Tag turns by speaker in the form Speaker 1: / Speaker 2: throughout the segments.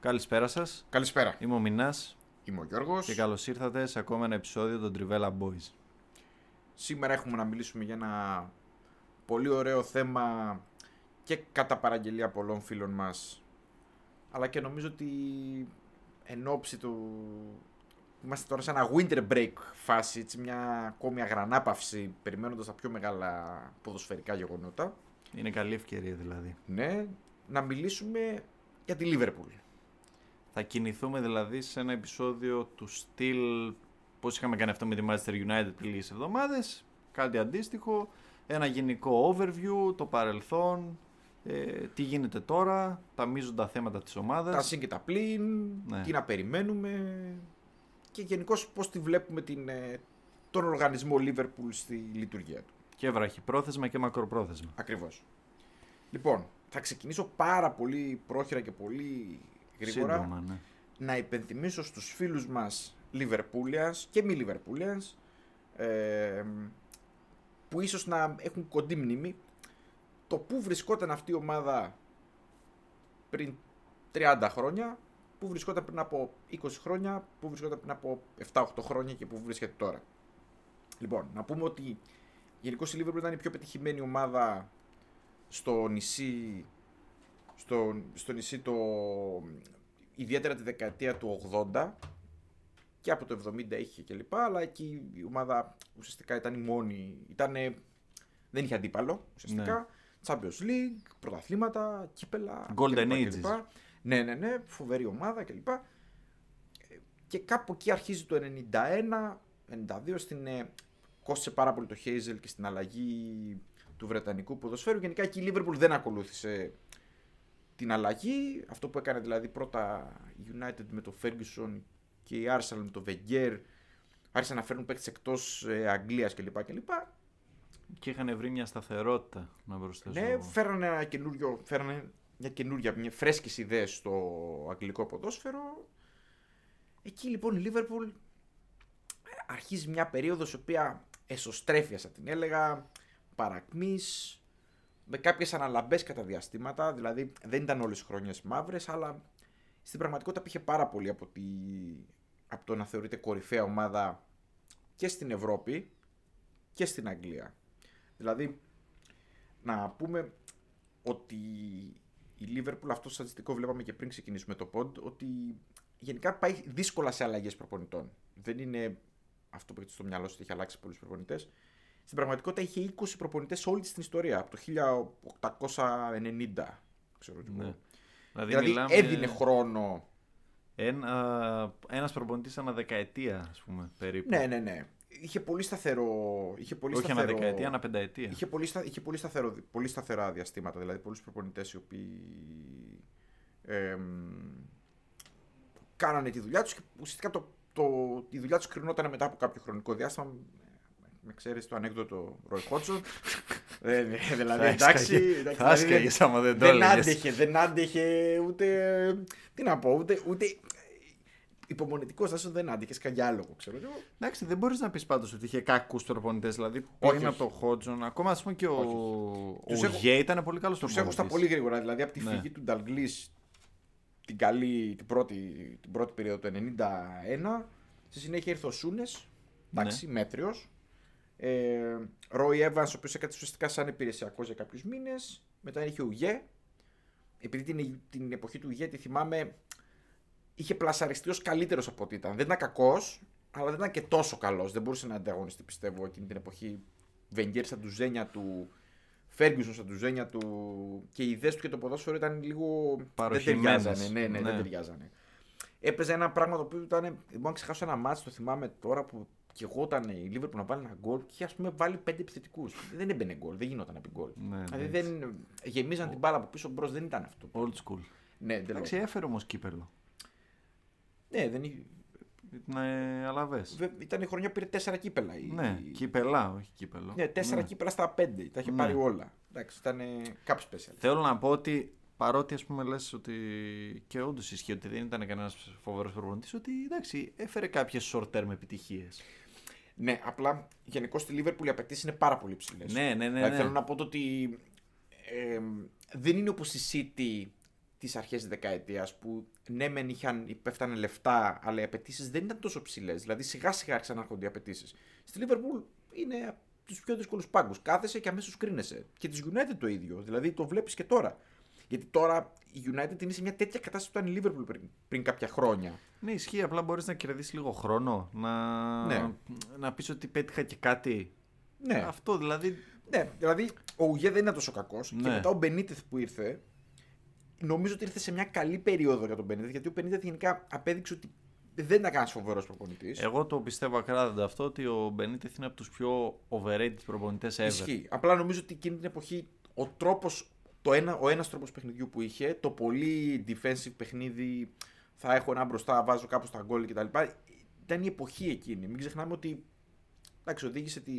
Speaker 1: Καλησπέρα σας.
Speaker 2: Καλησπέρα.
Speaker 1: Είμαι ο Μινάς
Speaker 2: Είμαι ο Γιώργος.
Speaker 1: και καλώς ήρθατε σε ακόμα ένα επεισόδιο των Trivella Boys.
Speaker 2: Σήμερα έχουμε να μιλήσουμε για ένα πολύ ωραίο θέμα και κατά παραγγελία πολλών φίλων μας αλλά και νομίζω ότι εν ώψη του είμαστε τώρα σε ένα winter break φάση έτσι μια ακόμη αγρανάπαυση περιμένοντας τα πιο μεγάλα ποδοσφαιρικά γεγονότα
Speaker 1: Είναι καλή ευκαιρία δηλαδή.
Speaker 2: ναι, να μιλήσουμε για τη Liverpool
Speaker 1: Θα κινηθούμε δηλαδή σε ένα επεισόδιο του στυλ πώς είχαμε κάνει αυτό με τη Manchester United πριν λίγες εβδομάδες. Κάτι αντίστοιχο. Ένα γενικό overview, το παρελθόν, ε, τι γίνεται τώρα, τα μείζοντα θέματα της
Speaker 2: τα
Speaker 1: ομάδα.
Speaker 2: συν και τα πλήν,
Speaker 1: Ναι.
Speaker 2: τι να περιμένουμε και γενικώς πώς τη βλέπουμε την, ε, τον οργανισμό Liverpool στη λειτουργία του.
Speaker 1: Και βραχυπρόθεσμα και μακροπρόθεσμα.
Speaker 2: Ακριβώς. Λοιπόν, θα ξεκινήσω πάρα πολύ πρόχειρα και πολύ γρήγορα
Speaker 1: Σύντομα, ναι.
Speaker 2: να υπενθυμίσω στους φίλους μας Λιβερπούλιας και μη Λιβερπούλιας ε, που ίσως να έχουν κοντή μνήμη το που βρισκόταν αυτή η ομάδα πριν 30 χρόνια, που βρισκόταν πριν από 20 χρόνια, που βρισκόταν πριν από 7-8 χρόνια και που βρίσκεται τώρα. Λοιπόν, να πούμε ότι γενικώς η Λίβερπουλ ήταν η πιο πετυχημένη ομάδα στο νησί, στο, στο νησί το, ιδιαίτερα τη δεκαετία του 80 και από το 70 είχε και λοιπά, αλλά εκεί η ομάδα ουσιαστικά ήταν η μόνη, ήτανε, δεν είχε αντίπαλο ουσιαστικά.
Speaker 1: Ναι.
Speaker 2: Champions League, πρωταθλήματα, κύπελα.
Speaker 1: Golden
Speaker 2: κλπ,
Speaker 1: Ages.
Speaker 2: κλπ. Ναι, ναι, ναι, φοβερή ομάδα κλπ. Ε, Και κάπου εκεί αρχίζει το 91-92 στην. ε, Κόστησε πάρα πολύ το Χέιζελ και στην αλλαγή του Βρετανικού ποδοσφαίρου. Γενικά εκεί η Λίβερπουλ δεν ακολούθησε την αλλαγή. Αυτό που έκανε δηλαδή πρώτα η United με τον Ferguson και η Arsenal με τον Wenger άρχισαν να φέρνουν παίκτες εκτός ε, Αγγλίας κλπ. κλπ.
Speaker 1: Και είχαν βρει μια σταθερότητα, να προσθέσω.
Speaker 2: Ναι,
Speaker 1: εγώ.
Speaker 2: φέρανε ένα καινούριο, φέρανε μια καινούρια, μια φρέσκες ιδέες στο αγγλικό ποδόσφαιρο. Εκεί λοιπόν η Λίβερπουλ αρχίζει μια περίοδος η οποία εσωστρέφεια θα την έλεγα, παρακμής, με κάποιες αναλαμπές κατά διαστήματα, δηλαδή δεν ήταν όλες οι χρόνιες μαύρες, αλλά στην πραγματικότητα πήγε πάρα πολύ από, τη, από το να θεωρείται κορυφαία ομάδα και στην Ευρώπη και στην Αγγλία. Δηλαδή, να πούμε ότι η Λίβερπουλ, αυτό το στατιστικό βλέπαμε και πριν ξεκινήσουμε το pod, ότι γενικά πάει δύσκολα σε αλλαγές προπονητών. Δεν είναι αυτό που έχετε στο μυαλό σου ότι έχει αλλάξει πολλούς προπονητές. Στην πραγματικότητα είχε 20 προπονητέ όλη της την ιστορία, από το 1890. Ξέρω εγώ.
Speaker 1: Ναι. Δηλαδή,
Speaker 2: Δηλαδή
Speaker 1: μιλάμε-
Speaker 2: έδινε χρόνο.
Speaker 1: Ένα, ένας προπονητής ανά δεκαετία, ας πούμε, περίπου.
Speaker 2: Ναι, ναι, ναι. Είχε πολύ σταθερό. Είχε πολύ
Speaker 1: Όχι ανά
Speaker 2: σταθερό...
Speaker 1: δεκαετία, ανά πενταετία.
Speaker 2: Είχε, πολύ, στα, είχε πολύ, σταθερό, πολύ σταθερά διαστήματα, δηλαδή πολλούς προπονητές οι οποίοι εμ, κάνανε τη δουλειά τους και ουσιαστικά το, το, η δουλειά τους κρινόταν μετά από κάποιο χρονικό διάστημα. Με ξέρεις το ανέκδοτο Ροϊ Χότσον. Ε, ναι, δηλαδή
Speaker 1: Θα
Speaker 2: εντάξει.
Speaker 1: έσκαγε-
Speaker 2: εντάξει,
Speaker 1: θα
Speaker 2: δηλαδή,
Speaker 1: έσκαγες άμα δεν το
Speaker 2: δεν
Speaker 1: έλεγες.
Speaker 2: άντεχε, δεν άντεχε ούτε. Τι να πω, ούτε. ούτε υπομονετικός να είσαι, δεν άντεχε κανένα λόγο, ξέρω εγώ.
Speaker 1: Εντάξει, δεν μπορείς να πεις πάντως ότι είχε κακούς προπονητές. Δηλαδή,
Speaker 2: Όχι,
Speaker 1: πήγαινε από
Speaker 2: όχι.
Speaker 1: τον Χότζον. Ακόμα, ας πούμε, και ο,
Speaker 2: Τους
Speaker 1: ο
Speaker 2: έχω-
Speaker 1: Γέ ήταν πολύ καλός
Speaker 2: Τους έχω
Speaker 1: προπονητή.
Speaker 2: στα πολύ γρήγορα. Δηλαδή από τη
Speaker 1: Ναι.
Speaker 2: φυγή του Νταλγκλής την καλή, την πρώτη, την πρώτη περίοδο του 91. Στη συνέχεια ήρθε ο Σούνες. Εντάξει, μέτριος. Ε, Ρόι Εύαν, ο οποίος έκανε ουσιαστικά σαν υπηρεσιακός για κάποιους μήνες. Μετά είχε ο Ουγέ. Επειδή την, την εποχή του Ουγέ τη θυμάμαι, είχε πλασαριστεί ως καλύτερος από ό,τι ήταν. Δεν ήταν κακός, αλλά δεν ήταν και τόσο καλός. Δεν μπορούσε να ανταγωνιστεί, πιστεύω, εκείνη την εποχή. Βενγκέρ σαν τουζένια του, Φέργκουσον σαν τουζένια του. Και οι ιδέες του και το ποδόσφαιρο ήταν λίγο.
Speaker 1: Παροχημένες.
Speaker 2: Δεν ταιριάζανε. Ναι, ναι,
Speaker 1: Ναι.
Speaker 2: δεν ταιριάζανε. Έπαιζε ένα πράγμα το οποίο ήταν. Δεν μπορώ να ξεχάσω ένα μάτσο, το θυμάμαι τώρα που κι εγώ ήταν η Λίβερπουλ να βάλει ένα γκολ και είχε ας πούμε βάλει πέντε επιθετικούς. Δεν έμπαινε γκολ, δεν γινόταν να μπει γκολ.
Speaker 1: Ναι,
Speaker 2: δηλαδή
Speaker 1: εντάξει.
Speaker 2: δεν, γεμίζαν την μπάλα από πίσω μπρος, δεν ήταν αυτό.
Speaker 1: Old school.
Speaker 2: Ναι, εντελώς.
Speaker 1: Εντάξει, έφερε όμως κύπελο.
Speaker 2: Ναι, δεν... είχε-
Speaker 1: Την Αλαβές.
Speaker 2: βε- ήταν η χρονιά που πήρε τέσσερα κύπελα. η-
Speaker 1: ε, Ναι,
Speaker 2: η-
Speaker 1: κύπελα, όχι κύπελο.
Speaker 2: Ναι, τέσσερα
Speaker 1: Ναι.
Speaker 2: κύπελα στα πέντε. Τα είχε
Speaker 1: Ναι.
Speaker 2: πάρει όλα. Εντάξει, ήταν κάπου special.
Speaker 1: Θέλω να πω ότι παρότι ας πούμε λες ότι και όντως ισχύει ότι δεν ήταν κανένας φοβερός προπονητής ότι εντάξει έφερε κάποιες short term επιτυχίες.
Speaker 2: Ναι, απλά γενικώ στη Λίβερπουλ οι απαιτήσεις είναι πάρα πολύ ψηλές.
Speaker 1: Ναι, ναι, ναι, ναι.
Speaker 2: Θέλω να πω το ότι ε, δεν είναι όπως η City τις αρχές της δεκαετίας που ναι, μεν είχαν, πέφτανε λεφτά, αλλά οι απαιτήσεις δεν ήταν τόσο ψηλές. Δηλαδή σιγά σιγά ξανάρχονται οι απαιτήσεις. Στη Λίβερπουλ είναι τους πιο δύσκολους πάγκους. Κάθεσαι και αμέσως κρίνεσαι. Και της United το ίδιο. Δηλαδή το βλέπεις και τώρα. Γιατί τώρα η United είναι σε μια τέτοια κατάσταση που ήταν η Liverpool πριν, πριν κάποια χρόνια.
Speaker 1: Ναι, ισχύει. Απλά μπορείς να κερδίσεις λίγο χρόνο. Να,
Speaker 2: Ναι.
Speaker 1: να πεις ότι πέτυχα και κάτι.
Speaker 2: Ναι.
Speaker 1: Αυτό δηλαδή.
Speaker 2: Ναι, δηλαδή ο Ουγέ δεν ήταν τόσο κακός. Και
Speaker 1: Ναι.
Speaker 2: μετά ο Μπενίτεθ που ήρθε, νομίζω ότι ήρθε σε μια καλή περίοδο για τον Μπενίτεθ. Γιατί ο Μπενίτεθ γενικά απέδειξε ότι δεν ήταν κανένα φοβερός προπονητής.
Speaker 1: Εγώ το πιστεύω ακράδαντα αυτό ότι ο Μπενίτεθ είναι από τους πιο overrated προπονητές ever.
Speaker 2: Ισχύει. Απλά νομίζω ότι εκείνη την εποχή ο τρόπος, ένα, ο ένας τρόπος παιχνιδιού που είχε, το πολύ defensive παιχνίδι, θα έχω ένα μπροστά, βάζω κάπου στα γκολ κτλ. Ήταν η εποχή εκείνη. Μην ξεχνάμε ότι εντάξει, οδήγησε τη,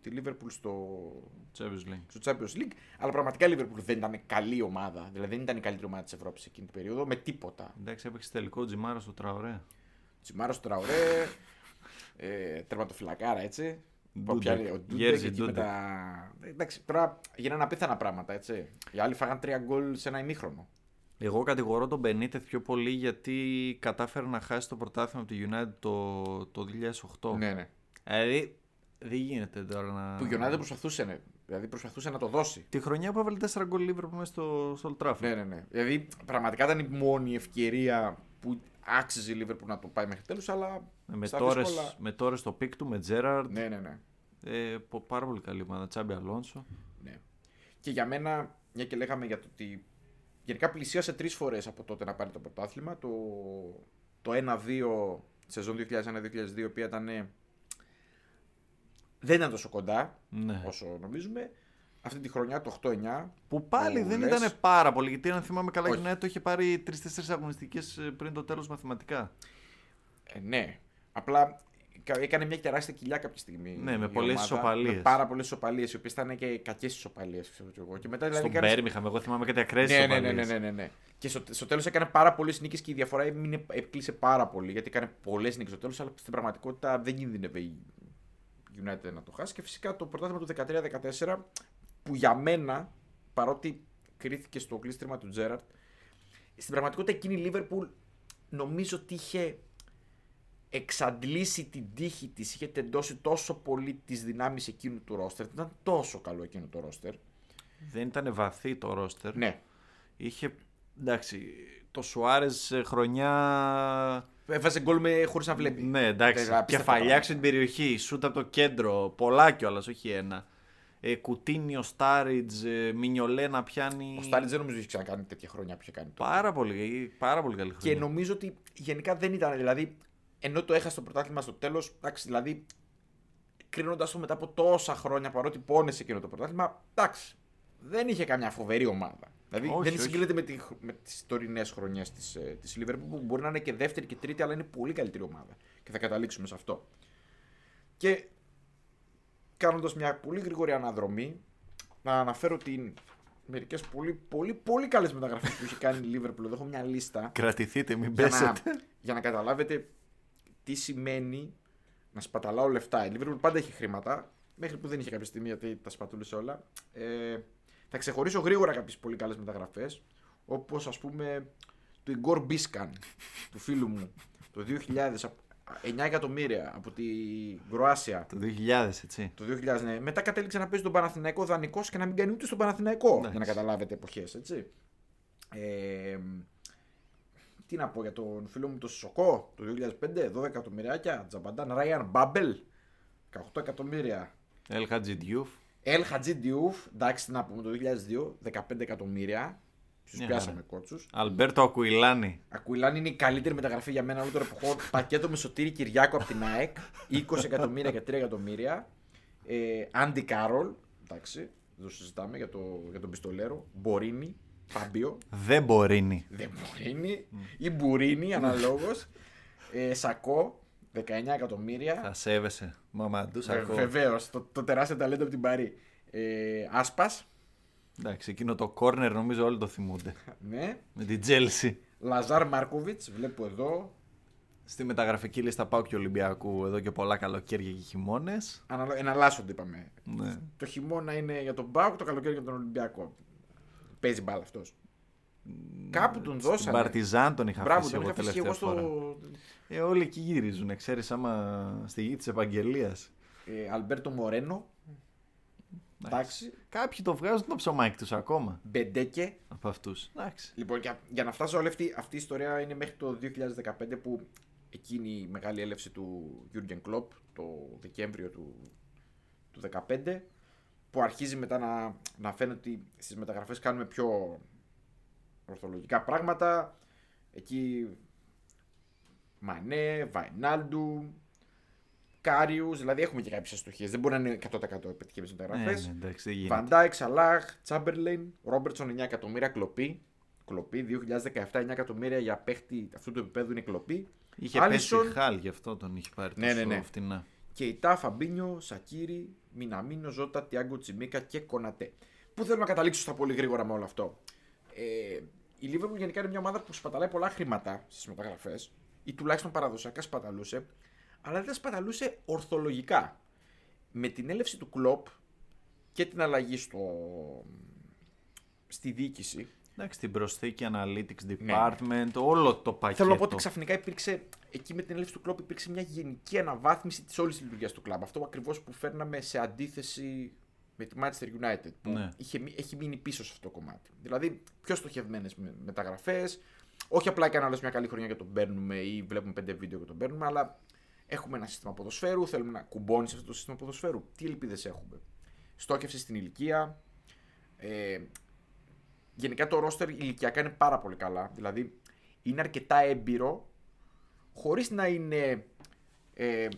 Speaker 2: τη Liverpool στο,
Speaker 1: Champions League.
Speaker 2: στο Champions League. Αλλά πραγματικά η Liverpool δεν ήταν καλή ομάδα. Δηλαδή δεν ήταν η καλύτερη ομάδα της Ευρώπης εκείνη την περίοδο με τίποτα.
Speaker 1: Εντάξει, έπαιξε τελικό τζιμάρα στο τραωρέ.
Speaker 2: Τσιμάρο Τραωρέ, ε, τερματοφυλακάρα έτσι. Που
Speaker 1: Ντούντεκ.
Speaker 2: πιάνει Ο Ντούντεκ
Speaker 1: Γέρζι
Speaker 2: εκεί με
Speaker 1: Ντούντεκ.
Speaker 2: τα... Εντάξει, τώρα γίνανε απίθανα πράγματα έτσι. Οι άλλοι φάγαν τρία γκολ σε ένα ημίχρονο.
Speaker 1: Εγώ κατηγορώ τον Μπενίτεθ πιο πολύ γιατί κατάφερε να χάσει το πρωτάθλημα από τη United το, το 2008.
Speaker 2: ναι.
Speaker 1: Δηλαδή, δεν γίνεται τώρα να.
Speaker 2: Που η United προσπαθούσε, ναι. δηλαδή προσπαθούσε να το δώσει.
Speaker 1: Τη χρονιά που έβαλε 4 γκολ Liverpool μέσα στο, στο Old Trafford.
Speaker 2: Ναι, ναι, ναι. Δηλαδή πραγματικά ήταν η μόνη ευκαιρία που άξιζε η Liverpool να το πάει μέχρι τέλου, αλλά.
Speaker 1: Ε, Με,
Speaker 2: στα
Speaker 1: τόρες,
Speaker 2: δύσκολα-
Speaker 1: με τόρες στο πικ του, με Τζέραρντ.
Speaker 2: Ναι, ναι, ναι.
Speaker 1: Ε, πο- πάρα πολύ καλή ομάδα. Τσάμπι Αλόνσο.
Speaker 2: Ναι. Και για μένα, μια και λέγαμε για το ότι γενικά πλησίασε τρεις φορές από τότε να πάρει το πρωτάθλημα. Το, το 1-2 σεζόν 2001-2002, η οποία ήταν. ε, Δεν ήταν τόσο κοντά
Speaker 1: Ναι.
Speaker 2: όσο νομίζουμε. Αυτή τη χρονιά, το 8-9.
Speaker 1: Που πάλι
Speaker 2: Ο
Speaker 1: δεν
Speaker 2: Λες.
Speaker 1: ήταν πάρα πολύ. Γιατί αν θυμάμαι καλά,
Speaker 2: Όχι.
Speaker 1: η United το είχε πάρει 3-4 αγωνιστικέ πριν το τέλος μαθηματικά.
Speaker 2: Ε, ναι. Απλά κα- έκανε μια τεράστια κοιλιά κάποια στιγμή.
Speaker 1: Ναι, με
Speaker 2: η
Speaker 1: πολλές
Speaker 2: ομάδα,
Speaker 1: ισοπαλίες.
Speaker 2: Με πάρα πολλές ισοπαλίες, οι οποίες ήταν και κακές ισοπαλίες, ξέρω κι εγώ. Και μετά δηλαδή.
Speaker 1: Στον
Speaker 2: κάνεις-
Speaker 1: Μπέρμιχαμ, εγώ θυμάμαι και τα ακραίες
Speaker 2: ναι, ναι, ναι,
Speaker 1: ισοπαλίες.
Speaker 2: ναι, ναι, ναι, ναι. Και στο, στο τέλος έκανε πάρα πολλές νίκες και η διαφορά έμεινε, έκλεισε πάρα πολύ. Γιατί έκανε πολλές νίκες στο τέλος, αλλά στην πραγματικότητα δεν κινδυνεύε η United να το χάσει. Και φυσικά το πρωτάθλημα του 13-14, που για μένα, παρότι κρίθηκε στο κλείστριμα του Τζέραρτ, στην πραγματικότητα εκείνη η Λίβερπουλ νομίζω ότι είχε εξαντλήσει την τύχη της, είχε τεντώσει τόσο πολύ τις δυνάμεις εκείνου του ρόστερ. Ήταν τόσο καλό εκείνο το ρόστερ.
Speaker 1: Δεν ήταν βαθύ το ρόστερ.
Speaker 2: Ναι.
Speaker 1: Είχε. Εντάξει, το Σουάρες χρονιά.
Speaker 2: Έβαζε γκολ με χωρίς να βλέπει.
Speaker 1: Ναι, εντάξει.
Speaker 2: Τέλεια, απίστευτα πράγματα.
Speaker 1: Κεφαλιάξε την περιοχή, σούτ από το κέντρο. Πολλά κιόλας, όχι ένα. Ε, Κουτίνιο, Στάριτζ, ε, Μινιολέ να πιάνει.
Speaker 2: Ο Στάλιτ δεν νομίζω ότι έχει ξανακάνει τέτοια χρόνια που είχε κάνει τώρα.
Speaker 1: Πάρα πολύ, πάρα πολύ καλή
Speaker 2: Και
Speaker 1: χρονιά.
Speaker 2: νομίζω ότι γενικά δεν ήταν. Δηλαδή, ενώ το έχασε το πρωτάθλημα στο τέλος, εντάξει, δηλαδή κρίνοντας το μετά από τόσα χρόνια παρότι πόνεσε εκείνο το πρωτάθλημα, εντάξει. Δεν είχε καμιά φοβερή ομάδα. Δηλαδή
Speaker 1: Όχι,
Speaker 2: δεν
Speaker 1: όχι.
Speaker 2: συγκρίνεται με, τη, χ- με τις τωρινές χρονιές της ε, της Liverpool που μπορεί να είναι και δεύτερη και τρίτη, αλλά είναι πολύ καλύτερη ομάδα. Και θα καταλήξουμε σε αυτό. Και κάνοντας μια πολύ γρήγορη αναδρομή, να αναφέρω την μερικές πολύ, πολύ, πολύ καλές μεταγραφές που έχει κάνει η Liverpool. Εδώ έχω μια λίστα
Speaker 1: Κρατηθείτε, μην
Speaker 2: για να,
Speaker 1: πέσετε.
Speaker 2: για να καταλάβετε τι σημαίνει να σπαταλάω λεφτά. Η Liverpool πάντα έχει χρήματα, μέχρι που δεν είχε κάποια στιγμή γιατί τα σπατούλησε όλα. Ε, θα ξεχωρίσω γρήγορα κάποιες πολύ καλές μεταγραφές, όπως ας πούμε του Ιγκόρ Μπίσκαν, του φίλου μου, το 2000, από- 9 εκατομμύρια από την Κροάσια.
Speaker 1: Το 2000, έτσι.
Speaker 2: Το 2000, ναι. Μετά κατέληξε να παίζει τον Παναθηναϊκό δανεικός και να μην κάνει ούτε στον Παναθηναϊκό.
Speaker 1: Ναι.
Speaker 2: Για να καταλάβετε εποχές, έτσι. Ε, τι να πω για τον φίλο μου το Σοκό το 2005, 12 εκατομμυριάκια. Τζαμπαντάν Ράιαν Μπάμπελ, 18 εκατομμύρια.
Speaker 1: Ελ Χατζιντιούφ.
Speaker 2: Ελ Χατζή Ντιούφ, εντάξει τι να πούμε το 2002, 15 εκατομμύρια. Του
Speaker 1: Μια
Speaker 2: πιάσαμε
Speaker 1: χαρά.
Speaker 2: κότσους.
Speaker 1: Αλμπέρτο Ακουιλάνη.
Speaker 2: Ακουιλάν είναι η καλύτερη μεταγραφή για μένα όλων των εποχών. Πακέτο με σωτήρι Κυριάκο από την ΑΕΚ. 20 εκατομμύρια και 3 εκατομμύρια. Ε, Άντι Κάρολ. Εντάξει, δεν το συζητάμε για, το, για τον πιστολέρο. Μπορίνι. Φάμπιο.
Speaker 1: Δεν μπορεί.
Speaker 2: Δεν Μπουρίνι ή Μπουρίνι αναλόγως. ε, σακό, 19 εκατομμύρια.
Speaker 1: Θα σέβεσαι. Μαμά, του ακούω.
Speaker 2: Βεβαίως, το, το τεράστιο ταλέντο από την Παρή. Ε, Άσπας,
Speaker 1: Εντάξει, εκείνο το corner νομίζω όλοι το θυμούνται.
Speaker 2: ναι.
Speaker 1: Με την Τζέλσι.
Speaker 2: Λαζάρ Μάρκοβιτ, βλέπω εδώ.
Speaker 1: Στη μεταγραφική λίστα πάω και Ολυμπιακού εδώ και πολλά καλοκαίρια και χειμώνες.
Speaker 2: Αναλο... Εναλλάσσονται, είπαμε.
Speaker 1: Ναι.
Speaker 2: Το χειμώνα είναι για τον Μπάουκ, το καλοκαίρι για τον Ολυμπιακό. Παίζει μπάλα αυτός. Κάπου τον
Speaker 1: Στην
Speaker 2: δώσανε.
Speaker 1: Παρτιζάν τον είχα
Speaker 2: Μπράβο,
Speaker 1: αφήσει
Speaker 2: τον
Speaker 1: εγώ
Speaker 2: είχα αφήσει και εγώ
Speaker 1: τελευταία φορά.
Speaker 2: στο.
Speaker 1: Ε, όλοι εκεί γυρίζουν, ξέρεις, άμα στη γη της επαγγελίας.
Speaker 2: ε, Αλμπέρτο Μορένο. Εντάξει.
Speaker 1: Κάποιοι το βγάζουν το ψωμάκι τους ακόμα
Speaker 2: Μπεντέκε.
Speaker 1: από αυτούς. Εντάξει.
Speaker 2: Λοιπόν, για, για να φτάσω όλη αυτή, αυτή η ιστορία είναι μέχρι το 2015 που εκείνη η μεγάλη έλευση του Jurgen Klopp το Δεκέμβριο του, του 2015 που αρχίζει μετά να, να φαίνεται ότι στις μεταγραφές κάνουμε πιο ορθολογικά πράγματα εκεί Μανέ, Βαϊνάλντου, Κάριους, δηλαδή έχουμε και κάποιες αστοχίες, δεν μπορεί να είναι 100% επιτυχημένες
Speaker 1: Ε,
Speaker 2: μεταγραφές.
Speaker 1: ναι, εντάξει, δεν γίνεται.
Speaker 2: Βαντάικ, Σαλάχ, Τσάμπερλεϊν, Ρόμπερτσον 9 εκατομμύρια, κλοπή. Κλοπή 2017 9 εκατομμύρια για παίχτη αυτού του επίπεδου είναι κλοπή.
Speaker 1: Είχε
Speaker 2: Άλισον.
Speaker 1: πέσει χάλ, γι' αυτό τον είχε πάρει
Speaker 2: Ναι,
Speaker 1: τόσο
Speaker 2: ναι, ναι.
Speaker 1: φτηνά.
Speaker 2: Και η Τά, Φαμπίνιο, Σακύρη, Μιναμίνο, Ζώτα, Τιάγκο Τσιμίκα και Κονατέ. Πού θέλω να καταλήξω στα πολύ γρήγορα με όλο αυτό. Ε, η Λίβερπουλ γενικά είναι μια ομάδα που σπαταλάει πολλά χρήματα στις μεταγραφές ή τουλάχιστον παραδοσιακά σπαταλούσε, αλλά δεν σπαταλούσε ορθολογικά. Με την έλευση του κλοπ και την αλλαγή στο... στη διοίκηση,
Speaker 1: Εντάξει, την προσθήκη Analytics Department, όλο το πακέτο.
Speaker 2: Ναι. Θέλω να πω ότι ξαφνικά υπήρξε, εκεί με την έλευση του κλοπ, υπήρξε μια γενική αναβάθμιση της όλης λειτουργίας του κλαμπ. Αυτό ακριβώς που φέρναμε σε αντίθεση με τη Manchester United. Που
Speaker 1: Ναι.
Speaker 2: είχε, μει- έχει μείνει πίσω σε αυτό το κομμάτι. Δηλαδή, πιο στοχευμένες μεταγραφές. Όχι απλά έκανε άλλος μια καλή χρονιά και τον παίρνουμε ή βλέπουμε πέντε βίντεο και τον παίρνουμε, αλλά έχουμε ένα σύστημα ποδοσφαίρου. Θέλουμε να κουμπώνεις σε αυτό το σύστημα ποδοσφαίρου. Τι ελπίδες έχουμε. Στόχευση στην ηλικία. Ε, γενικά το ρόστερ ηλικιακά είναι πάρα πολύ καλά. Δηλαδή είναι αρκετά έμπειρο χωρίς να είναι ε,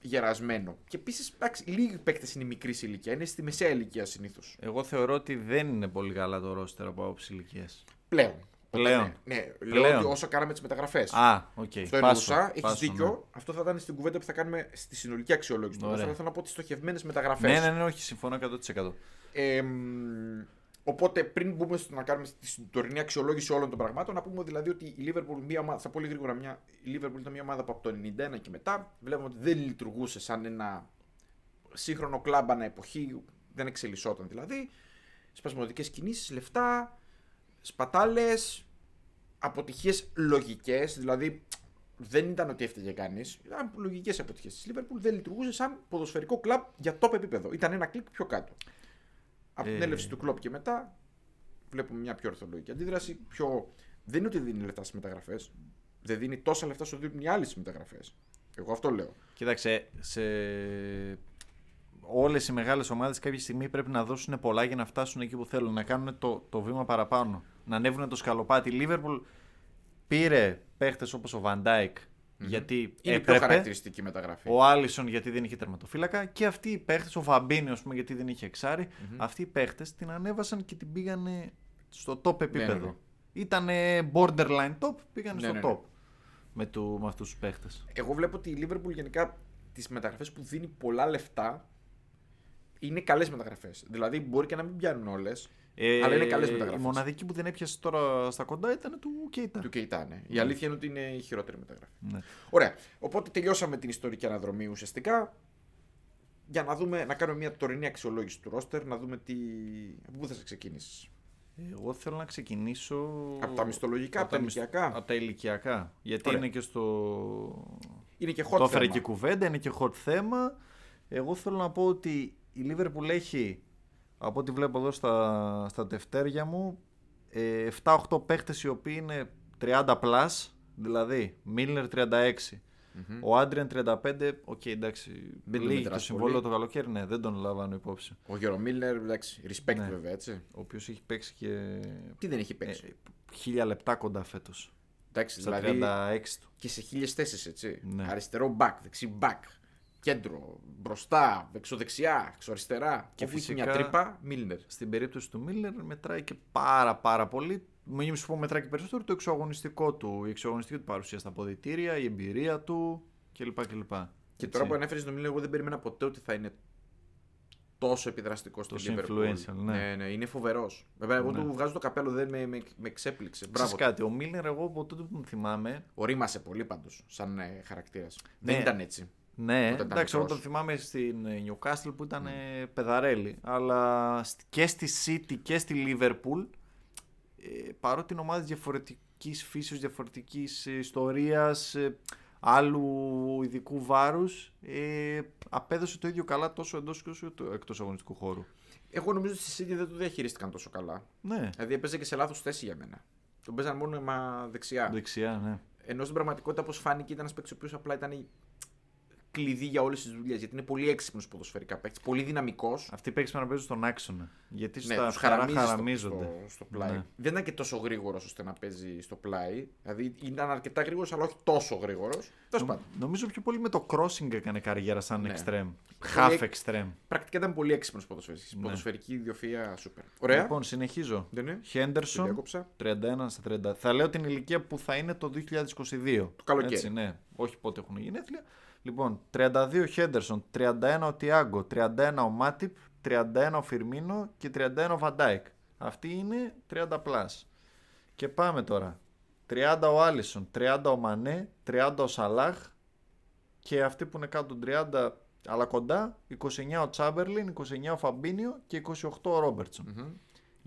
Speaker 2: γερασμένο. Και επίσης, λίγοι παίκτες είναι μικρής ηλικία. Είναι στη μεσαία ηλικία συνήθως.
Speaker 1: Εγώ θεωρώ ότι δεν είναι πολύ καλά το ρόστερ από άποψη ηλικίας.
Speaker 2: Πλέον.
Speaker 1: Πλέον.
Speaker 2: Ναι, ναι. λέω
Speaker 1: Πλέον.
Speaker 2: ότι όσο κάναμε τις μεταγραφές.
Speaker 1: Α, οκ.
Speaker 2: Αυτό
Speaker 1: πάσο,
Speaker 2: εννοούσα. Έχεις
Speaker 1: πάσο, ναι.
Speaker 2: δίκιο. Αυτό θα ήταν στην κουβέντα που θα κάνουμε στη συνολική αξιολόγηση του.
Speaker 1: Ωραία.
Speaker 2: Αλλά θέλω να πω τις στοχευμένες μεταγραφέ.
Speaker 1: Ναι. ναι, ναι, ναι, όχι, συμφωνώ 100%.
Speaker 2: Ε, μ, οπότε πριν μπούμε στο να κάνουμε τη τωρινή αξιολόγηση όλων των πραγμάτων, να πούμε δηλαδή ότι η Liverpool, μια ομάδα, θα πω πολύ γρήγορα, μια, η Liverpool ήταν μια ομάδα που από το 91 και μετά βλέπουμε ότι δεν λειτουργούσε σαν ένα σύγχρονο κλαμπ ανά εποχή, δεν εξελισσόταν δηλαδή. Σπασμωδικές κινήσεις, λεφτά, σπατάλες, αποτυχίες λογικές, δηλαδή δεν ήταν ότι έφταιγε κανείς. Ήταν λογικές αποτυχίες της Λίβερπουλ. Δεν λειτουργούσε σαν ποδοσφαιρικό κλαμπ για top επίπεδο. Ήταν ένα κλικ πιο κάτω. Από την
Speaker 1: Ε.
Speaker 2: έλευση του κλοπ και μετά βλέπουμε μια πιο ορθολογική αντίδραση. Πιο... Δεν είναι ότι δίνει λεφτά στις μεταγραφές. Δεν δίνει τόσα λεφτά όσο δίνουν οι άλλοι στι μεταγραφές. Εγώ αυτό λέω.
Speaker 1: Κοίταξε, σε όλες οι μεγάλες ομάδες κάποια στιγμή πρέπει να δώσουν πολλά για να φτάσουν εκεί που θέλουν, να κάνουν το, το βήμα παραπάνω, να ανέβουν το σκαλοπάτι. Η Λίβερπουλ πήρε παίχτες όπως ο Βαντάικ γιατί
Speaker 2: Είναι πιο
Speaker 1: έπρεπε,
Speaker 2: χαρακτηριστική μεταγραφή.
Speaker 1: ο Άλισον γιατί δεν είχε τερματοφύλακα και αυτοί οι παίχτες, ο Βαμπίνιο ας πούμε γιατί δεν είχε εξάρι, αυτοί οι παίχτες την ανέβασαν και την πήγανε στο top επίπεδο.
Speaker 2: ναι.
Speaker 1: Ήτανε borderline top, πήγανε
Speaker 2: Ναι,
Speaker 1: στο
Speaker 2: ναι, ναι.
Speaker 1: top με, του, με αυτούς τους παίχτες.
Speaker 2: Εγώ βλέπω ότι η Liverpool γενικά τις μεταγραφές που δίνει πολλά λεφτά είναι καλές μεταγραφές. Δηλαδή μπορεί και να μην πιάνουν όλες.
Speaker 1: Ε,
Speaker 2: αλλά είναι καλές
Speaker 1: Η
Speaker 2: μεταγραφέ.
Speaker 1: μοναδική που δεν έπιασε τώρα στα κοντά ήταν του Κέιτα.
Speaker 2: Του Κεϊτά, ναι. Η αλήθεια είναι ότι είναι η χειρότερη μεταγραφή.
Speaker 1: Ναι.
Speaker 2: Ωραία. Οπότε τελειώσαμε την ιστορική αναδρομή ουσιαστικά. Για να δούμε, να κάνουμε μια τωρινή αξιολόγηση του ρόστερ, να δούμε τι. Από πού θα ξεκινήσει.
Speaker 1: Ε, Εγώ θέλω να ξεκινήσω.
Speaker 2: Από τα μισθολογικά, από τα
Speaker 1: μισθ-
Speaker 2: ηλικιακά.
Speaker 1: Από τα ηλικιακά. Γιατί
Speaker 2: Ωραία.
Speaker 1: είναι και στο.
Speaker 2: Είναι και hot
Speaker 1: το έφερε
Speaker 2: θέμα.
Speaker 1: και η κουβέντα, είναι και hot θέμα. Εγώ θέλω να πω ότι η Liverpool έχει, από ό,τι βλέπω εδώ στα, στα τευτέρια μου, ε, 7-8 παίχτες οι οποίοι είναι 30 plus, δηλαδή Milner 36, ο Άντριαν 35, οκ εντάξει,
Speaker 2: Δεν τον
Speaker 1: λίγη το
Speaker 2: μετράς
Speaker 1: συμβόλαιο
Speaker 2: πολύ.
Speaker 1: το καλοκαίρι, ναι, δεν τον λαμβάνω υπόψη.
Speaker 2: Ο Γερο Μίλλερ, εντάξει, respect
Speaker 1: Ναι.
Speaker 2: βέβαια έτσι.
Speaker 1: Ο οποίος έχει παίξει και
Speaker 2: Τι δεν έχει
Speaker 1: ε,
Speaker 2: παίξει.
Speaker 1: χίλια λεπτά κοντά φέτος,
Speaker 2: εντάξει,
Speaker 1: στα
Speaker 2: δηλαδή
Speaker 1: 36 του.
Speaker 2: και σε χίλιες θέσεις έτσι.
Speaker 1: Ναι.
Speaker 2: Αριστερό back, δεξί back. κέντρο, μπροστά, εξοδεξιά, εξοαριστερά. Και
Speaker 1: Και
Speaker 2: όπου έχει μια
Speaker 1: φυσικά-
Speaker 2: τρύπα, Μίλνερ.
Speaker 1: Στην περίπτωση του Μίλλερ μετράει και πάρα πάρα πολύ. Μην σου πω μετράει και περισσότερο το εξωαγωνιστικό του, η εξωαγωνιστική του παρουσία στα ποδητήρια, η εμπειρία του κλπ. κλπ.
Speaker 2: Και τώρα που ανέφερες τον Μίλνερ, εγώ δεν περίμενα ποτέ ότι θα είναι τόσο επιδραστικό στο
Speaker 1: Τόσο
Speaker 2: Liverpool.
Speaker 1: influential, ναι.
Speaker 2: ναι, είναι φοβερός. Βέβαια, εγώ
Speaker 1: Ναι.
Speaker 2: του βγάζω το καπέλο, δεν με, με, με ξέπληξε.
Speaker 1: Ξέρεις
Speaker 2: Μπράβο.
Speaker 1: κάτι, ο Μίλλερ εγώ από τότε που τον θυμάμαι,
Speaker 2: Ορίμασε πολύ πάντως, σαν ε, χαρακτήρας.
Speaker 1: Ναι.
Speaker 2: Δεν ήταν έτσι.
Speaker 1: ναι,
Speaker 2: ήταν Ναι.
Speaker 1: εντάξει, εγώ
Speaker 2: μικρός.
Speaker 1: τον θυμάμαι στην ε, Newcastle που ήταν ε, πεδαρέλη, αλλά σ- και στη City και στη Liverpool, ε, παρότι είναι ομάδες διαφορετικής φύσεως, διαφορετικής ε, ιστορίας, ε, άλλου ειδικού βάρους, ε, απέδωσε το ίδιο καλά τόσο εντός και όσο το- εκτός αγωνιστικού χώρου.
Speaker 2: Εγώ νομίζω ότι στη City δεν το διαχειρίστηκαν τόσο καλά.
Speaker 1: Ναι,
Speaker 2: Δηλαδή έπαιζε και σε λάθος θέση για μένα. Τον παίζαν μόνο μα δεξιά.
Speaker 1: δεξιά, ναι.
Speaker 2: Ενώ στην πραγματικότητα, όπως φάνηκε, ήταν ένας παίκτης ο οποίος απλά ήταν κλειδί για όλες τις δουλειές. Γιατί είναι πολύ έξυπνος ποδοσφαιρικά παίκτης, πολύ δυναμικός.
Speaker 1: Αυτοί οι παίκτες πρέπει να παίζουν στον άξονα, γιατί
Speaker 2: Ναι,
Speaker 1: στα
Speaker 2: τους
Speaker 1: τους
Speaker 2: χαραμίζει
Speaker 1: χαραμίζονται.
Speaker 2: στο, στο, στο πλάι.
Speaker 1: Ναι.
Speaker 2: Δεν ήταν και τόσο γρήγορος ώστε να παίζει στο πλάι. Δηλαδή ήταν αρκετά γρήγορος, αλλά όχι τόσο γρήγορος. Τέλος
Speaker 1: Νομ-
Speaker 2: πάντων.
Speaker 1: Νομίζω πιο πολύ με το crossing έκανε καριέρα σαν
Speaker 2: Ναι.
Speaker 1: extreme.
Speaker 2: εκ-
Speaker 1: Half extreme.
Speaker 2: Πρακτικά ήταν πολύ έξυπνος ποδοσφαιρική.
Speaker 1: Ναι.
Speaker 2: Ποδοσφαιρική ιδιοφυα, σούπερ. Ωραία.
Speaker 1: Λοιπόν, συνεχίζω.
Speaker 2: δεν είναι. Το
Speaker 1: Χέντερσον,
Speaker 2: διάκοψα.
Speaker 1: 31 στα 30. Θα λέω την ηλικία που θα είναι το 2022.
Speaker 2: Το καλοκαίρι.
Speaker 1: Έτσι, ναι. Όχι πότε έχουν γενέθλια. Λοιπόν, 32 Χέντερσον, 31 ο Τιάγκο, 31 ο Μάτιπ, 31 ο Φιρμίνο και 31 ο Βαντάικ. Αυτή είναι 30 plus. Και πάμε τώρα. 30 ο Άλισον, 30 ο Μανέ, 30 ο Σαλάχ, Και αυτοί που είναι κάτω των 30 αλλά κοντά, 29 ο Τσάμπερλιν, 29 ο Φαμπίνιο και 28 ο Ρόμπερτσον. Γι'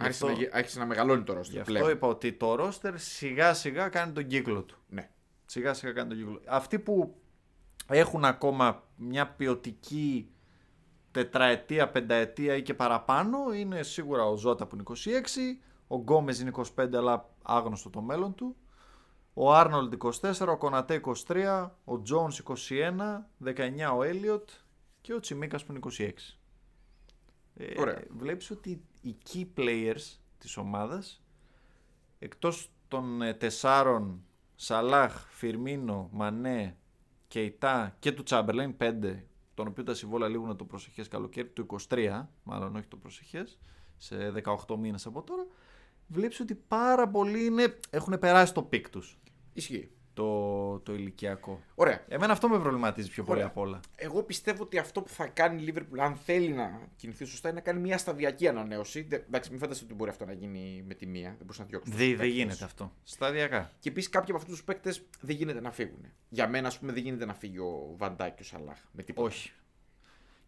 Speaker 2: Άρχισε,
Speaker 1: αυτό-
Speaker 2: να, γι- άρχισε να μεγαλώνει το
Speaker 1: Γι'
Speaker 2: ρόστρο
Speaker 1: αυτό
Speaker 2: πλέον.
Speaker 1: είπα ότι το ρόστερ σιγά σιγά κάνει τον κύκλο του.
Speaker 2: Ναι.
Speaker 1: Σιγά σιγά κάνει τον κύκλο. Αυτοί που έχουν ακόμα μια ποιοτική τετραετία, πενταετία ή και παραπάνω είναι σίγουρα ο Ζώτα που είναι 26, ο Γκόμες είναι 25 αλλά άγνωστο το μέλλον του, ο Άρνολντ 24, ο Κονατέ 23, ο Τζόνς 21, 19 ο Έλιοτ και ο Τσιμίκας που είναι 26. Ε,
Speaker 2: Ωραία.
Speaker 1: βλέπεις ότι οι key players της ομάδας εκτός των ε, τεσσάρων Σαλάχ, Φιρμίνο, Μανέ, Κεϊτά και του Τσάμπερλεν 5 τον οποίο τα συμβόλαια λήγουν το προσεχές καλοκαίρι του 23 μάλλον όχι το προσεχές σε 18 μήνες από τώρα βλέπεις ότι πάρα πολλοί είναι, έχουν περάσει το πικ τους
Speaker 2: Ισχύει.
Speaker 1: το, το ηλικιακό
Speaker 2: Ωραία.
Speaker 1: εμένα αυτό με προβληματίζει πιο πολύ
Speaker 2: Ωραία.
Speaker 1: απ' όλα
Speaker 2: Εγώ πιστεύω ότι αυτό που θα κάνει η Liverpool, αν θέλει να κινηθεί σωστά, είναι να κάνει μια σταδιακή ανανέωση. Δε- Εντάξει, μην φανταστείτε ότι μπορεί αυτό να γίνει με τη μία. Δεν μπορούσε να διώξεις. τους
Speaker 1: δεν δεν
Speaker 2: παίκτες.
Speaker 1: γίνεται αυτό σταδιακά
Speaker 2: Και επίσης κάποιοι από αυτούς τους παίκτες δεν γίνεται να φύγουν. Για μένα, ας πούμε, δεν γίνεται να φύγει ο Βαντάκης ο Σαλάχ. Με τίποτα.
Speaker 1: όχι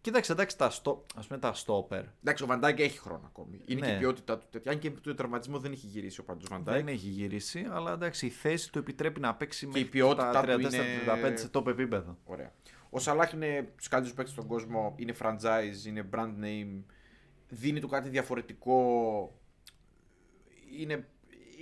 Speaker 1: Κοίταξε, εντάξει, τα στο, ας πούμε τα στόπερ
Speaker 2: Εντάξει, ο Βαντάκη έχει χρόνο ακόμη. Είναι
Speaker 1: Ναι.
Speaker 2: και η ποιότητά του τέτοια. Αν και το τραυματισμό δεν έχει γυρίσει ο πάντως Βαντάκη.
Speaker 1: Δεν έχει γυρίσει, αλλά εντάξει, η θέση του επιτρέπει να παίξει
Speaker 2: Ναι. η
Speaker 1: μέχρι
Speaker 2: ποιότητά
Speaker 1: τα
Speaker 2: του
Speaker 1: 34-35
Speaker 2: είναι-
Speaker 1: σε top επίπεδο.
Speaker 2: Ωραία. Ο Σαλάχ είναι στους καλύτερους παίκτες στον κόσμο. Είναι franchise, είναι brand name. Δίνει του κάτι διαφορετικό. Είναι,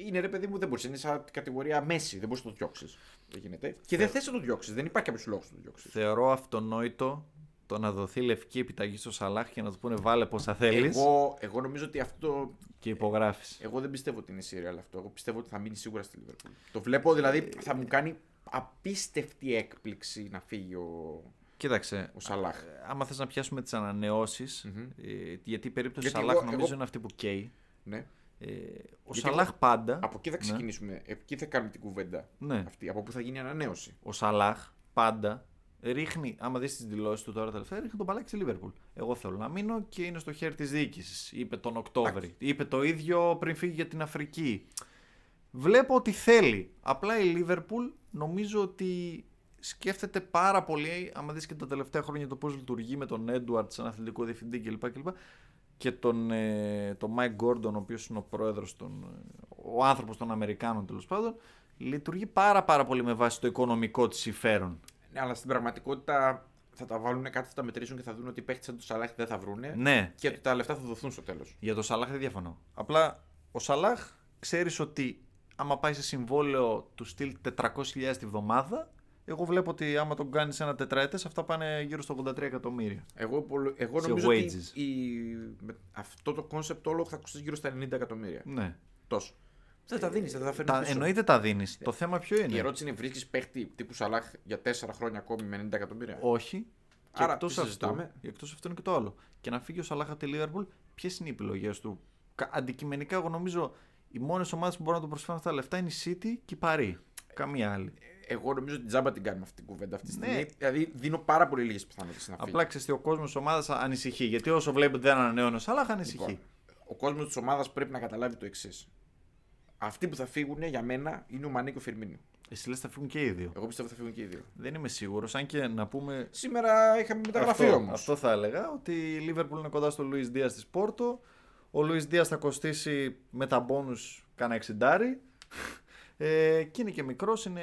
Speaker 2: είναι ρε παιδί μου, δεν μπορείς. Είναι σαν την κατηγορία Messi. Δεν μπορείς να το διώξεις. Δεν γίνεται. Και δεν θες να το διώξεις. Δεν υπάρχει κάποιος λόγος να το διώξεις.
Speaker 1: Θεωρώ αυτονόητο το να δοθεί λευκή επιταγή στο Σαλάχ και να του πούνε βάλε πόσα θέλεις
Speaker 2: Εγώ, εγώ νομίζω ότι αυτό
Speaker 1: και υπογράφεις.
Speaker 2: Εγώ δεν πιστεύω ότι είναι serial αυτό. Εγώ πιστεύω ότι θα μείνει σίγουρα στη Λίβερπουλ. Το βλέπω, δηλαδή θα μου κάνει απίστευτη έκπληξη να φύγει ο,
Speaker 1: Κοίταξε,
Speaker 2: ο Σαλάχ.
Speaker 1: άμα θες να πιάσουμε τις ανανεωσει
Speaker 2: Μμμ.
Speaker 1: ε, γιατί η περίπτωση
Speaker 2: Γιατί
Speaker 1: Σαλάχ
Speaker 2: εγώ-
Speaker 1: νομίζω
Speaker 2: εγώ-
Speaker 1: είναι αυτή που καίει.
Speaker 2: Ναι.
Speaker 1: Ε, ο
Speaker 2: Γιατί
Speaker 1: Σαλάχ
Speaker 2: εγώ-
Speaker 1: πάντα.
Speaker 2: Από εκεί θα
Speaker 1: Ναι.
Speaker 2: ξεκινήσουμε. Εκεί θα κάνουμε την κουβέντα
Speaker 1: Ναι.
Speaker 2: αυτή. Από πού θα γίνει η ανανέωση.
Speaker 1: ο Σαλάχ πάντα ρίχνει, άμα δεις τις δηλώσεις του τώρα τελευταία, ρίχνει τον παλάκι στη Λίβερπουλ. Εγώ θέλω να μείνω και είναι στο χέρι της διοίκησης. Είπε τον Οκτώβρη.
Speaker 2: Εντάξει.
Speaker 1: Είπε το ίδιο πριν φύγει για την Αφρική. Βλέπω ότι θέλει. Απλά η Λίβερπουλ νομίζω ότι σκέφτεται πάρα πολύ, άμα δεις και τα τελευταία χρόνια το πώς λειτουργεί με τον Έντουαρτ σαν αθλητικό διευθυντή κλπ. κλπ. Και τον, ε, τον Mike Gordon, ο οποίος είναι ο πρόεδρος, των, ε, ο άνθρωπος των Αμερικάνων τέλος πάντων, λειτουργεί πάρα πάρα πολύ με βάση το οικονομικό της συμφέρον.
Speaker 2: Ναι, αλλά στην πραγματικότητα θα τα βάλουν κάτι, θα τα μετρήσουν και θα δουν ότι παίχτη σαν τον Σαλάχ δεν θα βρούνε.
Speaker 1: Ναι,
Speaker 2: Και ότι τα λεφτά θα δοθούν στο τέλος.
Speaker 1: για το Σαλάχ δεν διαφωνώ. Απλά ο Σαλάχ ξέρεις ότι άμα πάει σε συμβόλαιο του στυλ 400.000 τη βδομάδα, εγώ βλέπω ότι άμα τον κάνεις ένα τετραετές αυτά πάνε γύρω στο 83 εκατομμύρια.
Speaker 2: Εγώ, υπολο- εγώ
Speaker 1: Σε
Speaker 2: νομίζω ότι
Speaker 1: wages.
Speaker 2: η... με- αυτό το κόνσεπτ όλο θα κοστίσει γύρω στα 90 εκατομμύρια.
Speaker 1: Ναι.
Speaker 2: Τόσο. Δεν τα δίνεις, δεν τα φέρνεις.
Speaker 1: Τα, εννοείται τα δίνεις. Το θέμα ποιο
Speaker 2: Η
Speaker 1: είναι.
Speaker 2: ερώτηση είναι: βρίσκεις παίχτη τύπου Σαλάχ για 4 χρόνια ακόμη με 90 εκατομμύρια.
Speaker 1: Όχι. Και
Speaker 2: Άρα,
Speaker 1: εκτός
Speaker 2: τι συζητάμε.
Speaker 1: αυτού, εκτός αυτού είναι και το άλλο. Και να φύγει ο Σαλάχ από τη Λίβερπουλ, ποιες είναι οι επιλογές του. Κα- Αντικειμενικά, εγώ νομίζω οι μόνες ομάδες που μπορούν να του προσφέρουν αυτά τα λεφτά είναι η City και η Παρή. Καμία άλλη.
Speaker 2: Εγώ νομίζω ότι τζάμπα την κάνουμε αυτή την κουβέντα αυτή τη
Speaker 1: Ναι.
Speaker 2: στιγμή. Δηλαδή δίνω πάρα πολύ λίγες πιθανότητες να φύγει.
Speaker 1: Απλά ξέρετε, ο κόσμος της ομάδας ανησυχεί. Γιατί όσο βλέπει ότι δεν ανανεώνει ο Σαλάχ, ανησυχεί.
Speaker 2: Λοιπόν, ο κόσμος της ομάδας πρέπει να καταλάβει το εξής. Αυτοί που θα φύγουν για μένα είναι ο Μανίκο και ο Φιρμίνιο.
Speaker 1: Εσύ λες, θα φύγουν και οι δύο.
Speaker 2: Εγώ πιστεύω θα φύγουν και οι δύο.
Speaker 1: Δεν είμαι σίγουρος, αν και να πούμε.
Speaker 2: Σήμερα είχαμε μεταγραφή
Speaker 1: Αυτό,
Speaker 2: όμως.
Speaker 1: αυτό θα έλεγα, ότι η Λίβερπουλ είναι κοντά στο Λουίς Δίας της Πόρτο. Ο Λουίς Δίας θα κοστίσει με τα μπόνους κάνα εξιντάρι. Ε, και είναι και μικρός, είναι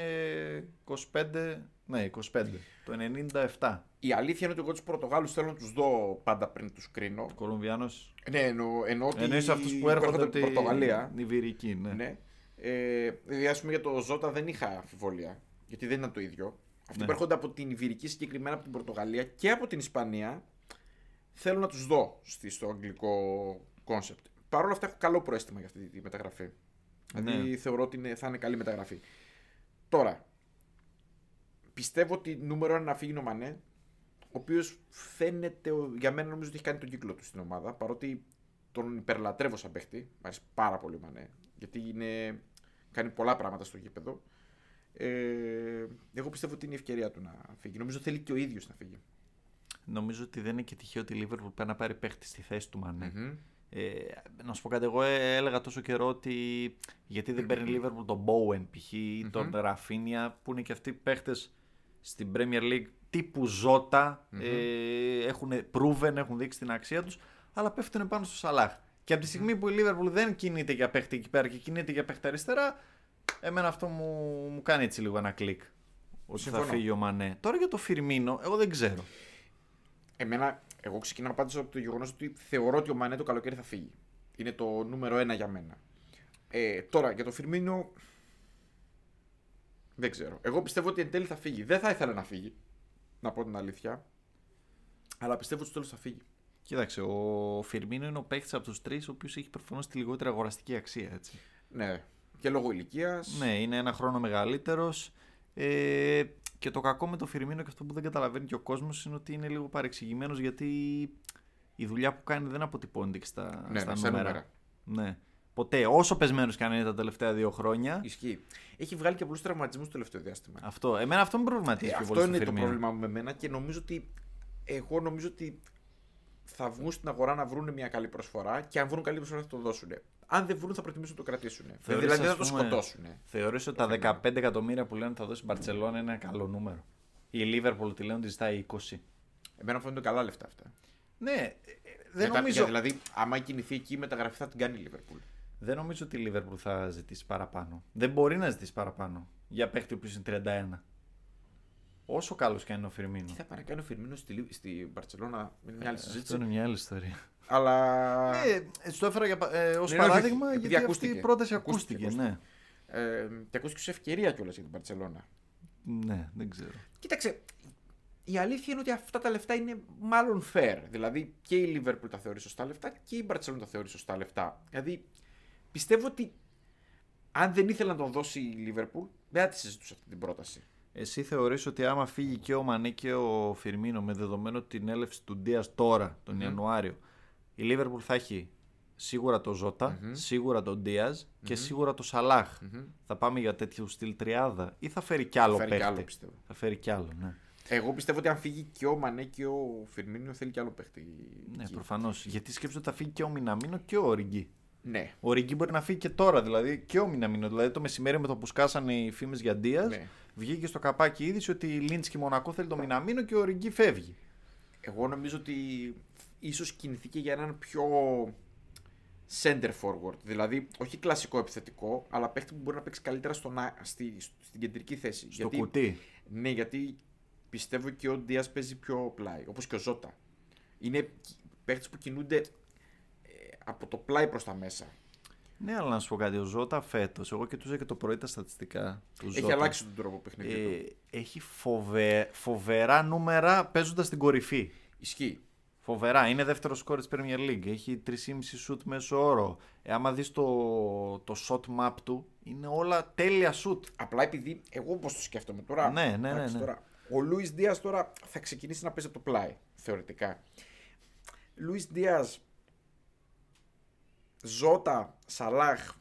Speaker 1: 25. Ναι, 25. Το 97.
Speaker 2: Η αλήθεια είναι ότι εγώ τους Πορτογάλους θέλω να τους δω πάντα πριν τους κρίνω.
Speaker 1: Ο Κολομβιάνος.
Speaker 2: Ναι, εννοώ, εννοώ ότι.
Speaker 1: Εννοείς αυτούς που έρχονται από την
Speaker 2: Πορτογαλία.
Speaker 1: Ιβηρική, ναι.
Speaker 2: Ναι. Ε, δηλαδή, ας πούμε, για το Ζώτα δεν είχα αμφιβολία. Γιατί δεν ήταν το ίδιο. Αυτοί
Speaker 1: Ναι.
Speaker 2: που έρχονται από την Ιβυρική συγκεκριμένα, από την Πορτογαλία και από την Ισπανία, θέλω να τους δω στη- στο αγγλικό κόνσεπτ. Παρ' όλα αυτά, έχω καλό προέστημα για αυτή τη μεταγραφή. Δηλαδή,
Speaker 1: Ναι.
Speaker 2: θεωρώ ότι είναι- θα είναι καλή μεταγραφή. Τώρα, πιστεύω ότι νούμερο ένα να φύγει είναι ο Μανέ, ο οποίος φαίνεται, ο- για μένα νομίζω ότι έχει κάνει τον κύκλο του στην ομάδα, παρότι τον υπερλατρεύω σαν παίχτη. Μ' αρέσει πάρα πολύ ο Μανέ. Γιατί είναι, κάνει πολλά πράγματα στο γήπεδο. Ε, εγώ πιστεύω ότι είναι η ευκαιρία του να φύγει. Νομίζω θέλει και ο ίδιος να φύγει.
Speaker 1: Νομίζω ότι δεν είναι και τυχαίο ότι η Λίβερπουλ πάει να πάρει παίχτη στη θέση του Μανέ. Ε, να σου πω κάτι, εγώ ε, έλεγα τόσο καιρό ότι γιατί δεν παίρνει η Liverpool τον Bowen π.χ. ή τον Ραφίνια που είναι και αυτοί παίχτες στην Premier League τύπου Ζώτα, ε, έχουν proven, έχουν δείξει την αξία τους, αλλά πέφτουν πάνω στο Σαλάχ. Και από τη στιγμή που η Liverpool δεν κινείται για παίχτη εκεί πέρα και κινείται για παίχτη αριστερά, εμένα αυτό μου, μου κάνει έτσι λίγο ένα κλικ. Ότι
Speaker 2: Συμφωνώ.
Speaker 1: θα φύγει ο Μανέ. Τώρα για το Φιρμίνο, εγώ δεν ξέρω.
Speaker 2: Εμένα, εγώ ξεκινάω πάντως από το γεγονός ότι θεωρώ ότι ο Μανέ το καλοκαίρι θα φύγει. Είναι το νούμερο ένα για μένα. Ε, τώρα, για το Φιρμίνο. Δεν ξέρω. Εγώ πιστεύω ότι εν τέλει θα φύγει. Δεν θα ήθελα να φύγει. Να πω την αλήθεια. Αλλά πιστεύω ότι στο τέλος θα φύγει.
Speaker 1: Κοίταξε, ο Φιρμίνο είναι ο παίχτη από τους τρεις, ο οποίος έχει προφανώς τη λιγότερη αγοραστική αξία. Έτσι.
Speaker 2: Ναι. Και λόγω ηλικίας.
Speaker 1: Ναι, είναι ένα χρόνο μεγαλύτερος. Ε, και το κακό με τον Φιρμίνο και αυτό που δεν καταλαβαίνει και ο κόσμος είναι ότι είναι λίγο παρεξηγημένος γιατί η δουλειά που κάνει δεν αποτυπώνεται και στα,
Speaker 2: Ναι,
Speaker 1: στα
Speaker 2: ναι, στα
Speaker 1: νούμερα.
Speaker 2: νούμερα.
Speaker 1: Ναι. Ποτέ, όσο πεσμένος και αν είναι τα τελευταία δύο χρόνια.
Speaker 2: Ισχύει. Έχει βγάλει και πολλούς τραυματισμούς το τελευταίο διάστημα.
Speaker 1: Αυτό, εμένα αυτό με προβληματίζει
Speaker 2: Ε,
Speaker 1: πιο
Speaker 2: αυτό
Speaker 1: πολύ στο
Speaker 2: είναι το
Speaker 1: Φιρμίνο.
Speaker 2: πρόβλημά μου με μένα και νομίζω ότι εγώ νομίζω ότι θα βγουν στην αγορά να βρουν μια καλή προσφορά και αν βρουν καλή προσφορά θα το δώσουν. Αν δεν βρουν θα προτιμήσουν να το κρατήσουν.
Speaker 1: Θεωρείς,
Speaker 2: δηλαδή δεν
Speaker 1: ας
Speaker 2: θα το
Speaker 1: πούμε,
Speaker 2: σκοτώσουν.
Speaker 1: Θεωρείς ότι τα 15 εκατομμύρια που λένε ότι θα δώσει η Μπαρσελόνα είναι ένα καλό νούμερο. Η Λίβερπουλ τη λένε ότι ζητάει 20.
Speaker 2: Εμένα μου φαίνονται καλά λεφτά αυτά.
Speaker 1: Ναι, ε, ε, δεν
Speaker 2: Για τα-
Speaker 1: νομίζω.
Speaker 2: για- Δηλαδή, άμα κινηθεί εκεί η μεταγραφή θα την κάνει η Λίβερπουλ.
Speaker 1: Δεν νομίζω ότι η Λίβερπουλ θα ζητήσει παραπάνω. Δεν μπορεί να ζητήσει παραπάνω για παίχτη ο οποίος είναι 31. Όσο καλός και αν είναι ο Φιρμίνο.
Speaker 2: Τι θα πάει να κάνει ο Φιρμίνο στη, Λι- στη Μπαρσελόνα, είναι μια άλλη
Speaker 1: Αυτό
Speaker 2: συζήτηση.
Speaker 1: είναι μια άλλη ιστορία.
Speaker 2: Αλλά.
Speaker 1: Ε, στο έφερα για, πα- ε, ως
Speaker 2: Ναι, ναι,
Speaker 1: παράδειγμα
Speaker 2: όχι, επειδή
Speaker 1: γιατί αυτή
Speaker 2: ακούστηκε.
Speaker 1: η πρόταση
Speaker 2: Ακούστηκε,
Speaker 1: ακούστηκε. Ναι.
Speaker 2: Ε, και ακούστηκε σε ευκαιρία κιόλας για την Μπαρσελόνα.
Speaker 1: ναι, δεν ξέρω.
Speaker 2: Κοίταξε, η αλήθεια είναι ότι αυτά τα λεφτά είναι μάλλον fair. Δηλαδή και η Liverpool τα θεωρεί σωστά λεφτά και η Barcelona τα θεωρεί σωστά λεφτά. Δηλαδή πιστεύω ότι αν δεν ήθελε να τον δώσει η Liverpool, δεν θα τη συζητούσε αυτή την πρόταση.
Speaker 1: Εσύ θεωρείς ότι άμα φύγει και ο Μανί και ο Φιρμίνο με δεδομένο την έλευση του Ντίας τώρα, τον
Speaker 2: Ναι.
Speaker 1: Ιανουάριο, η Λίβερπουλ θα έχει σίγουρα το ζωτα σίγουρα τον ντιας και σίγουρα το Σαλάχ. Θα πάμε για τέτοιο στυλ τριάδα ή θα φέρει κι άλλο
Speaker 2: φέρει κι
Speaker 1: παίχτη.
Speaker 2: άλλο, πιστεύω.
Speaker 1: Θα φέρει κι άλλο, ναι.
Speaker 2: Εγώ πιστεύω ότι αν φύγει και ο Μανέ και ο Φιρμίνιο θέλει κι άλλο παίχτη.
Speaker 1: Ναι,
Speaker 2: εκεί.
Speaker 1: προφανώς. Γιατί σκέψτε ότι θα φύγει και ο Μιναμίνο και ο Ριγκί.
Speaker 2: ναι.
Speaker 1: Ο Ριγκί μπορεί να φύγει και τώρα, δηλαδή και ο Μιναμίνο. Δηλαδή το μεσημέρι με το που σκάσανε οι φήμες για Ντίας,
Speaker 2: Ναι.
Speaker 1: βγήκε στο καπάκι η είδηση ότι η Λίντς και η Μονακό θέλει το Μιναμίνο και ο Ριγκί φεύγει.
Speaker 2: Εγώ νομίζω ότι ίσως κινηθήκε για έναν πιο center forward. Δηλαδή, όχι κλασικό επιθετικό, αλλά παίχτη που μπορεί να παίξει καλύτερα στον, α- στη, στην κεντρική θέση.
Speaker 1: Στο κουτί.
Speaker 2: Ναι, γιατί πιστεύω και ο Ντίας παίζει πιο πλάι, όπως και ο Ζώτα. Είναι παίχτες που κινούνται ε, από το πλάι προς τα μέσα.
Speaker 1: Ναι, αλλά να σου πω κάτι. Ο Ζώτα φέτος, εγώ κοιτούσα και το πρωί τα στατιστικά του Ζώτα.
Speaker 2: Έχει αλλάξει τον τρόπο παιχνιδιού. του.
Speaker 1: Ε, έχει φοβε... φοβερά νούμερα παίζοντας στην κορυφή.
Speaker 2: Ισχύει.
Speaker 1: Φοβερά. Είναι δεύτερος σκόρ της Premier League. Έχει 3,5 σουτ μέσω όρο. Ε, άμα δεις το, το shot map του, είναι όλα τέλεια σουτ.
Speaker 2: Απλά επειδή εγώ πώ το σκέφτομαι τώρα.
Speaker 1: Ναι, ναι, ναι,
Speaker 2: εντάξει,
Speaker 1: ναι.
Speaker 2: Τώρα, Ο Λούι Δίας τώρα θα ξεκινήσει να παίζει από το πλάι, θεωρητικά. Λούι Δίας, Ζώτα, Σαλάχ.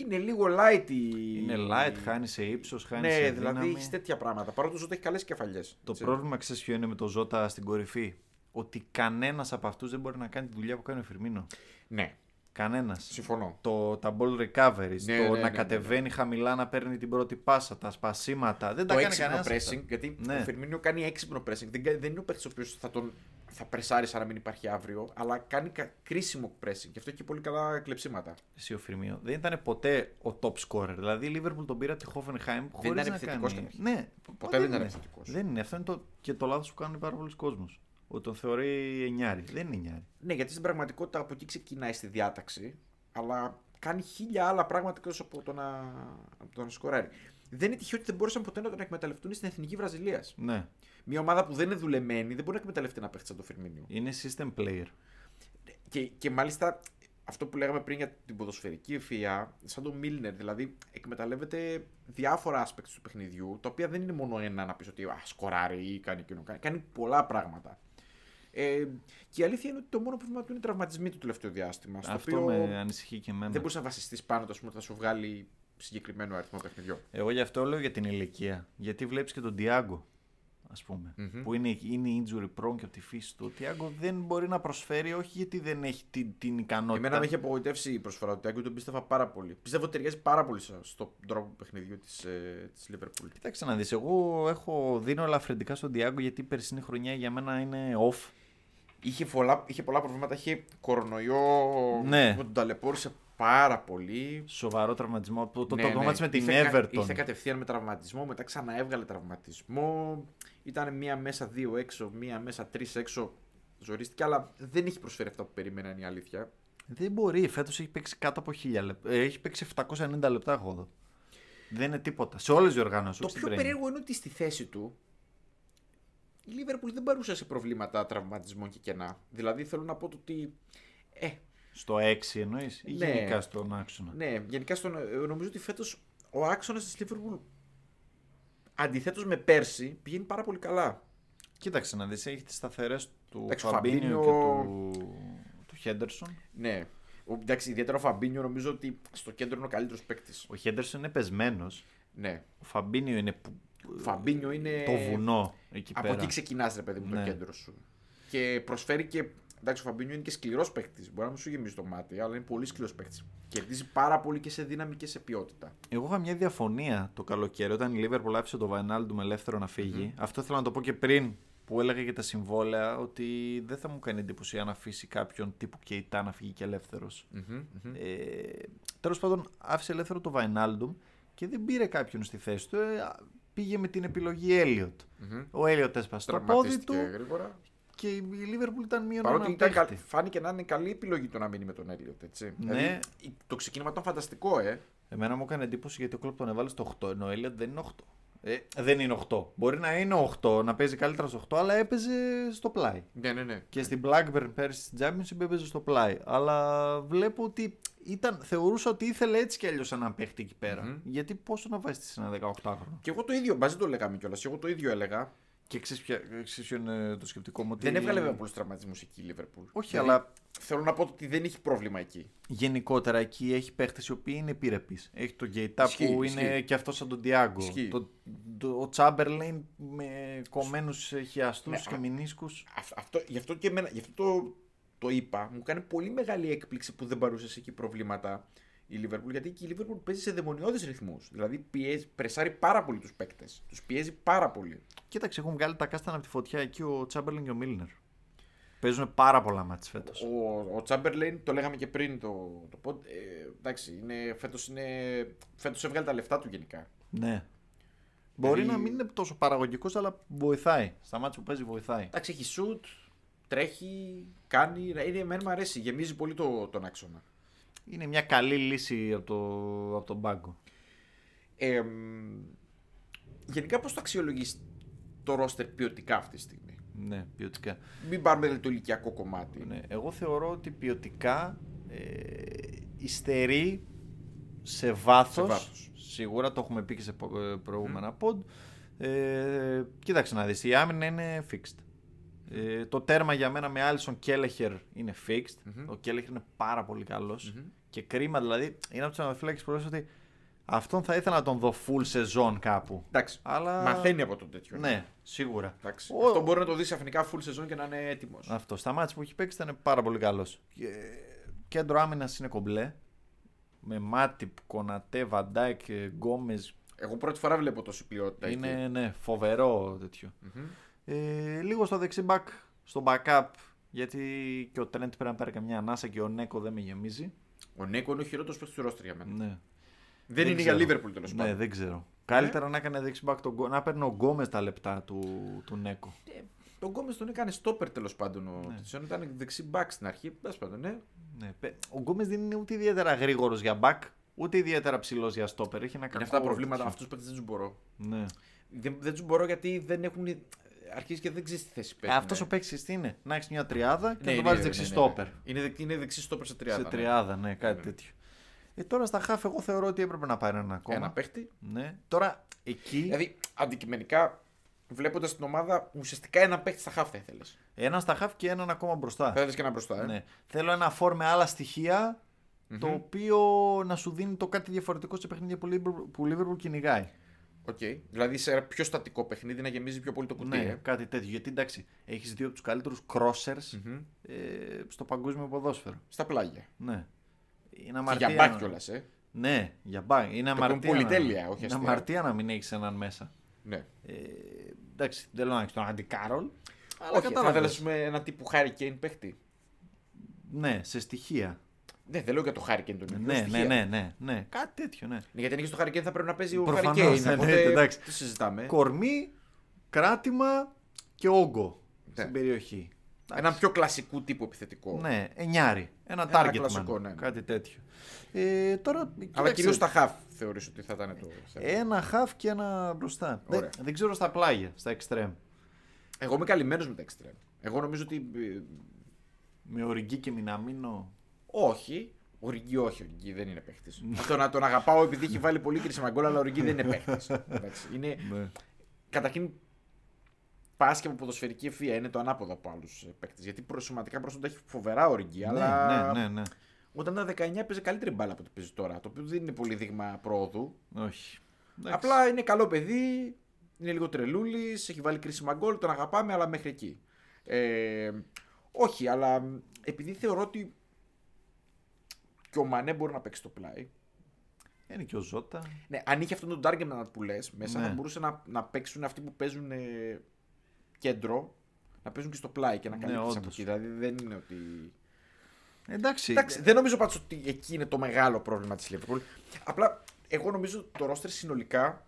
Speaker 2: Είναι λίγο light η...
Speaker 1: Είναι light, χάνει σε ύψος, χάνει σε
Speaker 2: Ναι,
Speaker 1: δύναμη.
Speaker 2: δηλαδή έχεις τέτοια πράγματα. Παρότι ο Ζώτα έχει καλές κεφαλιές.
Speaker 1: Το πρόβλημα ξέρεις ποιο είναι με το Ζώτα στην κορυφή. Ότι κανένας από αυτούς δεν μπορεί να κάνει τη δουλειά που κάνει ο Φιρμίνο.
Speaker 2: Ναι,
Speaker 1: Κανένας.
Speaker 2: συμφωνώ.
Speaker 1: Το, τα ball recoveries,
Speaker 2: Ναι,
Speaker 1: το
Speaker 2: ναι,
Speaker 1: να
Speaker 2: ναι, ναι.
Speaker 1: κατεβαίνει χαμηλά, να παίρνει την πρώτη πάσα, τα σπασίματα. Δεν
Speaker 2: Το
Speaker 1: τα κάνει
Speaker 2: έξυπνο
Speaker 1: κανένας.
Speaker 2: pressing, γιατί
Speaker 1: Ναι.
Speaker 2: ο Φιρμίνιο κάνει έξυπνο pressing. Δεν, κα- δεν είναι ο παίκτης ο οποίος θα τον θα πρεσάρει σαν να μην υπάρχει αύριο, αλλά κάνει κα- κρίσιμο pressing. Γι' αυτό έχει πολύ καλά κλεψίματα.
Speaker 1: Εσύ ο Φιρμίνο δεν ήταν ποτέ ο top scorer. Δηλαδή η Λίβερπουλ τον πήρα από τη Hoffenheim χωρίς
Speaker 2: ήταν
Speaker 1: να
Speaker 2: επιθετικός
Speaker 1: κάνει.
Speaker 2: στην αρχή.
Speaker 1: Ναι,
Speaker 2: Ποτέ δεν ήταν
Speaker 1: είναι.
Speaker 2: επιθετικός.
Speaker 1: Δεν είναι. Αυτό είναι το... και το λάθος που κάνουν πάρα πολλοί κόσμος. Ότι τον θεωρεί εννιάρη. Δεν είναι εννιάρη.
Speaker 2: Ναι, γιατί στην πραγματικότητα από εκεί ξεκινάει στη διάταξη, αλλά κάνει χίλια άλλα πράγματα εκτός από το να, από το να σκοράρει. Δεν είναι τυχαίο ότι δεν μπόρεσαν ποτέ να τον εκμεταλλευτούν στην εθνική Βραζιλίας.
Speaker 1: Ναι.
Speaker 2: Μια ομάδα που δεν είναι δουλεμένη δεν μπορεί να εκμεταλλευτεί ένα παίχτη σαν το Φιρμίνιο.
Speaker 1: Είναι system player.
Speaker 2: Και, και μάλιστα αυτό που λέγαμε πριν για την ποδοσφαιρική ευφυα, σαν τον Μίλνερ, δηλαδή εκμεταλλεύεται διάφορα aspects του παιχνιδιού, τα οποία δεν είναι μόνο ένα να πεις ότι α, σκοράρει ή κάνει εκείνο. Κάνει, κάνει πολλά πράγματα. Ε, και η αλήθεια είναι ότι το μόνο πρόβλημα του είναι οι τραυματισμοί του τελευταίο διάστημα. Στο
Speaker 1: Αυτό
Speaker 2: οποίο
Speaker 1: με ναι, ανησυχεί και εμένα.
Speaker 2: δεν μπορείς να βασιστείς πάνω του, ας πούμε, ότι θα σου βγάλει συγκεκριμένο αριθμό παιχνιδιών.
Speaker 1: Εγώ γι' αυτό λέω για την ηλικία. Γιατί βλέπεις και τον Τιάγκο, ας πούμε,
Speaker 2: Μμμ.
Speaker 1: που είναι, είναι injury prone και από τη φύση του. Ο Τιάγκο δεν μπορεί να προσφέρει, όχι γιατί δεν έχει την, την ικανότητα.
Speaker 2: Εμένα με έχει απογοητεύσει η προσφορά του Τιάγκου, τον πίστευα πάρα πολύ. Πιστεύω ότι ταιριάζει πάρα πολύ στο- στον τρόπο παιχνιδιού ε, της Liverpool.
Speaker 1: Κοίταξε να δεις. Εγώ έχω, δίνω ελαφρυντικά στον Τιάγκο γιατί η περσινή χρονιά για μένα είναι off.
Speaker 2: Είχε πολλά, είχε πολλά προβλήματα. Είχε κορονοϊό
Speaker 1: Ναι.
Speaker 2: που τον ταλαιπώρησε πάρα πολύ.
Speaker 1: Σοβαρό τραυματισμό. Το, το,
Speaker 2: Ναι,
Speaker 1: το
Speaker 2: ναι.
Speaker 1: κομμάτι με την
Speaker 2: Ήρθε κα-
Speaker 1: Everton.
Speaker 2: Ήρθε κατευθείαν με τραυματισμό, μετά ξαναέβγαλε τραυματισμό. Ήταν μία μέσα δύο έξω, μία μέσα τρεις έξω. Ζορίστηκε, αλλά δεν έχει προσφέρει αυτά που περίμεναν η αλήθεια.
Speaker 1: Δεν μπορεί. Φέτος έχει παίξει κάτω από 1000 λεπτά. Έχει παίξει 790 λεπτά έχω εδώ. Δεν είναι τίποτα. Σε όλες τις οργανώσει.
Speaker 2: Το πιο περίεργο είναι ότι στη θέση του η Λίβερπουλ δεν παρουσίασε προβλήματα τραυματισμών και κενά. Δηλαδή θέλω να πω το ότι. Ε,
Speaker 1: Στο 6 εννοείς ή
Speaker 2: Ναι.
Speaker 1: γενικά στον άξονα.
Speaker 2: Ναι, γενικά στον, ε, νομίζω ότι φέτος ο άξονας της Λίβερπουλ αντιθέτως με πέρσι πηγαίνει πάρα πολύ καλά.
Speaker 1: Κοίταξε να δεις, έχει τις σταθερές του
Speaker 2: Εντάξει, ο
Speaker 1: Φαμπίνιο
Speaker 2: Φαμπίνιο-
Speaker 1: και του, του Χέντερσον.
Speaker 2: Ναι. Ο, εντάξει, ιδιαίτερα ο Φαμπίνιο νομίζω ότι στο κέντρο είναι ο καλύτερος παίκτης.
Speaker 1: Ο Χέντερσον είναι πεσμένος,
Speaker 2: Ναι.
Speaker 1: ο Φαμπίνιο είναι που...
Speaker 2: Ο Φαμπίνιο είναι.
Speaker 1: το βουνό εκεί
Speaker 2: Ε, Από
Speaker 1: πέρα.
Speaker 2: εκεί ξεκινάς, ρε παιδί μου,
Speaker 1: Ναι.
Speaker 2: το κέντρο σου. Και προσφέρει και. Εντάξει, ο Φαμπίνιο είναι και σκληρός παίκτης. Μπορεί να μην σου γεμίζει το μάτι, αλλά είναι πολύ σκληρός παίκτης. Κερδίζει πάρα πολύ και σε δύναμη και σε ποιότητα.
Speaker 1: Εγώ είχα μια διαφωνία το καλοκαίρι όταν η Λίβερπουλ άφησε το Βαϊνάλντου με ελεύθερο να φυγει Αυτό ήθελα να το πω και πριν που έλεγα για τα συμβόλαια ότι δεν θα μου κάνει εντύπωση αν αφήσει κάποιον τύπου Κεϊτά να φύγει και ελευθερος Ε, Τέλος πάντων, άφησε ελεύθερο το Βαϊνάλντουμ και δεν πήρε κάποιον στη θέση του. Ε, α, πήγε με την επιλογή Έλιοτ. Ο Έλιοτ έσπασε το πόδι
Speaker 2: Τραυματίστηκε
Speaker 1: του
Speaker 2: γρήγορα.
Speaker 1: και η Λίβερπουλ ήταν μείον ένα
Speaker 2: Παρότι ήταν, καλ-
Speaker 1: παίχτη.
Speaker 2: φάνηκε να είναι καλή επιλογή το να μείνει με τον Έλιοτ, έτσι.
Speaker 1: Ναι.
Speaker 2: Δηλαδή, η- το ξεκίνημα ήταν φανταστικό, ε.
Speaker 1: Εμένα μου έκανε εντύπωση γιατί ο Κλοπ τον έβαλε στο 8, ενώ ο Έλιοτ δεν είναι 8. Ε, δεν είναι 8. Μπορεί να είναι 8, να παίζει καλύτερα στο 8, αλλά έπαιζε στο πλάι.
Speaker 2: Ναι, ναι, ναι.
Speaker 1: Και στην Blackburn πέρσι στην Championship έπαιζε στο πλάι. Αλλά βλέπω ότι ήταν, θεωρούσα ότι ήθελε έτσι κι αλλιώς έναν παίχτη εκεί πέρα.
Speaker 2: Μμμ.
Speaker 1: Γιατί πόσο να βάζει ένα 18χρονο.
Speaker 2: Και εγώ το ίδιο, μαζί το λέγαμε κιόλας. Εγώ το ίδιο έλεγα.
Speaker 1: Και ξέρεις ποιο είναι το σκεπτικό μου. ότι-
Speaker 2: Δεν έβγαλε βέβαια πολλού τραυματισμού εκεί η Λίβερπουλ.
Speaker 1: Όχι,
Speaker 2: Δηλαδή,
Speaker 1: αλλά
Speaker 2: Θέλω να πω ότι δεν έχει πρόβλημα εκεί.
Speaker 1: γενικότερα εκεί έχει παίχτες οι οποίοι είναι επιρρεπεί. Έχει τον Γκέιτα
Speaker 2: Ισχύει,
Speaker 1: που είναι
Speaker 2: ισχύει.
Speaker 1: και αυτός σαν τον Τιάγκο.
Speaker 2: Ισχύει.
Speaker 1: Το, το- ο Τσάμπερλεϊν με κομμένους χιαστούς
Speaker 2: Ναι,
Speaker 1: και
Speaker 2: α-
Speaker 1: μηνίσκους.
Speaker 2: Αυ- Αυτό, γι' αυτό και εμένα, γι' αυτό το, το είπα. Μου κάνει πολύ μεγάλη έκπληξη που δεν παρουσίασε εκεί προβλήματα η Λίβερπουλ. Γιατί και η Λίβερπουλ παίζει σε δαιμονιώδεις ρυθμούς. Δηλαδή πιέζει, πρεσάρει πάρα πολύ τους παίκτες. Τους πιέζει πάρα πολύ.
Speaker 1: Κοίταξε, έχουν βγάλει τα κάστανα από τη φωτιά εκεί ο Τσάμπερλεϊν και ο Μίλνερ. Παίζουν πάρα πολλά μάτια φέτος.
Speaker 2: Ο, ο Chamberlain, το λέγαμε και πριν το, το pod, ε, εντάξει, είναι, φέτος, είναι, φέτος έβγαλε τα λεφτά του γενικά.
Speaker 1: Ναι. Μπορεί
Speaker 2: Δηλαδή-
Speaker 1: να μην είναι τόσο παραγωγικός, αλλά βοηθάει. Στα μάτια που παίζει, βοηθάει.
Speaker 2: Εντάξει, έχει σουτ, τρέχει, κάνει, είναι, εμένα μου αρέσει, γεμίζει πολύ το, τον άξονα.
Speaker 1: Είναι μια καλή λύση από, το, από τον πάγκο.
Speaker 2: Ε, μ, γενικά πώς το αξιολογείς το ρόστερ ποιοτικά αυτή τη στιγμή.
Speaker 1: Ναι, ποιοτικά.
Speaker 2: Μην πάρουμε δηλαδή, το ηλικιακό κομμάτι.
Speaker 1: Ναι, εγώ θεωρώ ότι ποιοτικά ε, υστερεί σε βάθος,
Speaker 2: βάθος.
Speaker 1: Σίγουρα το έχουμε πει και σε πο- ε, προηγούμενα pod. Ε, κοίταξε να δεις, η άμυνα είναι fixed. Ε, το τέρμα για μένα με Άλισον Κέλεχερ είναι fixed. Ο Κέλεχερ είναι πάρα πολύ καλός. Και κρίμα δηλαδή, είναι από τους αναφυλάκες που λέω ότι αυτόν θα ήθελα να τον δω full σεζόν κάπου.
Speaker 2: Εντάξει.
Speaker 1: Αλλά-
Speaker 2: Μαθαίνει από τον τέτοιο.
Speaker 1: Ναι, σίγουρα.
Speaker 2: Εντάξει.
Speaker 1: Ο-
Speaker 2: Αυτό μπορεί να το δεις αφενικά full σεζόν και να είναι έτοιμος.
Speaker 1: Αυτό. Στα μάτια που έχει παίξει ήταν πάρα πολύ καλός. Κέντρο άμυνας είναι κομπλέ. Με Μάτιπ, Κονατέ, Βαντάικ, Γκόμε.
Speaker 2: Εγώ πρώτη φορά βλέπω τόση ποιότητα. εκεί.
Speaker 1: Είναι ναι, φοβερό τέτοιο. Ε, λίγο στο δεξί back, στο backup. Γιατί και ο Τρέντ πρέπει να πάρει καμιά ανάσα και ο Νέκο δεν με γεμίζει.
Speaker 2: Ο Νέκο είναι ο χειρότερος παίκτης του ρόστρια για μένα.
Speaker 1: Ναι.
Speaker 2: Δεν, είναι για
Speaker 1: ξέρω.
Speaker 2: Λίβερπουλ τέλος
Speaker 1: Ναι,
Speaker 2: πάντων. Ε.
Speaker 1: δεν ξέρω. Καλύτερα να έκανε δεξί back τον Γκο- να παίρνει ο Γκόμες τα λεπτά του, του Νέκο.
Speaker 2: Τον Γκόμες τον έκανε στόπερ τέλος πάντων. Ο Τιτσιόν ήταν δεξί μπακ στην αρχή. Τέλος πάντων, ναι.
Speaker 1: Ναι, παι- ο Γκόμες δεν είναι ούτε ιδιαίτερα γρήγορος για back, ούτε ιδιαίτερα ψηλός για στόπερ. Έχει ένα κακό.
Speaker 2: Είναι αυτά τα προβλήματα.
Speaker 1: τέτοιο.
Speaker 2: Αυτούς τους δεν τους μπορώ.
Speaker 1: Ναι.
Speaker 2: Δεν, δεν τους μπορώ γιατί δεν έχουν. ε, Αρχίζει και δεν ξέρεις τι θέση παίζει.
Speaker 1: Αυτό Ε, ο παίκτης τι είναι, να έχεις μια τριάδα και
Speaker 2: Ναι,
Speaker 1: να το
Speaker 2: είναι-
Speaker 1: βάλεις
Speaker 2: ναι,
Speaker 1: δεξί
Speaker 2: ναι, ναι.
Speaker 1: στόπερ.
Speaker 2: Είναι, δε- είναι δεξί στόπερ σε 30.
Speaker 1: Σε τριάδα, ναι, κάτι τέτοιο. Ε, τώρα στα χάφ, εγώ θεωρώ ότι έπρεπε να πάρει ένα ακόμα.
Speaker 2: Ένα παίχτη.
Speaker 1: Ναι. Τώρα εκεί
Speaker 2: Δηλαδή, αντικειμενικά, βλέποντας την ομάδα, ουσιαστικά ένα παίχτη στα χάφ θα ήθελες.
Speaker 1: ένα στα χάφ και έναν ακόμα μπροστά.
Speaker 2: Θα ήθελες και ένα μπροστά. Ε.
Speaker 1: Ναι. Θέλω ένα φόρ με άλλα στοιχεία, το οποίο να σου δίνει το κάτι διαφορετικό σε παιχνίδια που Liverpool- που Liverpool κυνηγάει.
Speaker 2: Οκ. Δηλαδή, σε ένα πιο στατικό παιχνίδι να γεμίζει πιο πολύ το κουτί.
Speaker 1: Ναι,
Speaker 2: ε.
Speaker 1: κάτι τέτοιο. Γιατί εντάξει, έχεις δύο από τους καλύτερους ε, στο παγκόσμιο ποδόσφαιρο.
Speaker 2: Στα πλάγια.
Speaker 1: Ναι. Είναι
Speaker 2: Και
Speaker 1: αμαρτία.
Speaker 2: για μπακ
Speaker 1: να-
Speaker 2: κιόλας. Ε.
Speaker 1: Ναι, για μπακ. Είναι αμαρτία.
Speaker 2: πούμε πολυτέλεια, όχι
Speaker 1: Είναι
Speaker 2: αστεία.
Speaker 1: αμαρτία να μην έχεις έναν μέσα.
Speaker 2: Ναι.
Speaker 1: Ε, εντάξει, δεν λέω να έχεις τον αντικάρολ. Αλλά
Speaker 2: Όχι, θα
Speaker 1: κατάλαβες.
Speaker 2: ήθελε με έναν τύπου Harry Kane παίχτη.
Speaker 1: Ναι, σε στοιχεία.
Speaker 2: Ναι, δεν λέω για το Harry Kane τον ίδιο.
Speaker 1: Ναι,
Speaker 2: στοιχεία.
Speaker 1: ναι, ναι, ναι, ναι. Κάτι τέτοιο, ναι.
Speaker 2: Ναι, Γιατί αν έχει το Harry Kane θα πρέπει να παίζει ο Harry
Speaker 1: Προφανώς,
Speaker 2: Kane.
Speaker 1: ναι,
Speaker 2: οπότε
Speaker 1: ναι, εντάξει.
Speaker 2: Τι συζητάμε.
Speaker 1: Κορμί, κράτημα και όγκο
Speaker 2: Ναι.
Speaker 1: στην περιοχή.
Speaker 2: Έναν πιο κλασικού τύπου επιθετικό.
Speaker 1: Ναι, εννιάρι. Ένα,
Speaker 2: Ένα
Speaker 1: target
Speaker 2: κλασικό, ναι, ναι.
Speaker 1: Κάτι τέτοιο. Ε, τώρα,
Speaker 2: Αλλά
Speaker 1: κοίταξε,
Speaker 2: κυρίω τα half θεωρείς ότι θα ήταν το.
Speaker 1: Ε.
Speaker 2: θέμα.
Speaker 1: Ένα χαφ και ένα μπροστά.
Speaker 2: Ωραία.
Speaker 1: Δεν, δεν ξέρω στα πλάγια, στα εξτρέμ.
Speaker 2: Εγώ είμαι καλυμμένος με τα extreme. Εγώ νομίζω ότι. ε,
Speaker 1: Με οριγκή και μιναμίνο.
Speaker 2: Όχι. Ο Ριγκί όχι, ο Ριγκί δεν είναι παίχτη. Αυτό να τον αγαπάω επειδή έχει βάλει πολύ κρίσιμα γκολ, αλλά ο Ριγκί δεν είναι παίχτη. Είναι
Speaker 1: Ναι.
Speaker 2: καταρχήν πάσχει από ποδοσφαιρική ευφυα. Είναι το ανάποδο από άλλους παίκτες. Γιατί προσωματικά προσόντα έχει φοβερά οργή. Αλλά
Speaker 1: Ναι, ναι, ναι,
Speaker 2: όταν ήταν 19 παίζει καλύτερη μπάλα από ό,τι παίζει τώρα. Το οποίο δεν είναι πολύ δείγμα πρόοδου.
Speaker 1: ναι. Όχι. Εντάξει.
Speaker 2: Απλά είναι καλό παιδί. Είναι λίγο τρελούλης. Έχει βάλει κρίσιμα γκολ. Τον αγαπάμε, αλλά μέχρι εκεί. Ε, όχι, αλλά επειδή θεωρώ ότι και ο Μανέ μπορεί να παίξει το πλάι.
Speaker 1: Είναι και ο Ζώτα.
Speaker 2: Ναι, αν είχε αυτόν τον target που λες μέσα,
Speaker 1: Ναι.
Speaker 2: θα μπορούσε να, να παίξουν αυτοί που παίζουν ε, κέντρο, να παίζουν και στο πλάι και να
Speaker 1: Ναι,
Speaker 2: καλύπτουν από
Speaker 1: όντως.
Speaker 2: εκεί. Δηλαδή δεν είναι ότι.
Speaker 1: Εντάξει.
Speaker 2: Εντάξει, δεν νομίζω πάντως ότι εκεί είναι το μεγάλο πρόβλημα της Liverpool. Απλά εγώ νομίζω ότι το roster συνολικά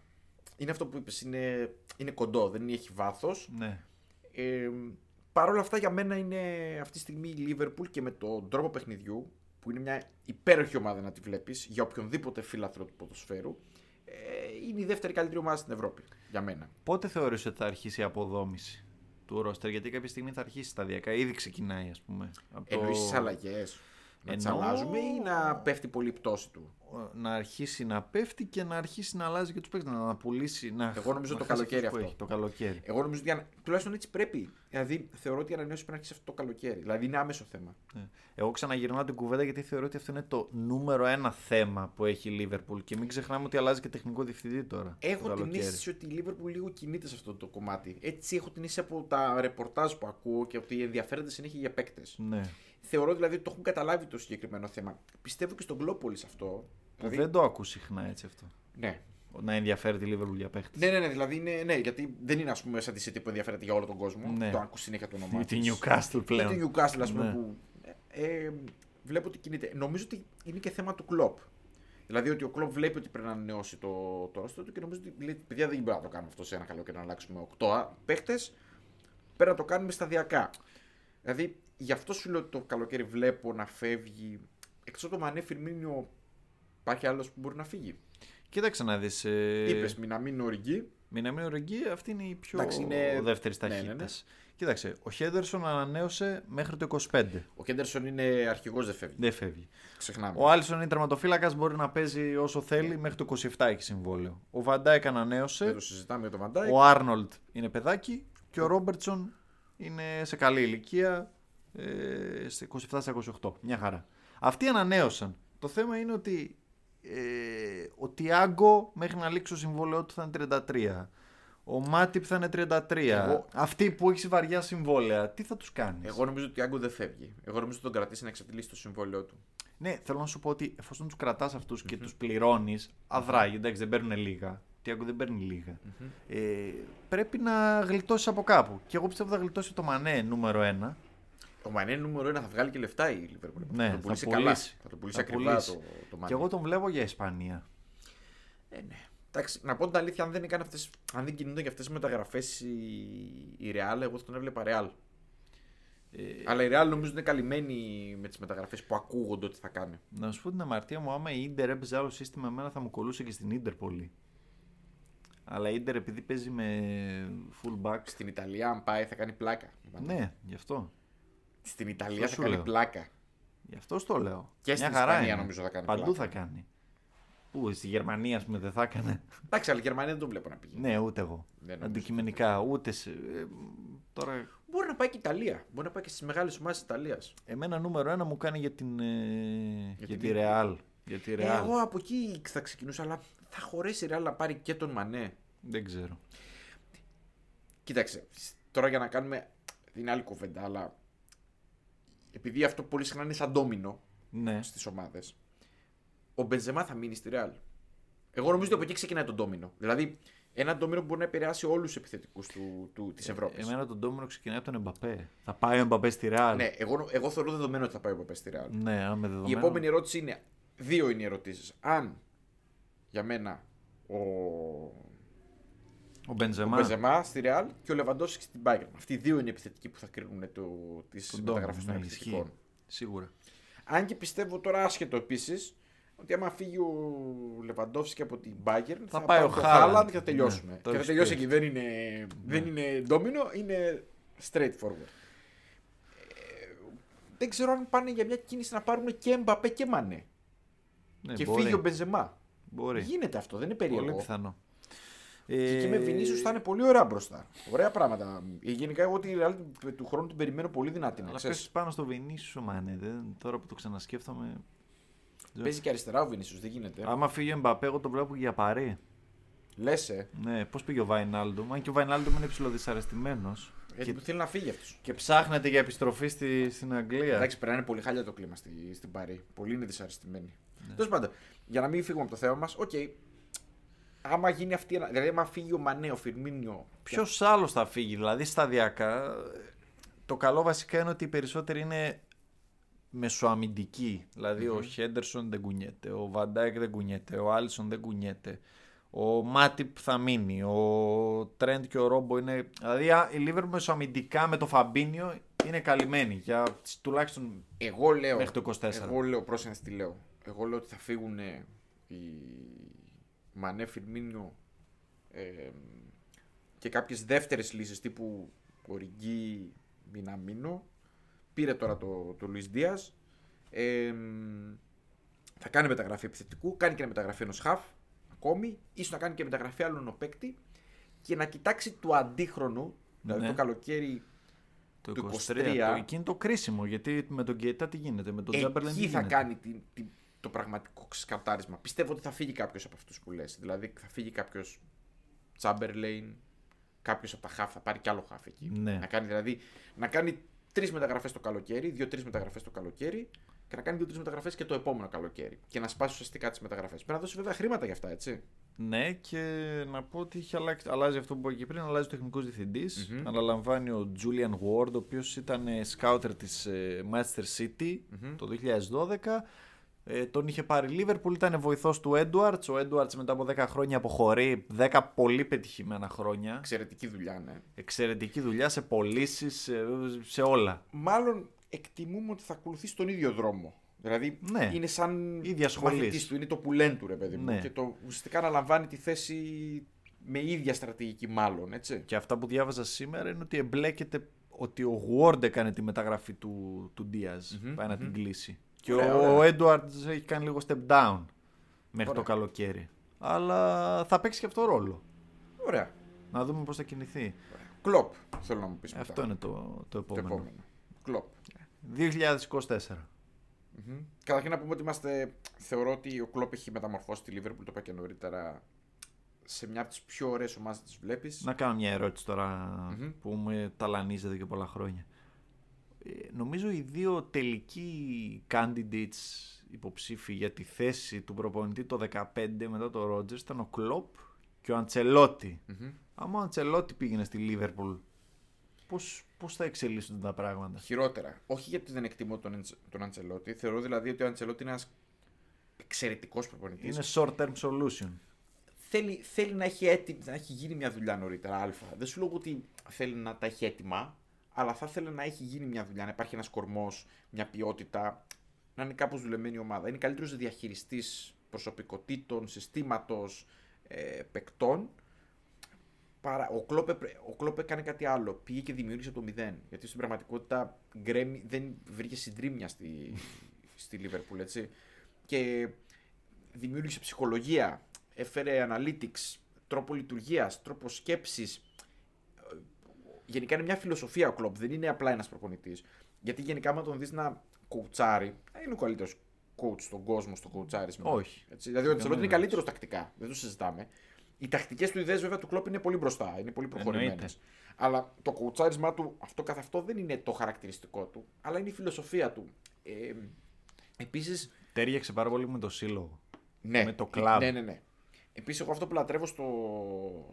Speaker 2: είναι αυτό που είπες. Είναι, είναι κοντό, δεν έχει βάθος.
Speaker 1: Ναι.
Speaker 2: Ε, Παρ' όλα αυτά για μένα είναι αυτή τη στιγμή η Liverpool και με τον τρόπο παιχνιδιού που είναι μια υπέροχη ομάδα να τη βλέπεις για οποιονδήποτε φίλαθρο του ποδοσφαίρου ε, είναι η δεύτερη καλύτερη ομάδα στην Ευρώπη για μένα.
Speaker 1: Πότε θεωρείς ότι θα αρχίσει η αποδόμηση του ρόστερ, γιατί κάποια στιγμή θα αρχίσει σταδιακά, ήδη ξεκινάει ας πούμε. Από το-
Speaker 2: Εννοείς τις αλλαγές να τις
Speaker 1: Εννοώ-
Speaker 2: αλλάζουμε ή να πέφτει πολύ η πτώση του.
Speaker 1: να αρχίσει να πέφτει και να αρχίσει να αλλάζει και τους παίκτες, να, να πουλήσει. Να...
Speaker 2: Εγώ νομίζω
Speaker 1: να
Speaker 2: το
Speaker 1: χάσει
Speaker 2: καλοκαίρι
Speaker 1: αυτούς που
Speaker 2: αυτό.
Speaker 1: Έχει, το καλοκαίρι.
Speaker 2: Εγώ νομίζω ότι αν- τουλάχιστον έτσι πρέπει. Δηλαδή θεωρώ ότι η ανανέωση πρέπει να αρχίσει αυτό το καλοκαίρι. Δηλαδή είναι άμεσο θέμα.
Speaker 1: Ναι. Εγώ ξαναγυρνάω την κουβέντα γιατί θεωρώ ότι αυτό είναι το νούμερο ένα θέμα που έχει η Λίβερπουλ και μην ξεχνάμε ότι αλλάζει και τεχνικό διευθυντή τώρα. το
Speaker 2: Έχω την
Speaker 1: καλοκαίρι.
Speaker 2: αίσθηση ότι η Liverpool λίγο κινείται σε αυτό το κομμάτι. Έτσι έχω την αίσθηση από τα ρεπορτάζ που ακούω και ότι ενδιαφέρονται συνέχεια για παίκτες.
Speaker 1: Ναι.
Speaker 2: Θεωρώ δηλαδή ότι το έχουν καταλάβει το συγκεκριμένο θέμα. Πιστεύω και στον Global σε αυτό.
Speaker 1: Που
Speaker 2: Δηλαδή,
Speaker 1: δεν το ακούς συχνά έτσι αυτό.
Speaker 2: ναι.
Speaker 1: Να ενδιαφέρει τη Λίβερπουλ για παίχτη.
Speaker 2: Ναι, ναι, ναι, δηλαδή είναι, ναι, γιατί δεν είναι ας πούμε σαν τη City που ενδιαφέρεται για όλο τον κόσμο.
Speaker 1: Ναι.
Speaker 2: Το ακούς συνέχεια το όνομά
Speaker 1: Ή τη
Speaker 2: της.
Speaker 1: Newcastle
Speaker 2: Ή
Speaker 1: πλέον.
Speaker 2: τη Newcastle, ας πούμε,
Speaker 1: Ναι.
Speaker 2: που ε, ε, βλέπω ότι κινείται. Νομίζω ότι είναι και θέμα του κλοπ. Δηλαδή ότι ο κλοπ βλέπει ότι πρέπει να ανανεώσει το, το roster του και νομίζω ότι λέει, παιδιά δεν μπορεί να το κάνουμε αυτό σε ένα καλό και να αλλάξουμε 8 παίχτες. Πρέπει να το κάνουμε σταδιακά. Δηλαδή γι' αυτό σου λέω ότι το καλοκαίρι βλέπω να φεύγει. Εκτός από το Μανέ Φιρμίνιο, υπάρχει άλλος που μπορεί να φύγει.
Speaker 1: Κοίταξε να δεις. Ε...
Speaker 2: Είπες Μιναμίνο Ριγκί,
Speaker 1: Μιναμί Ορεγκή, αυτή είναι η πιο
Speaker 2: Εντάξει, είναι-
Speaker 1: δεύτερης
Speaker 2: ναι, ναι,
Speaker 1: ταχύτητα.
Speaker 2: ναι.
Speaker 1: Κοίταξε, ο Χέντερσον ανανέωσε μέχρι το 25.
Speaker 2: Ο Κέντερσον είναι αρχηγός, δεν φεύγει.
Speaker 1: Δεν φεύγει.
Speaker 2: Ξεχνάμε.
Speaker 1: Ναι. Ο Άλισον είναι τερματοφύλακας, μπορεί να παίζει όσο θέλει μέχρι το 27 έχει συμβόλαιο. Ο Βαντάικ
Speaker 2: Δεν
Speaker 1: ανανέωσε.
Speaker 2: το συζητάμε για τον Βαντάικ.
Speaker 1: Ο Άρνολτ είναι παιδάκι και ο Ρόμπερτσον είναι σε καλή ηλικία. Ε, σε 27 στα 28. Μια χαρά. Αυτοί ανανέωσαν. Το θέμα είναι ότι ε, ο Τιάγκο μέχρι να λήξει το συμβόλαιό του θα είναι 33. Ο Μάτιπ θα είναι 33.
Speaker 2: Εγώ-
Speaker 1: Αυτοί που έχεις βαριά συμβόλαια, τι θα τους κάνεις.
Speaker 2: Εγώ νομίζω ότι ο Τιάγκο δεν φεύγει. Εγώ νομίζω ότι τον κρατήσει να εξαντλήσει το συμβόλαιό του.
Speaker 1: Ναι, θέλω να σου πω ότι εφόσον τους κρατάς αυτούς και τους πληρώνεις, αδράγει, εντάξει, δεν παίρνουν λίγα. Τιάγκο δεν παίρνει λίγα. Ε, πρέπει να γλιτώσεις από κάπου. Και εγώ πιστεύω θα γλιτώσει το Μανέ νούμερο ένα.
Speaker 2: Ο Μανέ νούμερο ένα θα βγάλει και λεφτά η Λίβερπουλ.
Speaker 1: Ναι,
Speaker 2: θα
Speaker 1: θα
Speaker 2: τον πουλήσει
Speaker 1: πουλήσει.
Speaker 2: καλά. Θα τον πουλήσει
Speaker 1: Θα
Speaker 2: ακριβά
Speaker 1: πουλήσει.
Speaker 2: το, το Μανέ.
Speaker 1: Και εγώ τον βλέπω για Ισπανία.
Speaker 2: ναι. Εντάξει, να πω την αλήθεια, αν δεν, έκανε αυτές, αν δεν κινούνταν και αυτές τι μεταγραφές η, η Real, εγώ θα τον έβλεπα Real. Ε, Αλλά η Real νομίζω είναι καλυμμένη με τις μεταγραφές που ακούγονται ότι θα κάνει.
Speaker 1: Να σου πω την αμαρτία μου, άμα η Ιντερ έπαιζε άλλο σύστημα, εμένα θα μου κολούσε και στην Ιντερ πολύ. Αλλά η Ιντερ επειδή παίζει με full back.
Speaker 2: Στην Ιταλία, αν πάει, θα κάνει πλάκα.
Speaker 1: Ναι, γι' αυτό.
Speaker 2: Στην Ιταλία
Speaker 1: Αυτό
Speaker 2: θα
Speaker 1: σου
Speaker 2: κάνει
Speaker 1: λέω.
Speaker 2: πλάκα.
Speaker 1: Γι' αυτό στο λέω.
Speaker 2: Και στην Ισπανία νομίζω θα κάνει
Speaker 1: Παντού
Speaker 2: πλάκα.
Speaker 1: θα κάνει. Πού, στη Γερμανία, ας πούμε, δεν θα έκανε.
Speaker 2: Εντάξει, αλλά η Γερμανία δεν τον βλέπω να πηγαίνει.
Speaker 1: Ναι, ούτε εγώ.
Speaker 2: Δεν νομίζω.
Speaker 1: Αντικειμενικά, ούτε. Σε... ε, τώρα,
Speaker 2: Μπορεί να πάει και η Ιταλία. Μπορεί να πάει και στις μεγάλες ομάδες της Ιταλίας.
Speaker 1: εμένα νούμερο ένα μου κάνει για την. Ε, για,
Speaker 2: την
Speaker 1: τη
Speaker 2: Inter.
Speaker 1: Real. Για τη Real.
Speaker 2: Εγώ από εκεί θα ξεκινούσα, αλλά θα χωρέσει η Real να πάρει και τον Μανέ.
Speaker 1: Δεν ξέρω.
Speaker 2: Κοίταξε, τώρα για να κάνουμε την άλλη κουβέντα, αλλά επειδή αυτό πολύ συχνά είναι σαν ντόμινο
Speaker 1: Ναι.
Speaker 2: στις ομάδες, ο Μπενζεμά θα μείνει στη Ρεάλ. Εγώ νομίζω ότι από εκεί ξεκινάει το ντόμινο. Δηλαδή, ένα ντόμινο που μπορεί να επηρεάσει όλους τους επιθετικούς του, του, της Ευρώπη.
Speaker 1: Ε, Εμένα τον Ντόμινο ξεκινάει από τον Εμπαπέ. Θα πάει ο Εμπαπέ στη Real.
Speaker 2: Ναι, εγώ, εγώ θεωρώ δεδομένο ότι θα πάει ο Παπέ στη Ρεάλ.
Speaker 1: Ναι, άμα δεδομένο.
Speaker 2: Η επόμενη ερώτηση είναι. Δύο είναι οι ερωτήσεις. Αν για μένα ο,
Speaker 1: Ο Μπενζεμά.
Speaker 2: ο Μπεζεμά στη Ρεάλ και ο Λεβαντόσκι στην Bayern. Αυτοί οι δύο είναι οι επιθετικοί που θα κρίνουν τις
Speaker 1: Τον
Speaker 2: μεταγραφέ
Speaker 1: Ντόμινο.
Speaker 2: των
Speaker 1: Ναι,
Speaker 2: επιθετικών.
Speaker 1: ισχύει. Σίγουρα.
Speaker 2: Αν και πιστεύω τώρα άσχετο επίσης ότι άμα φύγει ο Λεβαντόφσκι από την Bayern θα,
Speaker 1: πάει ο Χάλαντ.
Speaker 2: Χάλαντ και θα τελειώσουμε.
Speaker 1: Ναι, το
Speaker 2: και θα
Speaker 1: έχεις
Speaker 2: τελειώσει
Speaker 1: πει. Ναι.
Speaker 2: εκεί. Δεν είναι, δεν είναι ντόμινο, είναι straight forward. Ε, Δεν ξέρω αν πάνε για μια κίνηση να πάρουν και Μπαπέ και Μανέ.
Speaker 1: Ναι,
Speaker 2: και
Speaker 1: μπορεί.
Speaker 2: φύγει ο Μπενζεμά.
Speaker 1: Μπορεί.
Speaker 2: Γίνεται αυτό, δεν είναι
Speaker 1: Πολύ
Speaker 2: περίεργο.
Speaker 1: πιθανό. Ε,
Speaker 2: Και εκεί με Βινίσιους θα είναι πολύ ωραία μπροστά. Ωραία πράγματα. Ε, Γενικά εγώ τη Real του- του χρόνου την περιμένω πολύ δυνατή. να
Speaker 1: Αλλά
Speaker 2: ξέρεις.
Speaker 1: πέσει πάνω στο Βινίσιο, μάνε. Δεν, τώρα που το ξανασκέφτομαι. ναι.
Speaker 2: Παίζει και αριστερά ο Βινίσιους, δεν γίνεται.
Speaker 1: Άμα φύγει ο Εμπαπέ, εγώ τον βλέπω για παρέ.
Speaker 2: Λες, ε.
Speaker 1: Ναι, πώς πήγε ο Βάινάλντουμ. Αν και ο Βάινάλντουμ είναι ψηλοδυσαρεστημένο.
Speaker 2: Γιατί
Speaker 1: Και,
Speaker 2: που Ε, θέλει να φύγει αυτός.
Speaker 1: και ψάχνεται για επιστροφή στη, στην Αγγλία.
Speaker 2: Εντάξει, πρέπει να είναι πολύ χάλια το κλίμα στη, στην Παρή. Πολύ είναι δυσαρεστημένοι.
Speaker 1: Ναι.
Speaker 2: Τέλος πάντων, για να μην φύγουμε από το θέμα μας, οκ. Άμα γίνει αυτή. η ανα- Δηλαδή, άμα φύγει ο Μανέ, ο Φιρμίνιο.
Speaker 1: Ποιος άλλος θα φύγει, δηλαδή σταδιακά. ε, Το καλό βασικά είναι ότι οι περισσότεροι είναι μεσοαμυντικοί. Δηλαδή, ο Χέντερσον δεν κουνιέται, ο Βαντάικ δεν κουνιέται, ο Άλισον δεν κουνιέται. Ο Μάτιπ θα μείνει, ο Τρέντ και ο Ρόμπο είναι. Δηλαδή, α, η Λίβερ μεσοαμυντικά με το Φαμπίνιο είναι καλυμμένη για τις- τουλάχιστον
Speaker 2: Εγώ λέω.
Speaker 1: Μέχρι το 24.
Speaker 2: Εγώ λέω, πρόσεχε τι λέω. Εγώ λέω ότι θα φύγουν ε, οι Μανέ, Φιρμίνιο ε, και κάποιες δεύτερες λύσεις τύπου Οριγκή, Μιναμίνο. Πήρε τώρα το, το Λουίς Δίας. θα κάνει μεταγραφή επιθετικού, κάνει και μεταγραφή ενός χαφ ακόμη, ίσως να κάνει και μεταγραφή άλλων ο παίκτη και να κοιτάξει του αντίχρονου, δηλαδή
Speaker 1: Ναι.
Speaker 2: το καλοκαίρι
Speaker 1: το
Speaker 2: Του
Speaker 1: 23.
Speaker 2: 23.
Speaker 1: Το, εκεί είναι το κρίσιμο γιατί με τον Γκέιτα τι γίνεται, με τον Τζάμπερλεν τι
Speaker 2: Εκεί θα
Speaker 1: γίνεται.
Speaker 2: κάνει την, την- το πραγματικό ξεκατάρισμα. Πιστεύω ότι θα φύγει κάποιος από αυτούς που λες. Δηλαδή θα φύγει κάποιος Chamberlain, κάποιος από τα χαφ, θα πάρει κι άλλο χαφ εκεί.
Speaker 1: Ναι.
Speaker 2: Να κάνει δηλαδή να κάνει τρεις μεταγραφές το καλοκαίρι, δύο-τρει μεταγραφές το καλοκαίρι και να κάνει δύο-τρει μεταγραφές και το επόμενο καλοκαίρι. Και να σπάσει ουσιαστικά τις μεταγραφές. Πρέπει να δώσει βέβαια χρήματα για αυτά, έτσι.
Speaker 1: Ναι, και να πω ότι έχει αλλάξει, αλλάζει αυτό που είπα και πριν. Αλλάζει ο τεχνικός
Speaker 2: Μμμ.
Speaker 1: Αναλαμβάνει ο Julian Ward, ο οποίος ήταν ε, σκάουτερ της Manchester City το 2012. Ε, τον είχε πάρει η Liverpool, ήταν βοηθός του Edwards. Ο Edwards μετά από 10 χρόνια αποχωρεί. 10 πολύ πετυχημένα χρόνια.
Speaker 2: Εξαιρετική δουλειά, ναι.
Speaker 1: Εξαιρετική δουλειά σε πωλήσεις, σε, σε όλα.
Speaker 2: Μάλλον εκτιμούμε ότι θα ακολουθήσει τον ίδιο δρόμο. Δηλαδή
Speaker 1: Ναι.
Speaker 2: είναι σαν
Speaker 1: Ίδια σχολής.
Speaker 2: μαθητής του, είναι το πουλέν του ρε παιδί μου.
Speaker 1: Ναι.
Speaker 2: Και το ουσιαστικά αναλαμβάνει τη θέση με ίδια στρατηγική μάλλον, έτσι.
Speaker 1: Και αυτά που διάβαζα σήμερα είναι ότι εμπλέκεται ότι ο Ward έκανε τη μεταγραφή του, του Diaz
Speaker 2: Μμμ,
Speaker 1: πάει να την
Speaker 2: μμμ.
Speaker 1: κλείσει. Και
Speaker 2: Ωραία,
Speaker 1: ο
Speaker 2: ωραία.
Speaker 1: Edwards έχει κάνει λίγο step down μέχρι το
Speaker 2: Ωραία.
Speaker 1: καλοκαίρι. Αλλά θα παίξει και αυτό ρόλο.
Speaker 2: Ωραία.
Speaker 1: Να δούμε πώς θα κινηθεί.
Speaker 2: Κλοπ, θέλω να μου πεις μετά.
Speaker 1: Αυτό ναι. είναι το, το
Speaker 2: το
Speaker 1: επόμενο.
Speaker 2: επόμενο. Κλοπ.
Speaker 1: 2024.
Speaker 2: Μμμ. Καταρχήν να πούμε ότι είμαστε. Θεωρώ ότι ο Κλοπ έχει μεταμορφώσει τη Λίβερπουλ, το είπα και νωρίτερα, σε μια από τις πιο ωραίες ομάδες τις βλέπεις.
Speaker 1: Να κάνω μια ερώτηση τώρα
Speaker 2: Μμμ.
Speaker 1: που με ταλανίζει εδώ και πολλά χρόνια. Ε, νομίζω οι δύο τελικοί candidates υποψήφοι για τη θέση του προπονητή το 15 μετά το Ρότζερ ήταν ο Κλοπ και ο Αντσελότη. Άμα ο Αντσελότη πήγαινε στη Λίβερπουλ, πώς, πώς θα εξελίσσονται τα πράγματα.
Speaker 2: Χειρότερα. Όχι γιατί δεν εκτιμώ τον, Εντζ- τον Αντσελότη. Θεωρώ δηλαδή ότι ο Αντσελότη είναι ένας εξαιρετικός προπονητής.
Speaker 1: Είναι short term solution.
Speaker 2: Θέλει, θέλει να, έχει έτοιμη, να έχει γίνει μια δουλειά νωρίτερα. Α. Δεν σου λέω ότι θέλει να τα έχει έτοιμα, αλλά θα θέλει να έχει γίνει μια δουλειά, να υπάρχει ένας κορμός, μια ποιότητα, να είναι κάπως δουλεμένη η ομάδα. Είναι καλύτερος διαχειριστής προσωπικότητων, συστήματος, ε, παικτών. Παρά, ο, Κλόπ, έπρε- ο Κλόπ έκανε κάτι άλλο. Πήγε και δημιούργησε από το μηδέν. Γιατί στην πραγματικότητα γκρέμι, δεν βρήκε συντρίμια στη, στη Λίβερπουλ, έτσι. Και δημιούργησε ψυχολογία, έφερε analytics, τρόπο λειτουργίας, τρόπο σκέψης. Γενικά είναι μια φιλοσοφία ο Κλοπ, δεν είναι απλά ένας προπονητής. Γιατί γενικά, άμα τον δεις να κουουουτσάρει, ε, είναι ο καλύτερος coach στον κόσμο στο κουουουτσάρισμα.
Speaker 1: Όχι.
Speaker 2: Έτσι, δηλαδή, ο Αντσελότη είναι
Speaker 1: Κανένας.
Speaker 2: καλύτερος τακτικά. Δεν το συζητάμε. Οι τακτικές του ιδέες, βέβαια, του Κλοπ είναι πολύ μπροστά. Είναι πολύ προχωρημένες.
Speaker 1: Εννοείται.
Speaker 2: Αλλά το κουουουτσάρισμά του αυτό καθ' αυτό δεν είναι το χαρακτηριστικό του, αλλά είναι η φιλοσοφία του. Ε, Επίσης,
Speaker 1: Τέριαξε πάρα πολύ με το σύλλογο.
Speaker 2: ναι.
Speaker 1: Με το κλαμπ.
Speaker 2: Ναι, ναι, ναι. Επίσης, εγώ αυτό που λατρεύω στο,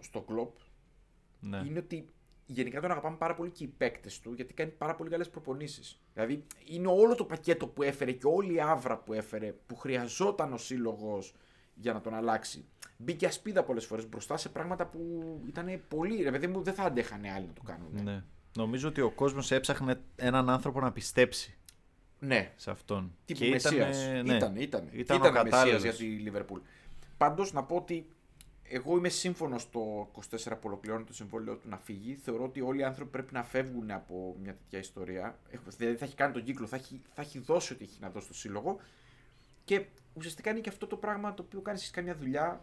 Speaker 2: στο κλοπ
Speaker 1: Ναι.
Speaker 2: είναι ότι γενικά τον αγαπάμε πάρα πολύ και οι παίκτες του γιατί κάνει πάρα πολύ καλές προπονήσεις. Δηλαδή, είναι όλο το πακέτο που έφερε και όλη η άβρα που έφερε που χρειαζόταν ο σύλλογος για να τον αλλάξει. Μπήκε ασπίδα πολλές φορές μπροστά σε πράγματα που ήταν πολύ. Ρε παιδί μου, δεν θα αντέχανε άλλοι να το κάνουν.
Speaker 1: Ναι. Νομίζω ότι ο κόσμος έψαχνε έναν άνθρωπο να πιστέψει
Speaker 2: ναι.
Speaker 1: σε αυτόν.
Speaker 2: Τύπου Μεσσίας.
Speaker 1: ήτανε- ναι.
Speaker 2: Ήταν, ήταν. Ήταν,
Speaker 1: Ήταν ο
Speaker 2: ο Μεσσίας
Speaker 1: κατάλληλος.
Speaker 2: για τη Λίβερπουλ. Πάντως να πω ότι εγώ είμαι σύμφωνος το 24 που ολοκληρώνει το συμβόλαιο του να φύγει. Θεωρώ ότι όλοι οι άνθρωποι πρέπει να φεύγουν από μια τέτοια ιστορία. Έχω- Δηλαδή θα έχει κάνει τον κύκλο, θα έχει, θα έχει δώσει ό,τι έχει να δώσει στο σύλλογο. Και ουσιαστικά είναι και αυτό το πράγμα το οποίο κάνεις εσύ καμιά δουλειά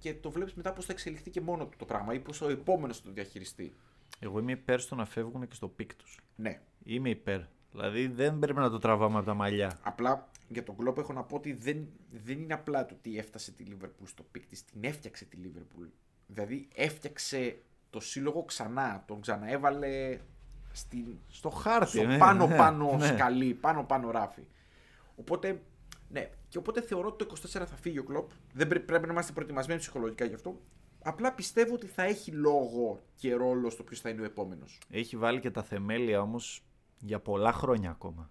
Speaker 2: και το βλέπεις μετά πώς θα εξελιχθεί και μόνο του το πράγμα ή πώς ο επόμενος θα το διαχειριστεί.
Speaker 1: Εγώ είμαι υπέρ στο να φεύγουν και στο πικ τους.
Speaker 2: Ναι.
Speaker 1: Είμαι υπέρ. Δηλαδή δεν πρέπει να το τραβάμε από τα μαλλιά.
Speaker 2: Απλά για τον Κλόπ έχω να πω ότι δεν, δεν είναι απλά το ότι έφτασε τη Λίβερπουλ στο πικ της, την έφτιαξε τη Λίβερπουλ. Δηλαδή έφτιαξε το σύλλογο ξανά, τον ξαναέβαλε στην,
Speaker 1: Στο χάρτη.
Speaker 2: στο
Speaker 1: ναι, ναι,
Speaker 2: πάνω-πάνω
Speaker 1: ναι.
Speaker 2: σκαλί, πάνω-πάνω ράφι. Οπότε, ναι, και οπότε θεωρώ ότι το 24 θα φύγει ο Κλόπ. Δεν πρέ- πρέπει να είμαστε προετοιμασμένοι ψυχολογικά γι' αυτό. Απλά πιστεύω ότι θα έχει λόγο και ρόλο στο ποιος θα είναι ο επόμενος.
Speaker 1: Έχει βάλει και τα θεμέλια όμως για πολλά χρόνια ακόμα.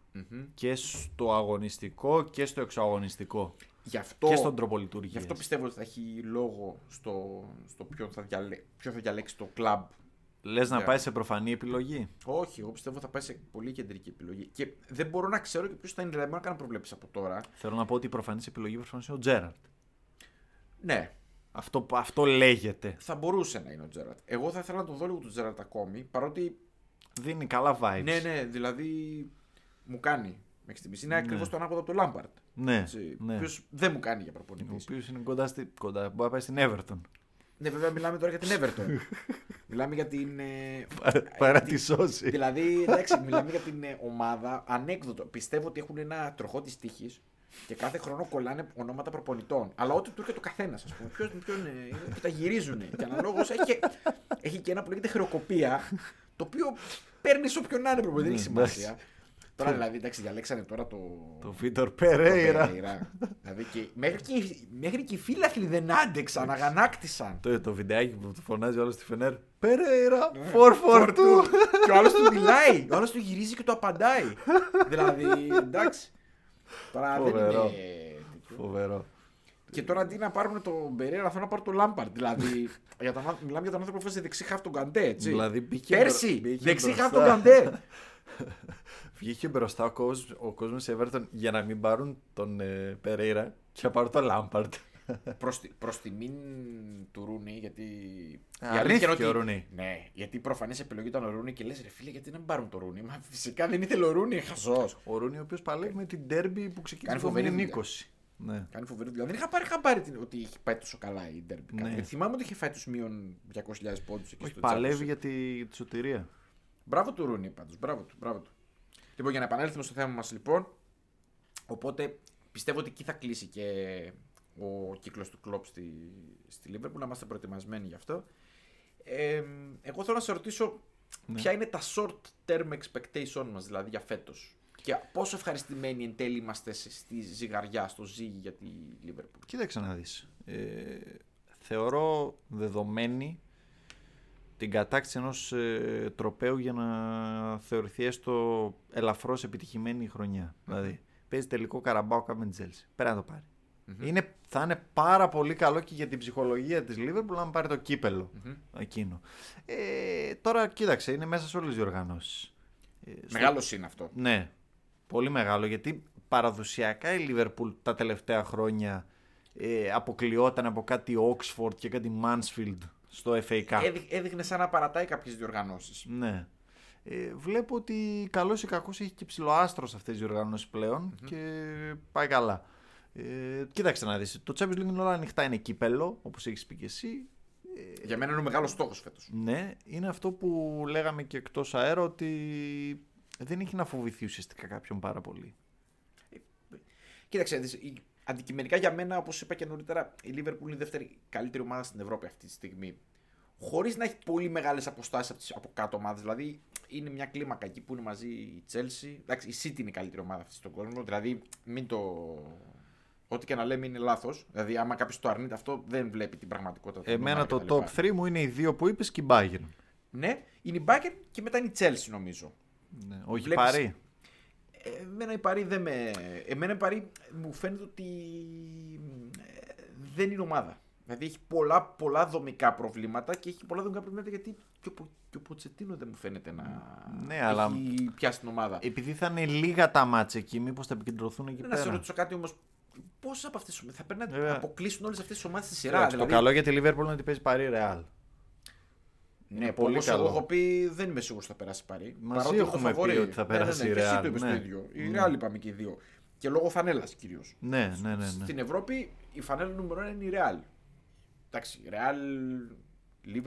Speaker 1: Και στο αγωνιστικό και στο εξωαγωνιστικό.
Speaker 2: Γι' αυτό.
Speaker 1: Και στον τρόπο
Speaker 2: Γι'
Speaker 1: λειτουργία.
Speaker 2: αυτό πιστεύω ότι θα έχει λόγο στο, στο ποιον, θα διαλέ... ποιον θα διαλέξει το κλαμπ.
Speaker 1: Λες να
Speaker 2: Ναι.
Speaker 1: πάει σε προφανή επιλογή.
Speaker 2: Όχι, εγώ πιστεύω θα πάει σε πολύ κεντρική επιλογή. Και δεν μπορώ να ξέρω και ποιος θα είναι. Δηλαδή, μπορώ να κάνω προβλέψεις από τώρα.
Speaker 1: Θέλω να πω ότι η προφανής επιλογή προφανώς είναι ο Τζέραρτ.
Speaker 2: Ναι,
Speaker 1: Αυτό, αυτό λέγεται.
Speaker 2: θα μπορούσε να είναι ο Τζέραρτ. Εγώ θα ήθελα να τον δω λίγο του Τζέραρτ ακόμη. Παρότι.
Speaker 1: Δίνει καλά vibes.
Speaker 2: Ναι, ναι, δηλαδή. Μου κάνει μέχρι στιγμή. Είναι
Speaker 1: Ναι.
Speaker 2: ακριβώς το ανάποδο από τον Λάμπαρτ.
Speaker 1: ναι.
Speaker 2: έτσι,
Speaker 1: ναι.
Speaker 2: Ο οποίος δεν μου κάνει για
Speaker 1: Ο
Speaker 2: προπονητή.
Speaker 1: οποίος είναι κοντά, στη... κοντά. Μπορεί να πάει στην Everton.
Speaker 2: Ναι, βέβαια, μιλάμε τώρα για την Everton. μιλάμε για την. ε,
Speaker 1: Παρά τη σώση.
Speaker 2: Δηλαδή, εντάξει, μιλάμε για την ε, ομάδα ανέκδοτο. Πιστεύω ότι έχουν ένα τροχό της τύχης και κάθε χρόνο κολλάνε ονόματα προπονητών. Αλλά ό,τι του έρχεται ο καθένας, ας πούμε. Ποιος ποιον, ε, είναι που τα γυρίζουν. Και αναλόγως έχει, και- έχει και ένα που λέγεται χρεοκοπία, το οποίο παίρνει σε όποιον να είναι προπονητή. Δεν έχει
Speaker 1: Ναι, εντάξει.
Speaker 2: σημασία. Τώρα δηλαδή, εντάξει, διαλέξανε τώρα το.
Speaker 1: Το Βίτορ
Speaker 2: το
Speaker 1: Περέιρα.
Speaker 2: Περέιρα. δηλαδή και μέχρι, και, οι- μέχρι και οι φίλαθλοι δεν άντεξαν, αγανάκτησαν.
Speaker 1: Το, το βιντεάκι που του φωνάζει όλο στη Φενέρ. Περέιρα, φορφορτού.
Speaker 2: και ο άλλος του μιλάει. Ο άλλος του γυρίζει και του απαντάει. δηλαδή, εντάξει. Τώρα δεν
Speaker 1: Φοβερό.
Speaker 2: είναι. τέτοιο.
Speaker 1: Φοβερό.
Speaker 2: Και τώρα αντί να πάρουν τον Μπερέρα, θέλω να πάρουν τον Λάμπαρτ. Δηλαδή, για τον, άν- μιλάμε για τον άνθρωπο που έφτασε δεξί χάφ τον Καντέ, έτσι.
Speaker 1: Δηλαδή, μπήκε
Speaker 2: Πέρσι,
Speaker 1: μπρο- μπήκε
Speaker 2: δεξί χάφ τον
Speaker 1: μπροστά.
Speaker 2: Καντέ.
Speaker 1: Βγήκε μπροστά ο κόσμο ο κόσμος σε Everton για να μην πάρουν τον ε, Περέιρα και να πάρουν τον Λάμπαρτ.
Speaker 2: προς, τη, προς τιμήν του Ρούνι, γιατί αλήθεια είναι
Speaker 1: Αρνήθηκε
Speaker 2: ότι-
Speaker 1: ο Ρούνι.
Speaker 2: Ναι, γιατί προφανής επιλογή ήταν ο Ρούνι και λες ρε φίλε, γιατί να μην πάρουν το Ρούνι. Μα φυσικά δεν ήθελε ο Ρούνι, χαζό.
Speaker 1: Ο Ρούνι ο οποίος παλεύει με την τέρμπι που ξεκίνησε
Speaker 2: Κάνει
Speaker 1: το
Speaker 2: φοβερή
Speaker 1: 2020.
Speaker 2: δουλειά.
Speaker 1: Ναι.
Speaker 2: Κάνει φοβερή δουλειά. Δεν είχα πάρει χαμπάρι την... ότι είχε πάει τόσο καλά η Ντέρμπι.
Speaker 1: Ναι.
Speaker 2: Ναι. Θυμάμαι ότι είχε φάει τους μείον 200.000 πόντους εκεί
Speaker 1: Όχι,
Speaker 2: στο
Speaker 1: παλεύει
Speaker 2: Champions.
Speaker 1: για τη, τη σωτηρία.
Speaker 2: Μπράβο του Ρούνι πάντως. Μπράβο του, μπράβο του. Λοιπόν, για να επανέλθουμε στο θέμα μας λοιπόν. Οπότε πιστεύω ότι εκεί θα κλείσει και ο κύκλος του κλοπ στη, στη Λίβερπουλ. Να είμαστε προετοιμασμένοι γι' αυτό. Ε, εγώ θέλω να σε ρωτήσω
Speaker 1: Ναι.
Speaker 2: ποια είναι τα short term expectation μας δηλαδή για φέτος και πόσο ευχαριστημένοι εν τέλει είμαστε σε- στη ζυγαριά, στο ζύγι για τη Λίβερπουλ.
Speaker 1: Κοίταξε να δεις. Ε, θεωρώ δεδομένη την κατάκτηση ενός ε, τροπέου για να θεωρηθεί έστω ελαφρώς επιτυχημένη η χρονιά. Δηλαδή, παίζει τελικό καραμπάο κάπου με την Τζέλση. Πέρα να το παρει Είναι, θα είναι πάρα πολύ καλό και για την ψυχολογία της Λίβερπουλ αν πάρει το κυπελο εκείνο. Ε, τώρα κοίταξε, είναι μέσα σε όλες τις διοργανώσεις. Ε, στο-
Speaker 2: Μεγάλος είναι αυτό.
Speaker 1: ναι. Πολύ μεγάλο γιατί παραδοσιακά η Λίβερπουλ τα τελευταία χρόνια ε, αποκλειόταν από κάτι Oxford και κάτι Mansfield στο FA Cup.
Speaker 2: Έδει- έδειχνε σαν να παρατάει κάποιες διοργανώσεις.
Speaker 1: Ναι. Ε, βλέπω ότι καλός ή κακός έχει και ψηλό άστρο σε αυτές τις διοργανώσεις και πάει καλά. Ε, κοίταξε να δεις. Το Champions League είναι όλα ανοιχτά. Είναι κύπελο, όπως έχεις πει και εσύ. Ε,
Speaker 2: Για μένα είναι ο μεγάλος στόχος φέτος.
Speaker 1: Ναι, είναι αυτό που λέγαμε και εκτός αέρα ότι δεν έχει να φοβηθεί ουσιαστικά κάποιον πάρα πολύ.
Speaker 2: Κοίταξε, δεις, η- αντικειμενικά για μένα, όπως είπα και νωρίτερα, η Λίβερπουλ είναι η δεύτερη καλύτερη ομάδα στην Ευρώπη αυτή τη στιγμή. Χωρίς να έχει πολύ μεγάλες αποστάσεις από, τις- από κάτω ομάδες. Δηλαδή, είναι μια κλίμακα εκεί που είναι μαζί η Chelsea. Εντάξει, η City είναι η καλύτερη ομάδα αυτή στον κόσμο. Δηλαδή, μην το. Ό,τι και να λέμε είναι λάθος. Δηλαδή, άμα κάποιος το αρνείται αυτό, δεν βλέπει την πραγματικότητα. των
Speaker 1: Εμένα
Speaker 2: ομάδων
Speaker 1: το
Speaker 2: κτλ.
Speaker 1: top 3 μου είναι οι δύο που είπες και η Bayern.
Speaker 2: Ναι, είναι η Bayern και μετά είναι η Chelsea, νομίζω.
Speaker 1: Ναι, όχι
Speaker 2: Βλέπεις-
Speaker 1: παρή.
Speaker 2: Εμένα η Παρή δεν με... Εμένα η Παρή μου φαίνεται ότι ε, δεν είναι ομάδα. Δηλαδή έχει πολλά, πολλά δομικά προβλήματα και έχει πολλά δομικά προβλήματα γιατί και ο, Πο- και ο Ποτσετίνο δεν μου φαίνεται να
Speaker 1: Ναι,
Speaker 2: έχει
Speaker 1: αλλά- Ε,
Speaker 2: πιάσει την ομάδα.
Speaker 1: Επειδή θα είναι λίγα τα μάτσα εκεί, μήπως θα επικεντρωθούν εκεί
Speaker 2: να σε
Speaker 1: πέρα.
Speaker 2: ρωτήσω κάτι όμως, πόσες από αυτές τις ομάδες θα πρέπει να
Speaker 1: Βέβαια.
Speaker 2: αποκλείσουν όλες αυτές τις ομάδες στη σειρά.
Speaker 1: Εντάξει,
Speaker 2: δηλαδή,
Speaker 1: Το καλό για τη Liverpool είναι ότι παίζει παρή Real.
Speaker 2: Ναι,
Speaker 1: πολύ
Speaker 2: πολύ όπως εγώ
Speaker 1: καλό.
Speaker 2: έχω πει δεν είμαι σίγουρος ότι θα περάσει η Παρή.
Speaker 1: Μαζί
Speaker 2: Παρότι είναι το
Speaker 1: έχουμε
Speaker 2: φαβορί.
Speaker 1: πει ότι θα περάσει
Speaker 2: ναι, ναι,
Speaker 1: η
Speaker 2: ναι, και εσύ
Speaker 1: Real,
Speaker 2: το είπες
Speaker 1: ναι.
Speaker 2: το ίδιο. Η Real είπαμε και οι δύο. Και λόγω φανέλας κυρίως.
Speaker 1: Ναι, ναι, ναι. ναι.
Speaker 2: Στην Ευρώπη η φανέλα νούμερο ένα είναι η Real. Εντάξει, η Real,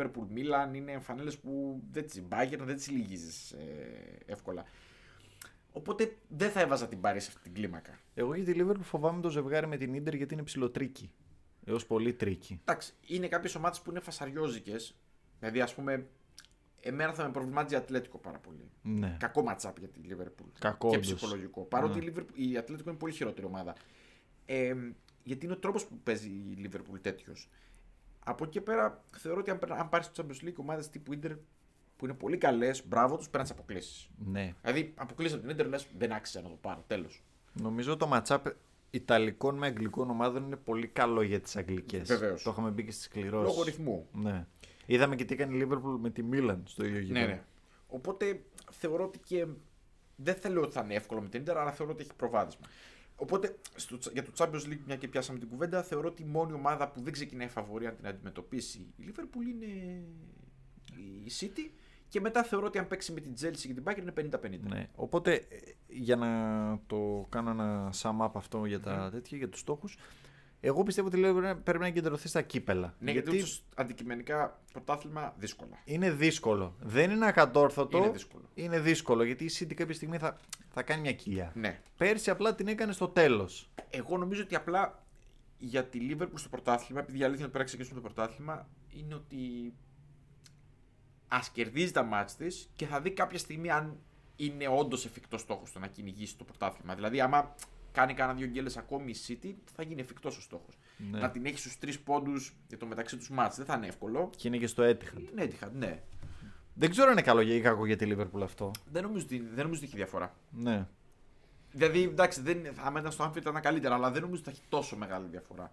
Speaker 2: Liverpool, Milan είναι φανέλες που δεν τις μπάγερ, δεν τις λυγίζεις ε, εύκολα. Οπότε δεν θα έβαζα την Πάρη σε αυτή την κλίμακα.
Speaker 1: Εγώ για τη Liverpool φοβάμαι το ζευγάρι με την ντερ γιατί είναι ψηλοτρίκι. Έως πολύ τρίκι.
Speaker 2: Εντάξει, είναι κάποιες ομάδες που είναι φασαριόζικες. Δηλαδή, ας πούμε, εμένα θα με προβλημάτιζε η Ατλέτικο πάρα πολύ.
Speaker 1: Ναι.
Speaker 2: Κακό ματσάπ για τη Λίβερπουλ.
Speaker 1: Κακό,
Speaker 2: Και
Speaker 1: όντως. Ναι.
Speaker 2: ψυχολογικό. Παρότι η, Liverpool- η Ατλέτικο είναι πολύ χειρότερη ομάδα. Ε, γιατί είναι ο τρόπος που παίζει η Λίβερπουλ τέτοιος. Από εκεί και πέρα θεωρώ ότι αν, περνα- αν πάρεις το Champions League ομάδες τύπου Ιντερ που είναι πολύ καλές, μπράβο τους, πέρα τι αποκλείσει.
Speaker 1: Ναι.
Speaker 2: Δηλαδή, αποκλείσει από την Ιντερ, λες δεν άξιζε να το πάρω. Τέλος.
Speaker 1: Νομίζω το ματσάπ Ιταλικών με Αγγλικών ομάδων είναι πολύ καλό για τις Αγγλικές.
Speaker 2: Βεβαίως.
Speaker 1: Το είχαμε μπει και στις σκληρώσει.
Speaker 2: Λόγω ρυθμού.
Speaker 1: Ναι. Είδαμε και τι έκανε η Liverpool με τη Μίλαν στο ίδιο γήπεδο.
Speaker 2: Ναι, ναι. Οπότε θεωρώ ότι και. Δεν θα λέω ότι θα είναι εύκολο με την Ιντερ, αλλά θεωρώ ότι έχει προβάδισμα. Οπότε στο, τσα- για το Champions League, μια και πιάσαμε την κουβέντα, θεωρώ ότι η μόνη ομάδα που δεν ξεκινάει φαβορή αν την αντιμετωπίσει η Liverpool είναι η City. Και μετά θεωρώ ότι αν παίξει με την Chelsea και την Bayern είναι 50-50.
Speaker 1: Ναι. Οπότε, ε, για να το κάνω ένα sum up αυτό για τα τέτοια, για τους στόχους, εγώ πιστεύω ότι λέω, πρέπει να- πρέπει να εγκεντρωθεί στα κύπελα.
Speaker 2: Ναι, γιατί, ούτως αντικειμενικά πρωτάθλημα δύσκολα.
Speaker 1: είναι δύσκολο. Δεν είναι ακατόρθωτο.
Speaker 2: Είναι δύσκολο.
Speaker 1: είναι δύσκολο, γιατί η City κάποια στιγμή θα, θα κάνει μια κοιλιά.
Speaker 2: Ναι.
Speaker 1: Πέρσι απλά την έκανε στο τέλος.
Speaker 2: Εγώ νομίζω ότι απλά για τη Liverpool στο πρωτάθλημα, επειδή η αλήθεια είναι ότι πρέπει να ξεκινήσουμε το πρωτάθλημα, είναι ότι ας κερδίζει τα μάτς της και θα δει κάποια στιγμή αν είναι όντως εφικτός στόχος το να κυνηγήσει το πρωτάθλημα. Δηλαδή, άμα κάνει κανένα δύο γκέλες ακόμη η City, θα γίνει εφικτός ο στόχος.
Speaker 1: Ναι.
Speaker 2: Να την έχει στους τρεις πόντους για το μεταξύ τους μάτς δεν θα είναι εύκολο.
Speaker 1: Και είναι και στο Etihad.
Speaker 2: Είναι έτυχα, ναι.
Speaker 1: Δεν ξέρω αν είναι καλό για ή κακό για τη Liverpool αυτό.
Speaker 2: Δεν νομίζω, ότι- δεν νομίζω ότι έχει διαφορά.
Speaker 1: Ναι.
Speaker 2: Δηλαδή, εντάξει, δεν, είναι- άμα ήταν στο Anfield ήταν καλύτερα, αλλά δεν νομίζω ότι θα έχει τόσο μεγάλη διαφορά.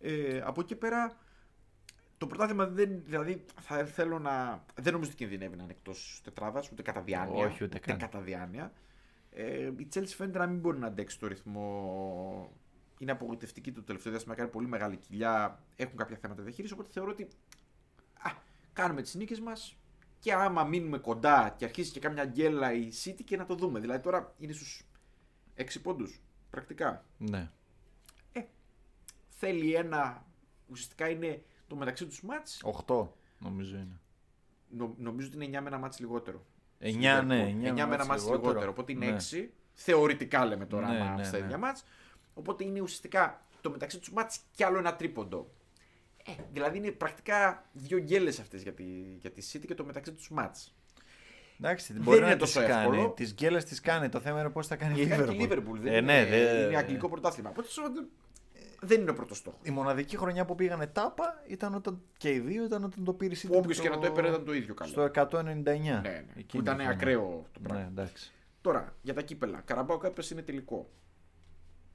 Speaker 2: Ε, από εκεί πέρα, το πρωτάθλημα δεν. Δηλαδή, θα θέλω να. Δεν νομίζω ότι κινδυνεύει να είναι εκτός τετράδας, ούτε κατά διάνοια.
Speaker 1: Όχι, ούτε καν.
Speaker 2: κατά διάνοια. Ε, η Chelsea φαίνεται να μην μπορεί να αντέξει το ρυθμό. Είναι απογοητευτική το τελευταίο διάστημα, κάνει πολύ μεγάλη κοιλιά. Έχουν κάποια θέματα διαχείρισης, οπότε θεωρώ ότι. Α, κάνουμε τις νίκες μας και άμα μείνουμε κοντά και αρχίσει και κάμια γκέλα η City και να το δούμε. Δηλαδή τώρα είναι στους 6 πόντους πρακτικά.
Speaker 1: Ναι.
Speaker 2: Θέλει ένα. Ουσιαστικά είναι το μεταξύ τους μάτ.
Speaker 1: 8 νομίζω είναι.
Speaker 2: Νο- νομίζω ότι είναι 9 με ένα μάτς λιγότερο.
Speaker 1: 9, ναι. 9,
Speaker 2: 9 με ένα μάτς λιγότερο. Οπότε είναι 6. Θεωρητικά λέμε τώρα
Speaker 1: Ναι,
Speaker 2: άμα
Speaker 1: ναι,
Speaker 2: στα
Speaker 1: ναι.
Speaker 2: ίδια μάτς. Οπότε είναι ουσιαστικά το μεταξύ τους μάτς κι άλλο ένα τρίποντο. Ε, δηλαδή είναι πρακτικά δύο γκέλες αυτές για τη, για τη City και το μεταξύ τους μάτς.
Speaker 1: Εντάξει,
Speaker 2: Δεν
Speaker 1: μπορεί
Speaker 2: είναι
Speaker 1: να
Speaker 2: τόσο
Speaker 1: τις κάνει.
Speaker 2: εύκολο.
Speaker 1: Τις γκέλες τις κάνει. Το θέμα είναι πώς θα κάνει η
Speaker 2: Γενικά και
Speaker 1: Λίβερπουλ.
Speaker 2: η Liverpool, δεν
Speaker 1: Ε,
Speaker 2: είναι,
Speaker 1: ναι, δε-
Speaker 2: είναι αγγλικό πρωτάθλημα. Οπότε σώμα- δεν είναι ο πρώτος στόχος.
Speaker 1: Η μοναδική χρονιά που πήγανε τάπα ήταν όταν και οι δύο ήταν όταν το πήρες η City
Speaker 2: Όποιο
Speaker 1: με
Speaker 2: και να το έπαιρνε ήταν το ίδιο καλό.
Speaker 1: Στο 199.
Speaker 2: Ναι, ναι.
Speaker 1: Εκείνη
Speaker 2: Που
Speaker 1: η
Speaker 2: ήταν
Speaker 1: χρονιά.
Speaker 2: ακραίο το πράγμα.
Speaker 1: Ναι, εντάξει.
Speaker 2: Τώρα, για τα κύπελα. Καραμπάο Cup είναι τελικό.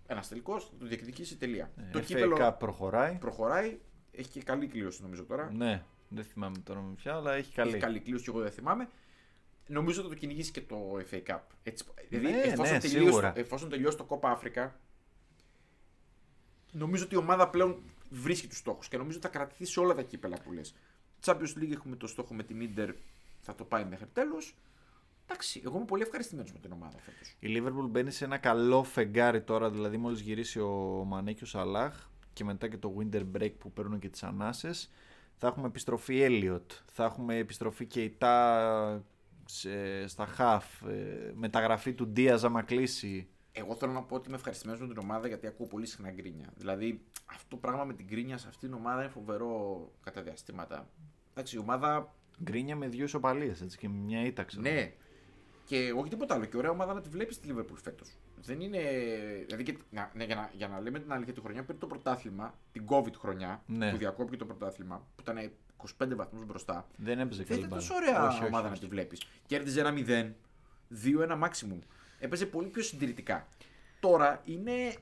Speaker 2: Ένας τελικός, το διεκδικήσει τελεία.
Speaker 1: Ε,
Speaker 2: το
Speaker 1: FA
Speaker 2: κύπελο
Speaker 1: Cup προχωράει.
Speaker 2: προχωράει. Έχει και καλή κλήρωση νομίζω τώρα.
Speaker 1: Ναι, δεν θυμάμαι τώρα με ποια, αλλά έχει καλή.
Speaker 2: Έχει καλή κλήρωση και εγώ δεν θυμάμαι. Νομίζω ότι θα το κυνηγήσει και το FA Cup. Έτσι, δηλαδή,
Speaker 1: Ναι,
Speaker 2: εφόσον,
Speaker 1: ναι,
Speaker 2: τελειώσει,
Speaker 1: σίγουρα.
Speaker 2: εφόσον τελειώσει το Copa Africa, νομίζω ότι η ομάδα πλέον βρίσκει τους στόχους και νομίζω ότι θα κρατηθεί σε όλα τα κύπελα που λες. Champions League έχουμε το στόχο με την Inter, θα το πάει μέχρι τέλος. Εντάξει, εγώ είμαι πολύ ευχαριστημένος με την ομάδα φέτος.
Speaker 1: Η Λίβερπουλ μπαίνει σε ένα καλό φεγγάρι τώρα, δηλαδή μόλις γυρίσει ο Μανέ και ο Σαλάχ και μετά και το winter break που παίρνουν και τις ανάσες θα έχουμε επιστροφή Elliot, θα έχουμε επιστροφή Κεϊτά σε, στα χαφ, ε, μεταγραφή του Ντίας άμα κλείσει.
Speaker 2: Εγώ θέλω να πω ότι είμαι ευχαριστημένο με την ομάδα γιατί ακούω πολύ συχνά γκρίνια. Δηλαδή, αυτό το πράγμα με την γκρίνια σε αυτήν την ομάδα είναι φοβερό κατά διαστήματα. Εντάξει, η ομάδα.
Speaker 1: Γκρίνια με δύο ισοπαλίες έτσι και μια ήταξα.
Speaker 2: Ναι. Και όχι τίποτα άλλο. Και ωραία ομάδα να τη βλέπεις στη Λίβερπουλ φέτος. Δεν είναι. Δηλαδή, και... να, ναι, για, να, για να λέμε την αλήθεια, τη χρονιά πήρε το πρωτάθλημα, την COVID χρονιά,
Speaker 1: Ναι.
Speaker 2: που διακόπηκε το πρωτάθλημα, που ήταν 25 βαθμούς μπροστά.
Speaker 1: Δεν έπαιζε
Speaker 2: Δεν
Speaker 1: καλή
Speaker 2: ήταν
Speaker 1: μπάλα.
Speaker 2: τόσο ωραία
Speaker 1: Όχι, όχι,
Speaker 2: ομάδα
Speaker 1: όχι.
Speaker 2: να τη βλέπεις. Κέρδιζε ένα 0, 2-1 maximum. Έπαιζε πολύ πιο συντηρητικά. Τώρα είναι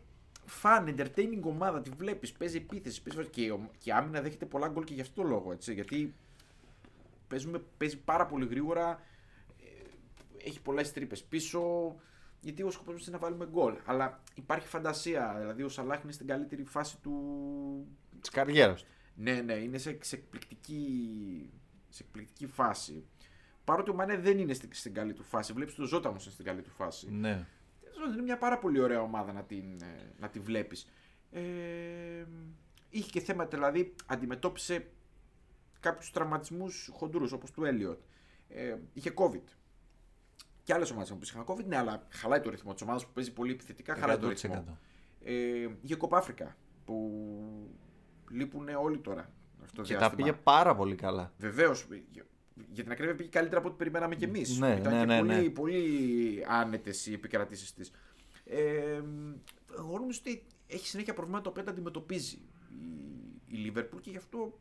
Speaker 2: fun, entertaining ομάδα. Τη βλέπεις, παίζει επίθεση. Παίζει... Και, η ομ- και η άμυνα δέχεται πολλά γκολ και γι' αυτό το λόγο. Έτσι, γιατί παίζουμε, παίζει πάρα πολύ γρήγορα. ε, Έχει πολλές τρύπες πίσω. Γιατί ο σκοπός είναι να βάλουμε γκολ. Αλλά υπάρχει φαντασία. Δηλαδή ο Σαλάχ είναι στην καλύτερη φάση του
Speaker 1: Της καριέρας του.
Speaker 2: ναι, ναι, είναι σε, σε, εκπληκτική, σε εκπληκτική φάση. Παρότι ο Μανέ δεν είναι στην, στην καλή του φάση. Βλέπεις το Ζώτα όμω στην καλή του φάση.
Speaker 1: Ναι.
Speaker 2: Τέλος πάντων, Είναι μια πάρα πολύ ωραία ομάδα να την, ε, να τη βλέπεις. Ε, είχε και θέματα, δηλαδή αντιμετώπισε κάποιους τραυματισμούς χοντρούς όπως του Έλιοτ. Ε, είχε COVID. Και άλλες ομάδες που είχαν COVID, ναι, αλλά χαλάει το ρυθμό της ομάδας που παίζει πολύ επιθετικά. Χαλάει το
Speaker 1: 100%.
Speaker 2: ρυθμό. Ε, είχε Κοπάφρικα που λείπουν όλοι τώρα. Αυτό το
Speaker 1: Και τα
Speaker 2: διάστημα.
Speaker 1: πήγε πάρα πολύ καλά.
Speaker 2: Βεβαίως. Για την ακρίβεια πήγε καλύτερα από ό,τι περιμέναμε κι εμείς.
Speaker 1: Ναι,
Speaker 2: Ήταν
Speaker 1: ναι,
Speaker 2: και
Speaker 1: ναι,
Speaker 2: πολύ,
Speaker 1: ναι.
Speaker 2: πολύ άνετες οι επικρατήσεις της. Ε, εγώ νομίζω ότι έχει συνέχεια προβλήματα τα οποία τα αντιμετωπίζει η- η Λίβερπουλ και γι' αυτό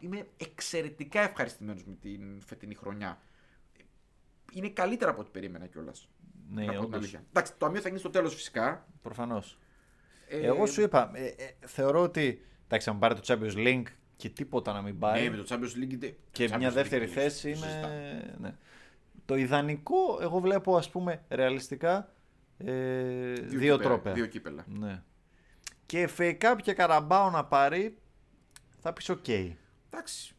Speaker 2: είμαι εξαιρετικά ευχαριστημένος με την φετινή χρονιά. Είναι καλύτερα από ό,τι περίμενα κιόλας.
Speaker 1: Ναι, όντως.
Speaker 2: Εντάξει, το αμύο θα γίνει στο τέλος φυσικά.
Speaker 1: Προφανώς.
Speaker 2: Ε,
Speaker 1: Εγώ σου είπα, ε, ε, θεωρώ ότι εντάξει, αν πάρει το Champions League και τίποτα να μην πάει
Speaker 2: Ναι, με το Champions League. είτε-
Speaker 1: και
Speaker 2: Champions
Speaker 1: μια
Speaker 2: League
Speaker 1: δεύτερη
Speaker 2: το
Speaker 1: θέση είναι...
Speaker 2: συζητάμε.
Speaker 1: Ναι. Το ιδανικό, εγώ βλέπω ας πούμε ρεαλιστικά ε, δύο,
Speaker 2: κύπελα,
Speaker 1: τρόπια.
Speaker 2: Δύο κύπελα.
Speaker 1: Ναι. Και FA Cup και Καραμπάο να πάρει, θα πεις οκ.
Speaker 2: Εντάξει.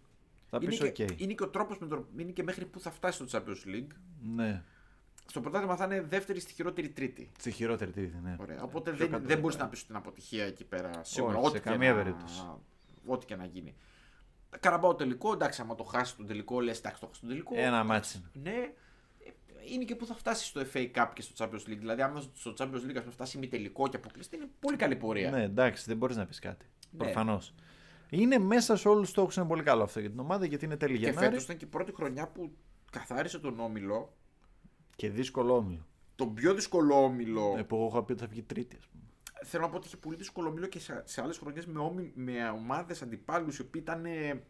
Speaker 1: Θα
Speaker 2: είναι,
Speaker 1: πεις οκ.
Speaker 2: και, είναι και ο τρόπος με τον είναι και μέχρι που θα φτάσει στο Champions League.
Speaker 1: Ναι.
Speaker 2: Στο πρωτάθλημα θα είναι δεύτερη στη χειρότερη τρίτη.
Speaker 1: Στη χειρότερη τρίτη, ναι.
Speaker 2: Ωραία. Οπότε
Speaker 1: Πιο
Speaker 2: δεν,
Speaker 1: κάτω
Speaker 2: δεν
Speaker 1: δεν
Speaker 2: μπορεί
Speaker 1: πάει.
Speaker 2: να πεις την αποτυχία εκεί πέρα. Σίγουρα.
Speaker 1: Όχι,
Speaker 2: ό,τι
Speaker 1: σε
Speaker 2: και
Speaker 1: καμία
Speaker 2: να-
Speaker 1: περίπτωση.
Speaker 2: Ό,τι και να γίνει. Καραμπάω τελικό. Εντάξει, άμα το χάσει τον τελικό, λες εντάξει, το χάσει τον τελικό.
Speaker 1: Ένα μάτσι είναι.
Speaker 2: Ναι. Ε, Είναι και που θα φτάσει στο FA Cup και στο Champions League. Δηλαδή, άμα στο Champions League ας πούμε, φτάσει μη τελικό και αποκλειστεί, είναι πολύ καλή πορεία.
Speaker 1: Ναι, εντάξει, δεν μπορείς να πεις κάτι.
Speaker 2: Ναι.
Speaker 1: Προφανώς. Είναι μέσα σε όλους τους στόχους. Είναι πολύ καλό αυτό για την ομάδα γιατί είναι τέλη
Speaker 2: και
Speaker 1: Γενάρη
Speaker 2: φέτος ήταν και η πρώτη χρονιά που καθάρισε τον όμιλο.
Speaker 1: και δύσκολο όμιλο.
Speaker 2: Τον πιο δύσκολο όμιλο.
Speaker 1: Ε, που εγώ είχα πει ότι θα βγει τρίτη, ας πούμε.
Speaker 2: θέλω να πω ότι είχε πολύ δύσκολο όμιλο και σε, σε άλλες χρονιές με, όμι- με ομάδες αντιπάλους οι οποίοι ήταν ε,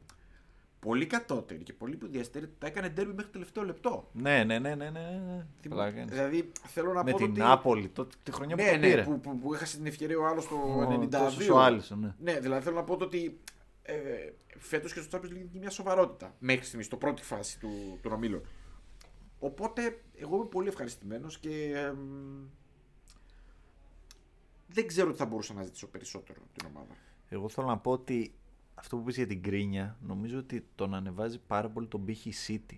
Speaker 2: πολύ κατώτεροι και πολύ διαστέρη. Τα έκανε ντέρμπι μέχρι το τελευταίο λεπτό.
Speaker 1: Ναι, ναι, ναι, ναι. ναι, ναι. Πλάκα είναι.
Speaker 2: Δηλαδή θέλω να
Speaker 1: Με
Speaker 2: πω
Speaker 1: την
Speaker 2: ότι.
Speaker 1: Νάπολη, τότε, τη χρονιά που
Speaker 2: ναι,
Speaker 1: το
Speaker 2: ναι,
Speaker 1: πήρε.
Speaker 2: που, που, που έχασε την ευκαιρία ο άλλος
Speaker 1: Ο-
Speaker 2: το 92.
Speaker 1: τόσος ο Άλισον, ναι.
Speaker 2: Ναι, δηλαδή θέλω να πω το ότι ε, φέτος και στο Champions League είναι μια σοβαρότητα μέχρι στιγμής, στο πρώτη φάση του, των ομίλων. Οπότε εγώ είμαι πολύ ευχαριστημένος και ε, μ, δεν ξέρω τι θα μπορούσα να ζητήσω περισσότερο από την ομάδα.
Speaker 1: Εγώ θέλω να πω ότι αυτό που πεις για την κρίνια, νομίζω ότι τον ανεβάζει πάρα πολύ τον πύχη η City.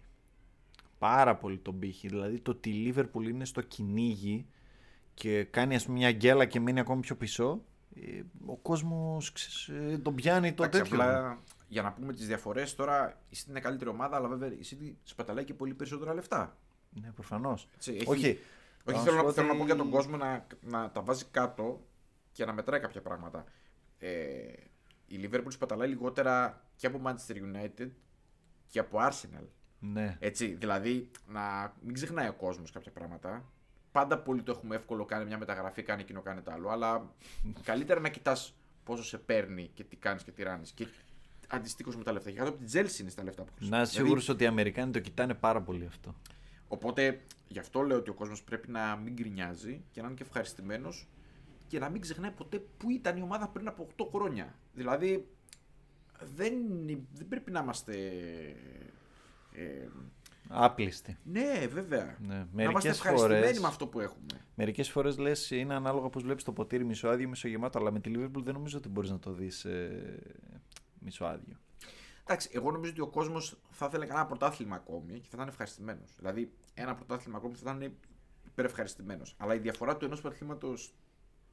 Speaker 1: Πάρα πολύ τον πύχη. Δηλαδή το ότι η Liverpool είναι στο κυνήγι και κάνει ας πούμε μια γκέλα και μείνει ακόμη πιο πίσω, ε, ο κόσμος ξέρεις, ε, τον πιάνει το
Speaker 2: Εντάξει,
Speaker 1: τέτοιο.
Speaker 2: απλά, για να πούμε τις διαφορές, τώρα η City είναι καλύτερη ομάδα, αλλά βέβαια η City σπαταλάει και πολύ περισσότερα λεφτά.
Speaker 1: Ναι, προφανώς.
Speaker 2: Έτσι, έχει-
Speaker 1: Όχι,
Speaker 2: Όχι,
Speaker 1: Να
Speaker 2: θέλω,
Speaker 1: σου
Speaker 2: να,
Speaker 1: πω
Speaker 2: θέλω να
Speaker 1: ότι-
Speaker 2: πω για τον κόσμο να, να τα βάζει κάτω και να μετράει κάποια πράγματα. Ε, η Liverpool σπαταλάει λιγότερα και από Manchester United και από Arsenal.
Speaker 1: ναι.
Speaker 2: Έτσι, δηλαδή να μην ξεχνάει ο κόσμος κάποια πράγματα. Πάντα πολύ το έχουμε εύκολο, κάνει μια μεταγραφή, κάνει εκείνο, κάνει το άλλο. Αλλά καλύτερα να κοιτάς πόσο σε παίρνει και τι κάνεις και τι ράνεις. Και αντιστοίχως με τα λεφτά. Και κάτω από την Τζέλση είναι στα λεφτά που Δηλαδή,
Speaker 1: Να
Speaker 2: χρησιμοποιεί.
Speaker 1: είσαι σίγουρος ότι οι Αμερικάνοι το κοιτάνε πάρα πολύ αυτό.
Speaker 2: Οπότε γι' αυτό λέω ότι ο κόσμος πρέπει να μην γκρινιάζει και να είναι και ευχαριστημένος και να μην ξεχνάει ποτέ που ήταν η ομάδα πριν από 8 χρόνια. Δηλαδή δεν, δεν πρέπει να είμαστε. ε,
Speaker 1: Άπλιστη.
Speaker 2: ναι, βέβαια.
Speaker 1: Ναι,
Speaker 2: να είμαστε
Speaker 1: μερικές
Speaker 2: ευχαριστημένοι
Speaker 1: φορές-
Speaker 2: με αυτό που έχουμε.
Speaker 1: Μερικές φορές λες είναι ανάλογα πώς βλέπεις το ποτήρι μισοάδιο ή μισογεμάτο, αλλά με τη Liverpool δεν νομίζω ότι μπορείς να το δεις ε, μισοάδιο.
Speaker 2: Εντάξει, εγώ νομίζω ότι ο κόσμος θα ήθελε κανένα πρωτάθλημα ακόμη και θα ήταν ευχαριστημένος. Δηλαδή, ένα πρωτάθλημα ακόμη θα ήταν υπερευχαριστημένος. Αλλά η διαφορά του ενός πρωταθλήματος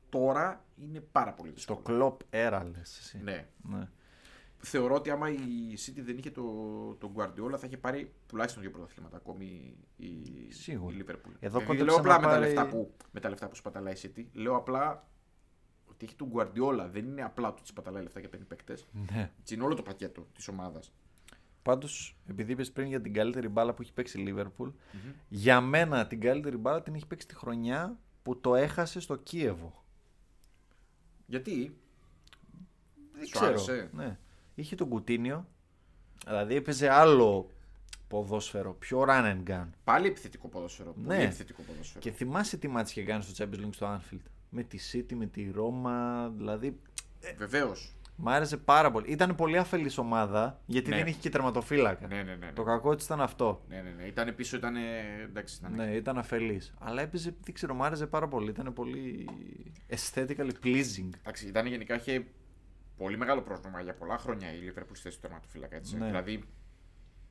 Speaker 2: τώρα είναι πάρα πολύ
Speaker 1: Στο
Speaker 2: δύσκολη.
Speaker 1: κλοπ era λες εσύ.
Speaker 2: Ναι.
Speaker 1: Ναι.
Speaker 2: Θεωρώ ότι άμα η City δεν είχε τον το Guardiola θα είχε πάρει τουλάχιστον δύο πρωταθλήματα ακόμη η,
Speaker 1: Σίγουρα.
Speaker 2: η Liverpool.
Speaker 1: Εδώ
Speaker 2: Δεν λέω
Speaker 1: κόντεψε
Speaker 2: απλά
Speaker 1: να
Speaker 2: με, τα
Speaker 1: πάρει-
Speaker 2: λεφτά που, με τα λεφτά που σπαταλάει η City. Λέω απλά ότι έχει τον Guardiola. Δεν είναι απλά το ότι σπαταλάει λεφτά και παίρνει παίκτες.
Speaker 1: ναι.
Speaker 2: Έτσι Είναι όλο το πακέτο της ομάδας.
Speaker 1: Πάντως, επειδή είπες πριν για την καλύτερη μπάλα που έχει παίξει η Liverpool, για μένα την καλύτερη μπάλα την έχει παίξει τη χρονιά που το έχασε στο Κίεβο.
Speaker 2: Γιατί.
Speaker 1: Δεν
Speaker 2: Σου
Speaker 1: ξέρω.
Speaker 2: άρεσε?
Speaker 1: Ναι. Είχε τον Κουτίνιο, δηλαδή έπαιζε άλλο ποδόσφαιρο, πιο run and gun.
Speaker 2: Πάλι επιθετικό ποδόσφαιρο. Πολύ
Speaker 1: Ναι.
Speaker 2: επιθετικό ποδόσφαιρο.
Speaker 1: Και θυμάσαι τι μάτς είχε κάνει στο Champions League στο Anfield. Με τη City, με τη Ρώμα, δηλαδή
Speaker 2: Βεβαίως.
Speaker 1: μ' άρεσε πάρα πολύ. Ήταν πολύ αφελής ομάδα γιατί
Speaker 2: Ναι.
Speaker 1: δεν είχε και τερματοφύλακα.
Speaker 2: Ναι, ναι, ναι.
Speaker 1: Ε. Το
Speaker 2: ναι.
Speaker 1: κακό της ήταν αυτό.
Speaker 2: ναι, ναι, ναι. Ήταν πίσω, ήταν. Εντάξει, ήταν.
Speaker 1: Ναι, ήταν αφελής. Αλλά έπαιζε, δεν ξέρω, μ' άρεσε πάρα πολύ. Ήταν πολύ aesthetically pleasing.
Speaker 2: Εντάξει, ήταν γενικά είχε πολύ μεγάλο πρόβλημα για πολλά χρόνια η Liverpool στη θέση του τερματοφύλακα. Έτσι.
Speaker 1: Ναι.
Speaker 2: Δηλαδή,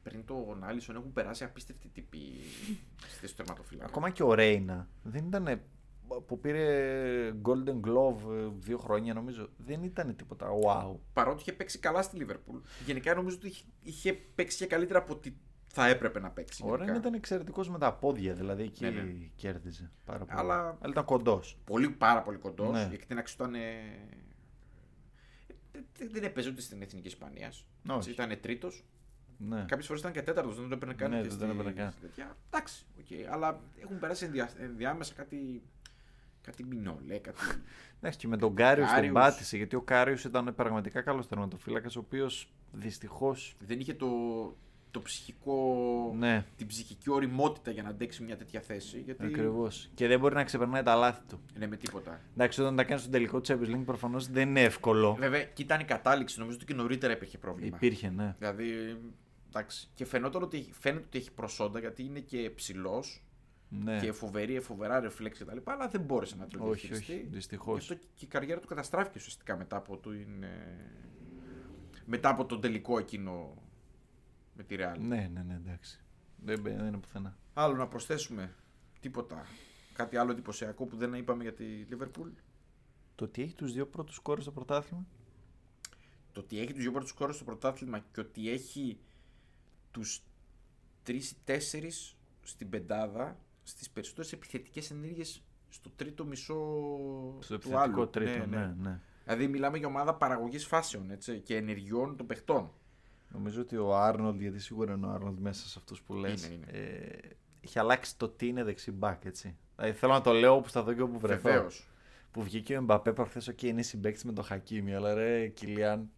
Speaker 2: πριν τον Άλισον έχουν περάσει απίστευτοι τύποι στη θέση του τερματοφύλακα.
Speaker 1: Ακόμα και ο Ρέινα δεν ήταν που πήρε Golden Glove ε, δύο χρόνια νομίζω. Δεν ήταν τίποτα wow.
Speaker 2: Παρότι είχε παίξει καλά στη Liverpool, γενικά νομίζω ότι είχε- είχε παίξει και καλύτερα από ό,τι θα έπρεπε να παίξει.
Speaker 1: Ο Ρέινα
Speaker 2: γενικά.
Speaker 1: ήταν εξαιρετικός με τα πόδια, δηλαδή εκεί
Speaker 2: Ναι, ναι.
Speaker 1: κέρδιζε πάρα πολύ.
Speaker 2: Αλλά-
Speaker 1: ήταν κοντός.
Speaker 2: Πολύ, πάρα πολύ κοντός.
Speaker 1: Ναι.
Speaker 2: Η εκτείναξη του ήταν. ε, ε, δε- Δεν έπαιζε ούτε στην εθνική Ισπανίας.
Speaker 1: Όχι.
Speaker 2: Ήταν τρίτος.
Speaker 1: Ναι.
Speaker 2: Κάποιε φορές ήταν και τέταρτος, δεν το έπαιρνε καν.
Speaker 1: Ναι,
Speaker 2: και
Speaker 1: δεν το έπαιρνε καν.
Speaker 2: στη τέτοια. Εντάξει, οκ. αλλά έχουν περάσει ενδια... ενδιάμεσα κάτι. Κάτι μινόλε, κάτι.
Speaker 1: Εντάξει, και με τον Κάριος
Speaker 2: Κάριος.
Speaker 1: τον πάτησε, γιατί ο Κάριο ήταν πραγματικά καλός τερματοφύλακα, ο οποίος δυστυχώς.
Speaker 2: δεν είχε το, το ψυχικό.
Speaker 1: Ναι,
Speaker 2: την ψυχική οριμότητα για να αντέξει μια τέτοια θέση. Γιατί
Speaker 1: ακριβώς. Και δεν μπορεί να ξεπερνάει τα λάθη του.
Speaker 2: Ναι, με τίποτα.
Speaker 1: Εντάξει, όταν τα κάνεις στον τελικό του Champions League, προφανώς δεν είναι εύκολο.
Speaker 2: Βέβαια, και ήταν η κατάληξη. Νομίζω ότι και νωρίτερα υπήρχε πρόβλημα.
Speaker 1: Υπήρχε, ναι.
Speaker 2: Δηλαδή. Εντάξει. Και φαινόταν ότι, φαίνεται ότι έχει προσόντα γιατί είναι και ψηλός
Speaker 1: ναι.
Speaker 2: και φοβερή, φοβερά ρεφλέξ και τα λοιπά, αλλά δεν μπόρεσε να το
Speaker 1: όχι,
Speaker 2: διαχειριστεί.
Speaker 1: όχι, δυστυχώς.
Speaker 2: Γι' αυτό και η καριέρα του καταστράφηκε ουσιαστικά μετά από, το, μετά από τον τελικό εκείνο με τη Real.
Speaker 1: Ναι, ναι, ναι, εντάξει. Δεν, μπε- δεν είναι πουθενά.
Speaker 2: Άλλο να προσθέσουμε τίποτα. Κάτι άλλο εντυπωσιακό που δεν είπαμε για τη Liverpool.
Speaker 1: Το ότι έχει τους δύο πρώτους κόρου στο πρωτάθλημα.
Speaker 2: Το ότι έχει τους δύο πρώτους κόρου στο πρωτάθλημα και ότι έχει τους τρεις ή τέσσερις στην πεντάδα στις περισσότερες επιθετικές ενέργειες στο τρίτο μισό
Speaker 1: Στο
Speaker 2: του άλλου.
Speaker 1: επιθετικό τρίτο, ναι, ναι.
Speaker 2: Δηλαδή, μιλάμε για ομάδα παραγωγής φάσεων έτσι, και ενεργειών των παιχτών.
Speaker 1: Νομίζω ότι ο Άρνολντ, γιατί σίγουρα είναι ο Άρνολντ μέσα σε αυτούς που λες.
Speaker 2: Είναι, είναι.
Speaker 1: Ε, έχει αλλάξει το τι είναι δεξί μπακ, έτσι. Δηλαδή, θέλω να το λέω όπου θα δω και όπου βρεθώ.
Speaker 2: Βεβαίως.
Speaker 1: που βγήκε ο Μπαπέ προχθέ, OK, είναι συμπέκτη με τον Χακίμι, αλλά ρε, Κιλιάν,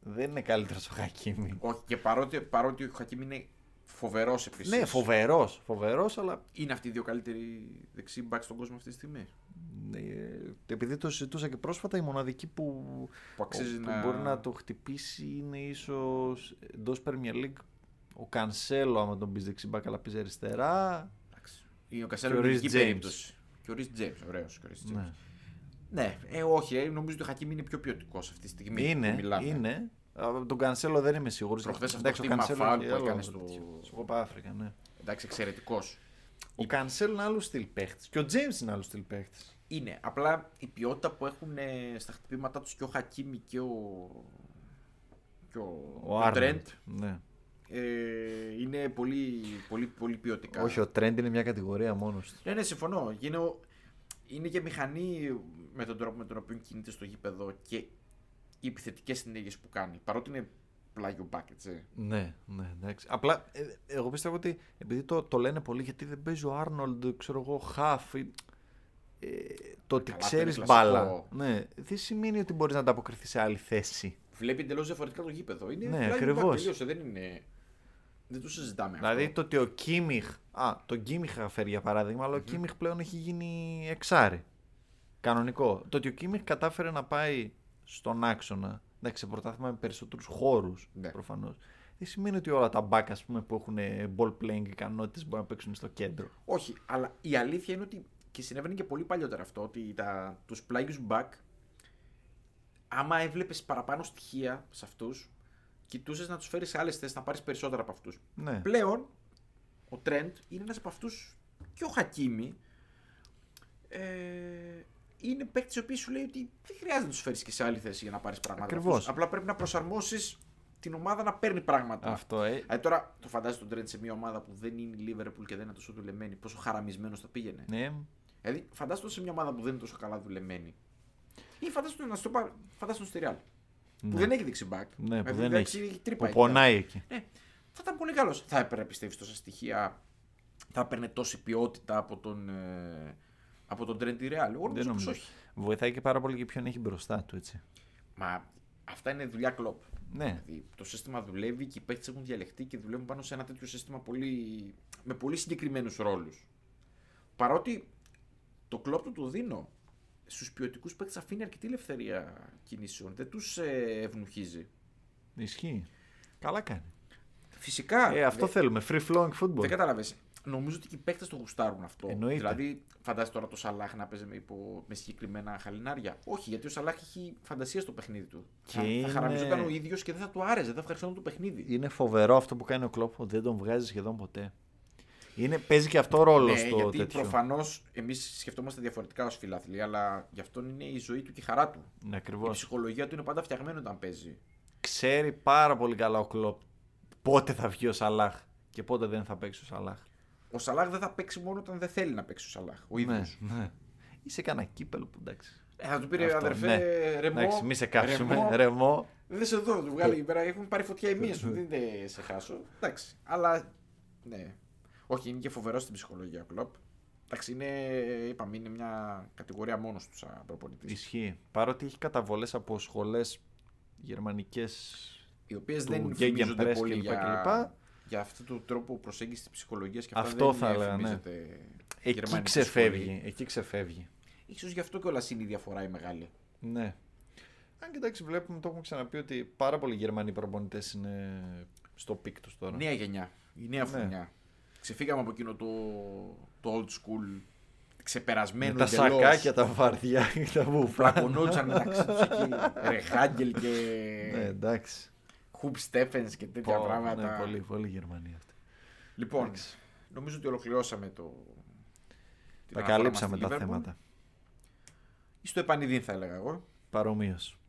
Speaker 1: δεν είναι καλύτερος ο Χακίμι.
Speaker 2: Όχι, και παρότι, παρότι ο Χακίμ είναι φοβερός επίσης.
Speaker 1: Ναι, φοβερός, φοβερός, αλλά
Speaker 2: Είναι αυτοί οι δύο καλύτεροι δεξί μπακ στον κόσμο αυτή τη στιγμή.
Speaker 1: ε, επειδή το συζητούσα και πρόσφατα, η μοναδική που,
Speaker 2: Που αξίζει
Speaker 1: που
Speaker 2: να.
Speaker 1: μπορεί να το χτυπήσει είναι ίσως εντός Premier League ο Κανσέλο, άμα τον πεις δεξιμπάκ, αλλά πεις αριστερά.
Speaker 2: Εντάξει. Είναι ο
Speaker 1: Και ο
Speaker 2: Κασέλο είναι
Speaker 1: Reece
Speaker 2: ειδική
Speaker 1: James.
Speaker 2: περίπτωση. Και ο Ρι Τζέιμ, ωραίο. Ναι, ναι ε, όχι, ε, νομίζω ότι ο Χακίμ είναι πιο ποιοτικός αυτή τη στιγμή.
Speaker 1: Είναι,
Speaker 2: που μιλάμε.
Speaker 1: είναι. Α, Τον Κανσέλο δεν είμαι σίγουρος.
Speaker 2: Προχθές αυτό το χτύπημα φάουλ που έκανε στο-
Speaker 1: Στο Κοπά Αφρικα, ναι.
Speaker 2: Εντάξει, εξαιρετικός.
Speaker 1: Ο Κανσέλο είναι άλλο στυλ παίχτης. Και ο Τζέιμ είναι άλλο στυλ παίχτης.
Speaker 2: Είναι. Απλά η ποιότητα που έχουν ε, στα χτυπήματά τους και ο Χακίμη και ο. και ο, και ο Τρέντ
Speaker 1: Ναι.
Speaker 2: ε, είναι πολύ, πολύ, πολύ ποιοτικά.
Speaker 1: Όχι, ο Τρέντ είναι μια κατηγορία μόνος του.
Speaker 2: Ναι, ναι, συμφωνώ. Είναι, ο- είναι και μηχανή με τον τρόπο με τον οποίο κινείται στο γήπεδο και οι επιθετικές συνέργειες που κάνει. Παρότι είναι πλάγιο ε. μπακ, έτσι.
Speaker 1: Ναι, ναι, εντάξει. Απλά ε, ε, εγώ πιστεύω ότι επειδή το, το λένε πολύ, γιατί δεν παίζει ο Άρνολντ, ξέρω εγώ, χαφ. ή- Ε, το ότι
Speaker 2: Καλά,
Speaker 1: ξέρει
Speaker 2: αυτό είναι
Speaker 1: μπάλα.
Speaker 2: κλασικό.
Speaker 1: Ναι, δεν σημαίνει ότι μπορείς να ανταποκριθείς σε άλλη θέση.
Speaker 2: Βλέπει εντελώς διαφορετικά το γήπεδο. Είναι
Speaker 1: Ναι,
Speaker 2: πλάγιο μπακ,
Speaker 1: ακριβώς.
Speaker 2: τελείωσε. Δεν είναι. Δεν το συζητάμε
Speaker 1: Δηλαδή
Speaker 2: αυτό.
Speaker 1: το ότι ο Κίμιχ. Α, τον Κίμιχ είχα φέρει για παράδειγμα, αλλά ο Κίμιχ πλέον έχει γίνει εξάρι. Κανονικό. Το ότι ο Κίμιχ κατάφερε να πάει στον άξονα. Εντάξει, σε πρωτάθλημα με περισσότερους χώρους
Speaker 2: Ναι.
Speaker 1: προφανώς. Δεν σημαίνει ότι όλα τα μπακ ας πούμε, που έχουν ε, ball playing ικανότητες μπορούν να παίξουν στο κέντρο.
Speaker 2: Όχι, αλλά η αλήθεια είναι ότι και συνέβαινε και πολύ παλιότερα αυτό, ότι τα, τους πλάγιους back, άμα έβλεπες παραπάνω στοιχεία σε αυτούς, κοιτούσες να τους φέρεις σε άλλες θέσεις, να πάρεις περισσότερα από αυτούς.
Speaker 1: Ναι.
Speaker 2: Πλέον, ο Τρέντ είναι ένας από αυτούς και ο Χακίμη, ε, είναι παίκτης ο οποίος σου λέει ότι δεν χρειάζεται να τους φέρεις και σε άλλη θέση για να πάρεις πράγματα. από
Speaker 1: Ακριβώς.
Speaker 2: αυτούς. Απλά πρέπει να προσαρμόσεις την ομάδα να παίρνει πράγματα.
Speaker 1: Αυτό, ε.
Speaker 2: Δηλαδή τώρα το φαντάζεσαι τον Τρέντ σε μια ομάδα που δεν είναι η Λίβερπουλ και δεν είναι τόσο δουλεμένη. Πόσο χαραμισμένος θα πήγαινε.
Speaker 1: Ναι.
Speaker 2: Δηλαδή φαντάζεσαι τον σε μια ομάδα που δεν είναι τόσο καλά δουλεμένη. Ή φαντάζεσαι τον να στο πάρει. Φαντάζεσαι τον στη Real. Που δεν έχει δεξί μπακ.
Speaker 1: Ναι, που
Speaker 2: Δηλαδή,
Speaker 1: δεν
Speaker 2: εντάξει,
Speaker 1: έχει.
Speaker 2: τρύπα
Speaker 1: Που
Speaker 2: εκεί.
Speaker 1: πονάει εκεί.
Speaker 2: Ναι, θα ήταν πολύ καλός. Θα έπαιρνε πιστεύεις τόσα στοιχεία. Θα έπαιρνε τόση ποιότητα από τον, ε, από τον Τρέντ τη Real. Εγώ
Speaker 1: Δεν
Speaker 2: νομίζω πως
Speaker 1: νομίζω.
Speaker 2: όχι.
Speaker 1: Βοηθάει και πάρα πολύ και ποιον έχει μπροστά του, έτσι.
Speaker 2: Μα αυτά είναι δουλειά κλοπ.
Speaker 1: Ναι.
Speaker 2: Δηλαδή το σύστημα δουλεύει και οι παίχτε έχουν διαλεχτεί και δουλεύουν πάνω σε ένα τέτοιο σύστημα πολύ... με πολύ συγκεκριμένους ρόλους. Παρότι το κλόπ του το δίνω, στους ποιοτικούς παίχτε αφήνει αρκετή ελευθερία κινήσεων. Δεν ε, του ευνουχίζει.
Speaker 1: Ισχύει. Καλά κάνει.
Speaker 2: Φυσικά.
Speaker 1: Ε, αυτό
Speaker 2: δε-
Speaker 1: θέλουμε. Free flowing football.
Speaker 2: Δεν κατάλαβε. Νομίζω ότι και οι παίχτε το γουστάρουν αυτό.
Speaker 1: Εννοείται.
Speaker 2: Δηλαδή, φαντάζεσαι τώρα το Σαλάχ να παίζει με, υπο... με συγκεκριμένα χαλινάρια. Όχι, γιατί ο Σαλάχ έχει φαντασία στο παιχνίδι του. θα, θα
Speaker 1: είναι-
Speaker 2: χαραμιζόταν ο ίδιος και δεν θα του άρεσε, δεν θα ευχαριστόταν το παιχνίδι.
Speaker 1: είναι φοβερό αυτό που κάνει ο Κλόπ, ότι δεν τον βγάζει σχεδόν ποτέ. Είναι, παίζει και αυτό ρόλο
Speaker 2: Ναι,
Speaker 1: στο
Speaker 2: γιατί
Speaker 1: τέτοιο.
Speaker 2: προφανώς εμείς σκεφτόμαστε διαφορετικά ως φιλάθλοι, αλλά γι' αυτόν είναι η ζωή του και η χαρά του.
Speaker 1: Ναι,
Speaker 2: Η
Speaker 1: ακριβώς.
Speaker 2: ψυχολογία του είναι πάντα φτιαγμένη όταν παίζει.
Speaker 1: Ξέρει πάρα πολύ καλά ο Κλόπ πότε θα βγει ο Σαλάχ και πότε δεν θα παίξει ο Σαλάχ.
Speaker 2: Ο Σαλάχ δεν θα παίξει μόνο όταν δεν θέλει να παίξει ο Σαλάχ. Ο ίδιος.
Speaker 1: Ναι, ναι. Είσαι κανένα κύπελο που εντάξει.
Speaker 2: Ε, θα του πήρε
Speaker 1: Αυτό,
Speaker 2: αδερφέ
Speaker 1: ναι.
Speaker 2: ρεμό.
Speaker 1: Εντάξει, μη σε κάψουμε. Ρεμό.
Speaker 2: ρεμό, Δεν σε δω, του βγάλει εκεί πέρα. Έχουν πάρει φωτιά οι μύες σου. Δεν δε σε χάσω. Εντάξει. Αλλά ναι. Όχι, είναι και φοβερό στην ψυχολογία ο Κλοπ. Εντάξει, είναι, είπαμε, είναι μια κατηγορία μόνος τους σαν προπονητής.
Speaker 1: Ισχύει. Παρότι έχει καταβολές από σχολές γερμανικές.
Speaker 2: οι οποίες δεν
Speaker 1: του Gegenpress
Speaker 2: φημίζονται
Speaker 1: κλπ.
Speaker 2: πολύ για,
Speaker 1: κλπ.
Speaker 2: για αυτό το τρόπο προσέγγισης της ψυχολογίας και αυτά
Speaker 1: Αυτό
Speaker 2: δεν
Speaker 1: θα έλεγα, ναι.
Speaker 2: φημίζεται η
Speaker 1: Εκεί
Speaker 2: γερμανική
Speaker 1: ξεφεύγει. Εκεί ξεφεύγει.
Speaker 2: σχολή. Ίσως γι' αυτό κιόλας είναι η διαφορά η μεγάλη.
Speaker 1: Ναι. Αν κοιτάξει, βλέπουμε, το έχουμε ξαναπεί ότι πάρα πολλοί Γερμανοί προπονητές είναι στο πικ τους τώρα.
Speaker 2: Νέα γενιά, η
Speaker 1: Ναι.
Speaker 2: νέα φωνιά. Ξεφύγαμε από εκείνο το, το old school
Speaker 1: Με
Speaker 2: ξεπερασμένο
Speaker 1: τα
Speaker 2: εντελώς.
Speaker 1: σακάκια, τα βαρδιά και τα βουφλά.
Speaker 2: Πλακωνόντουσαν μεταξύ τους εκεί. Ρεχάγκελ και
Speaker 1: Ναι, εντάξει.
Speaker 2: Χουπ Στέφενς και τέτοια
Speaker 1: Πω,
Speaker 2: πράγματα.
Speaker 1: Ναι, πολύ, πολύ Γερμανοί αυτοί.
Speaker 2: Λοιπόν, νομίζω ότι ολοκληρώσαμε το. την
Speaker 1: Τα
Speaker 2: αναφορά μας
Speaker 1: καλύψαμε
Speaker 2: στη
Speaker 1: τα
Speaker 2: Liverpool.
Speaker 1: θέματα.
Speaker 2: Ή στο επανειδήν θα έλεγα εγώ.
Speaker 1: Παρομοίως.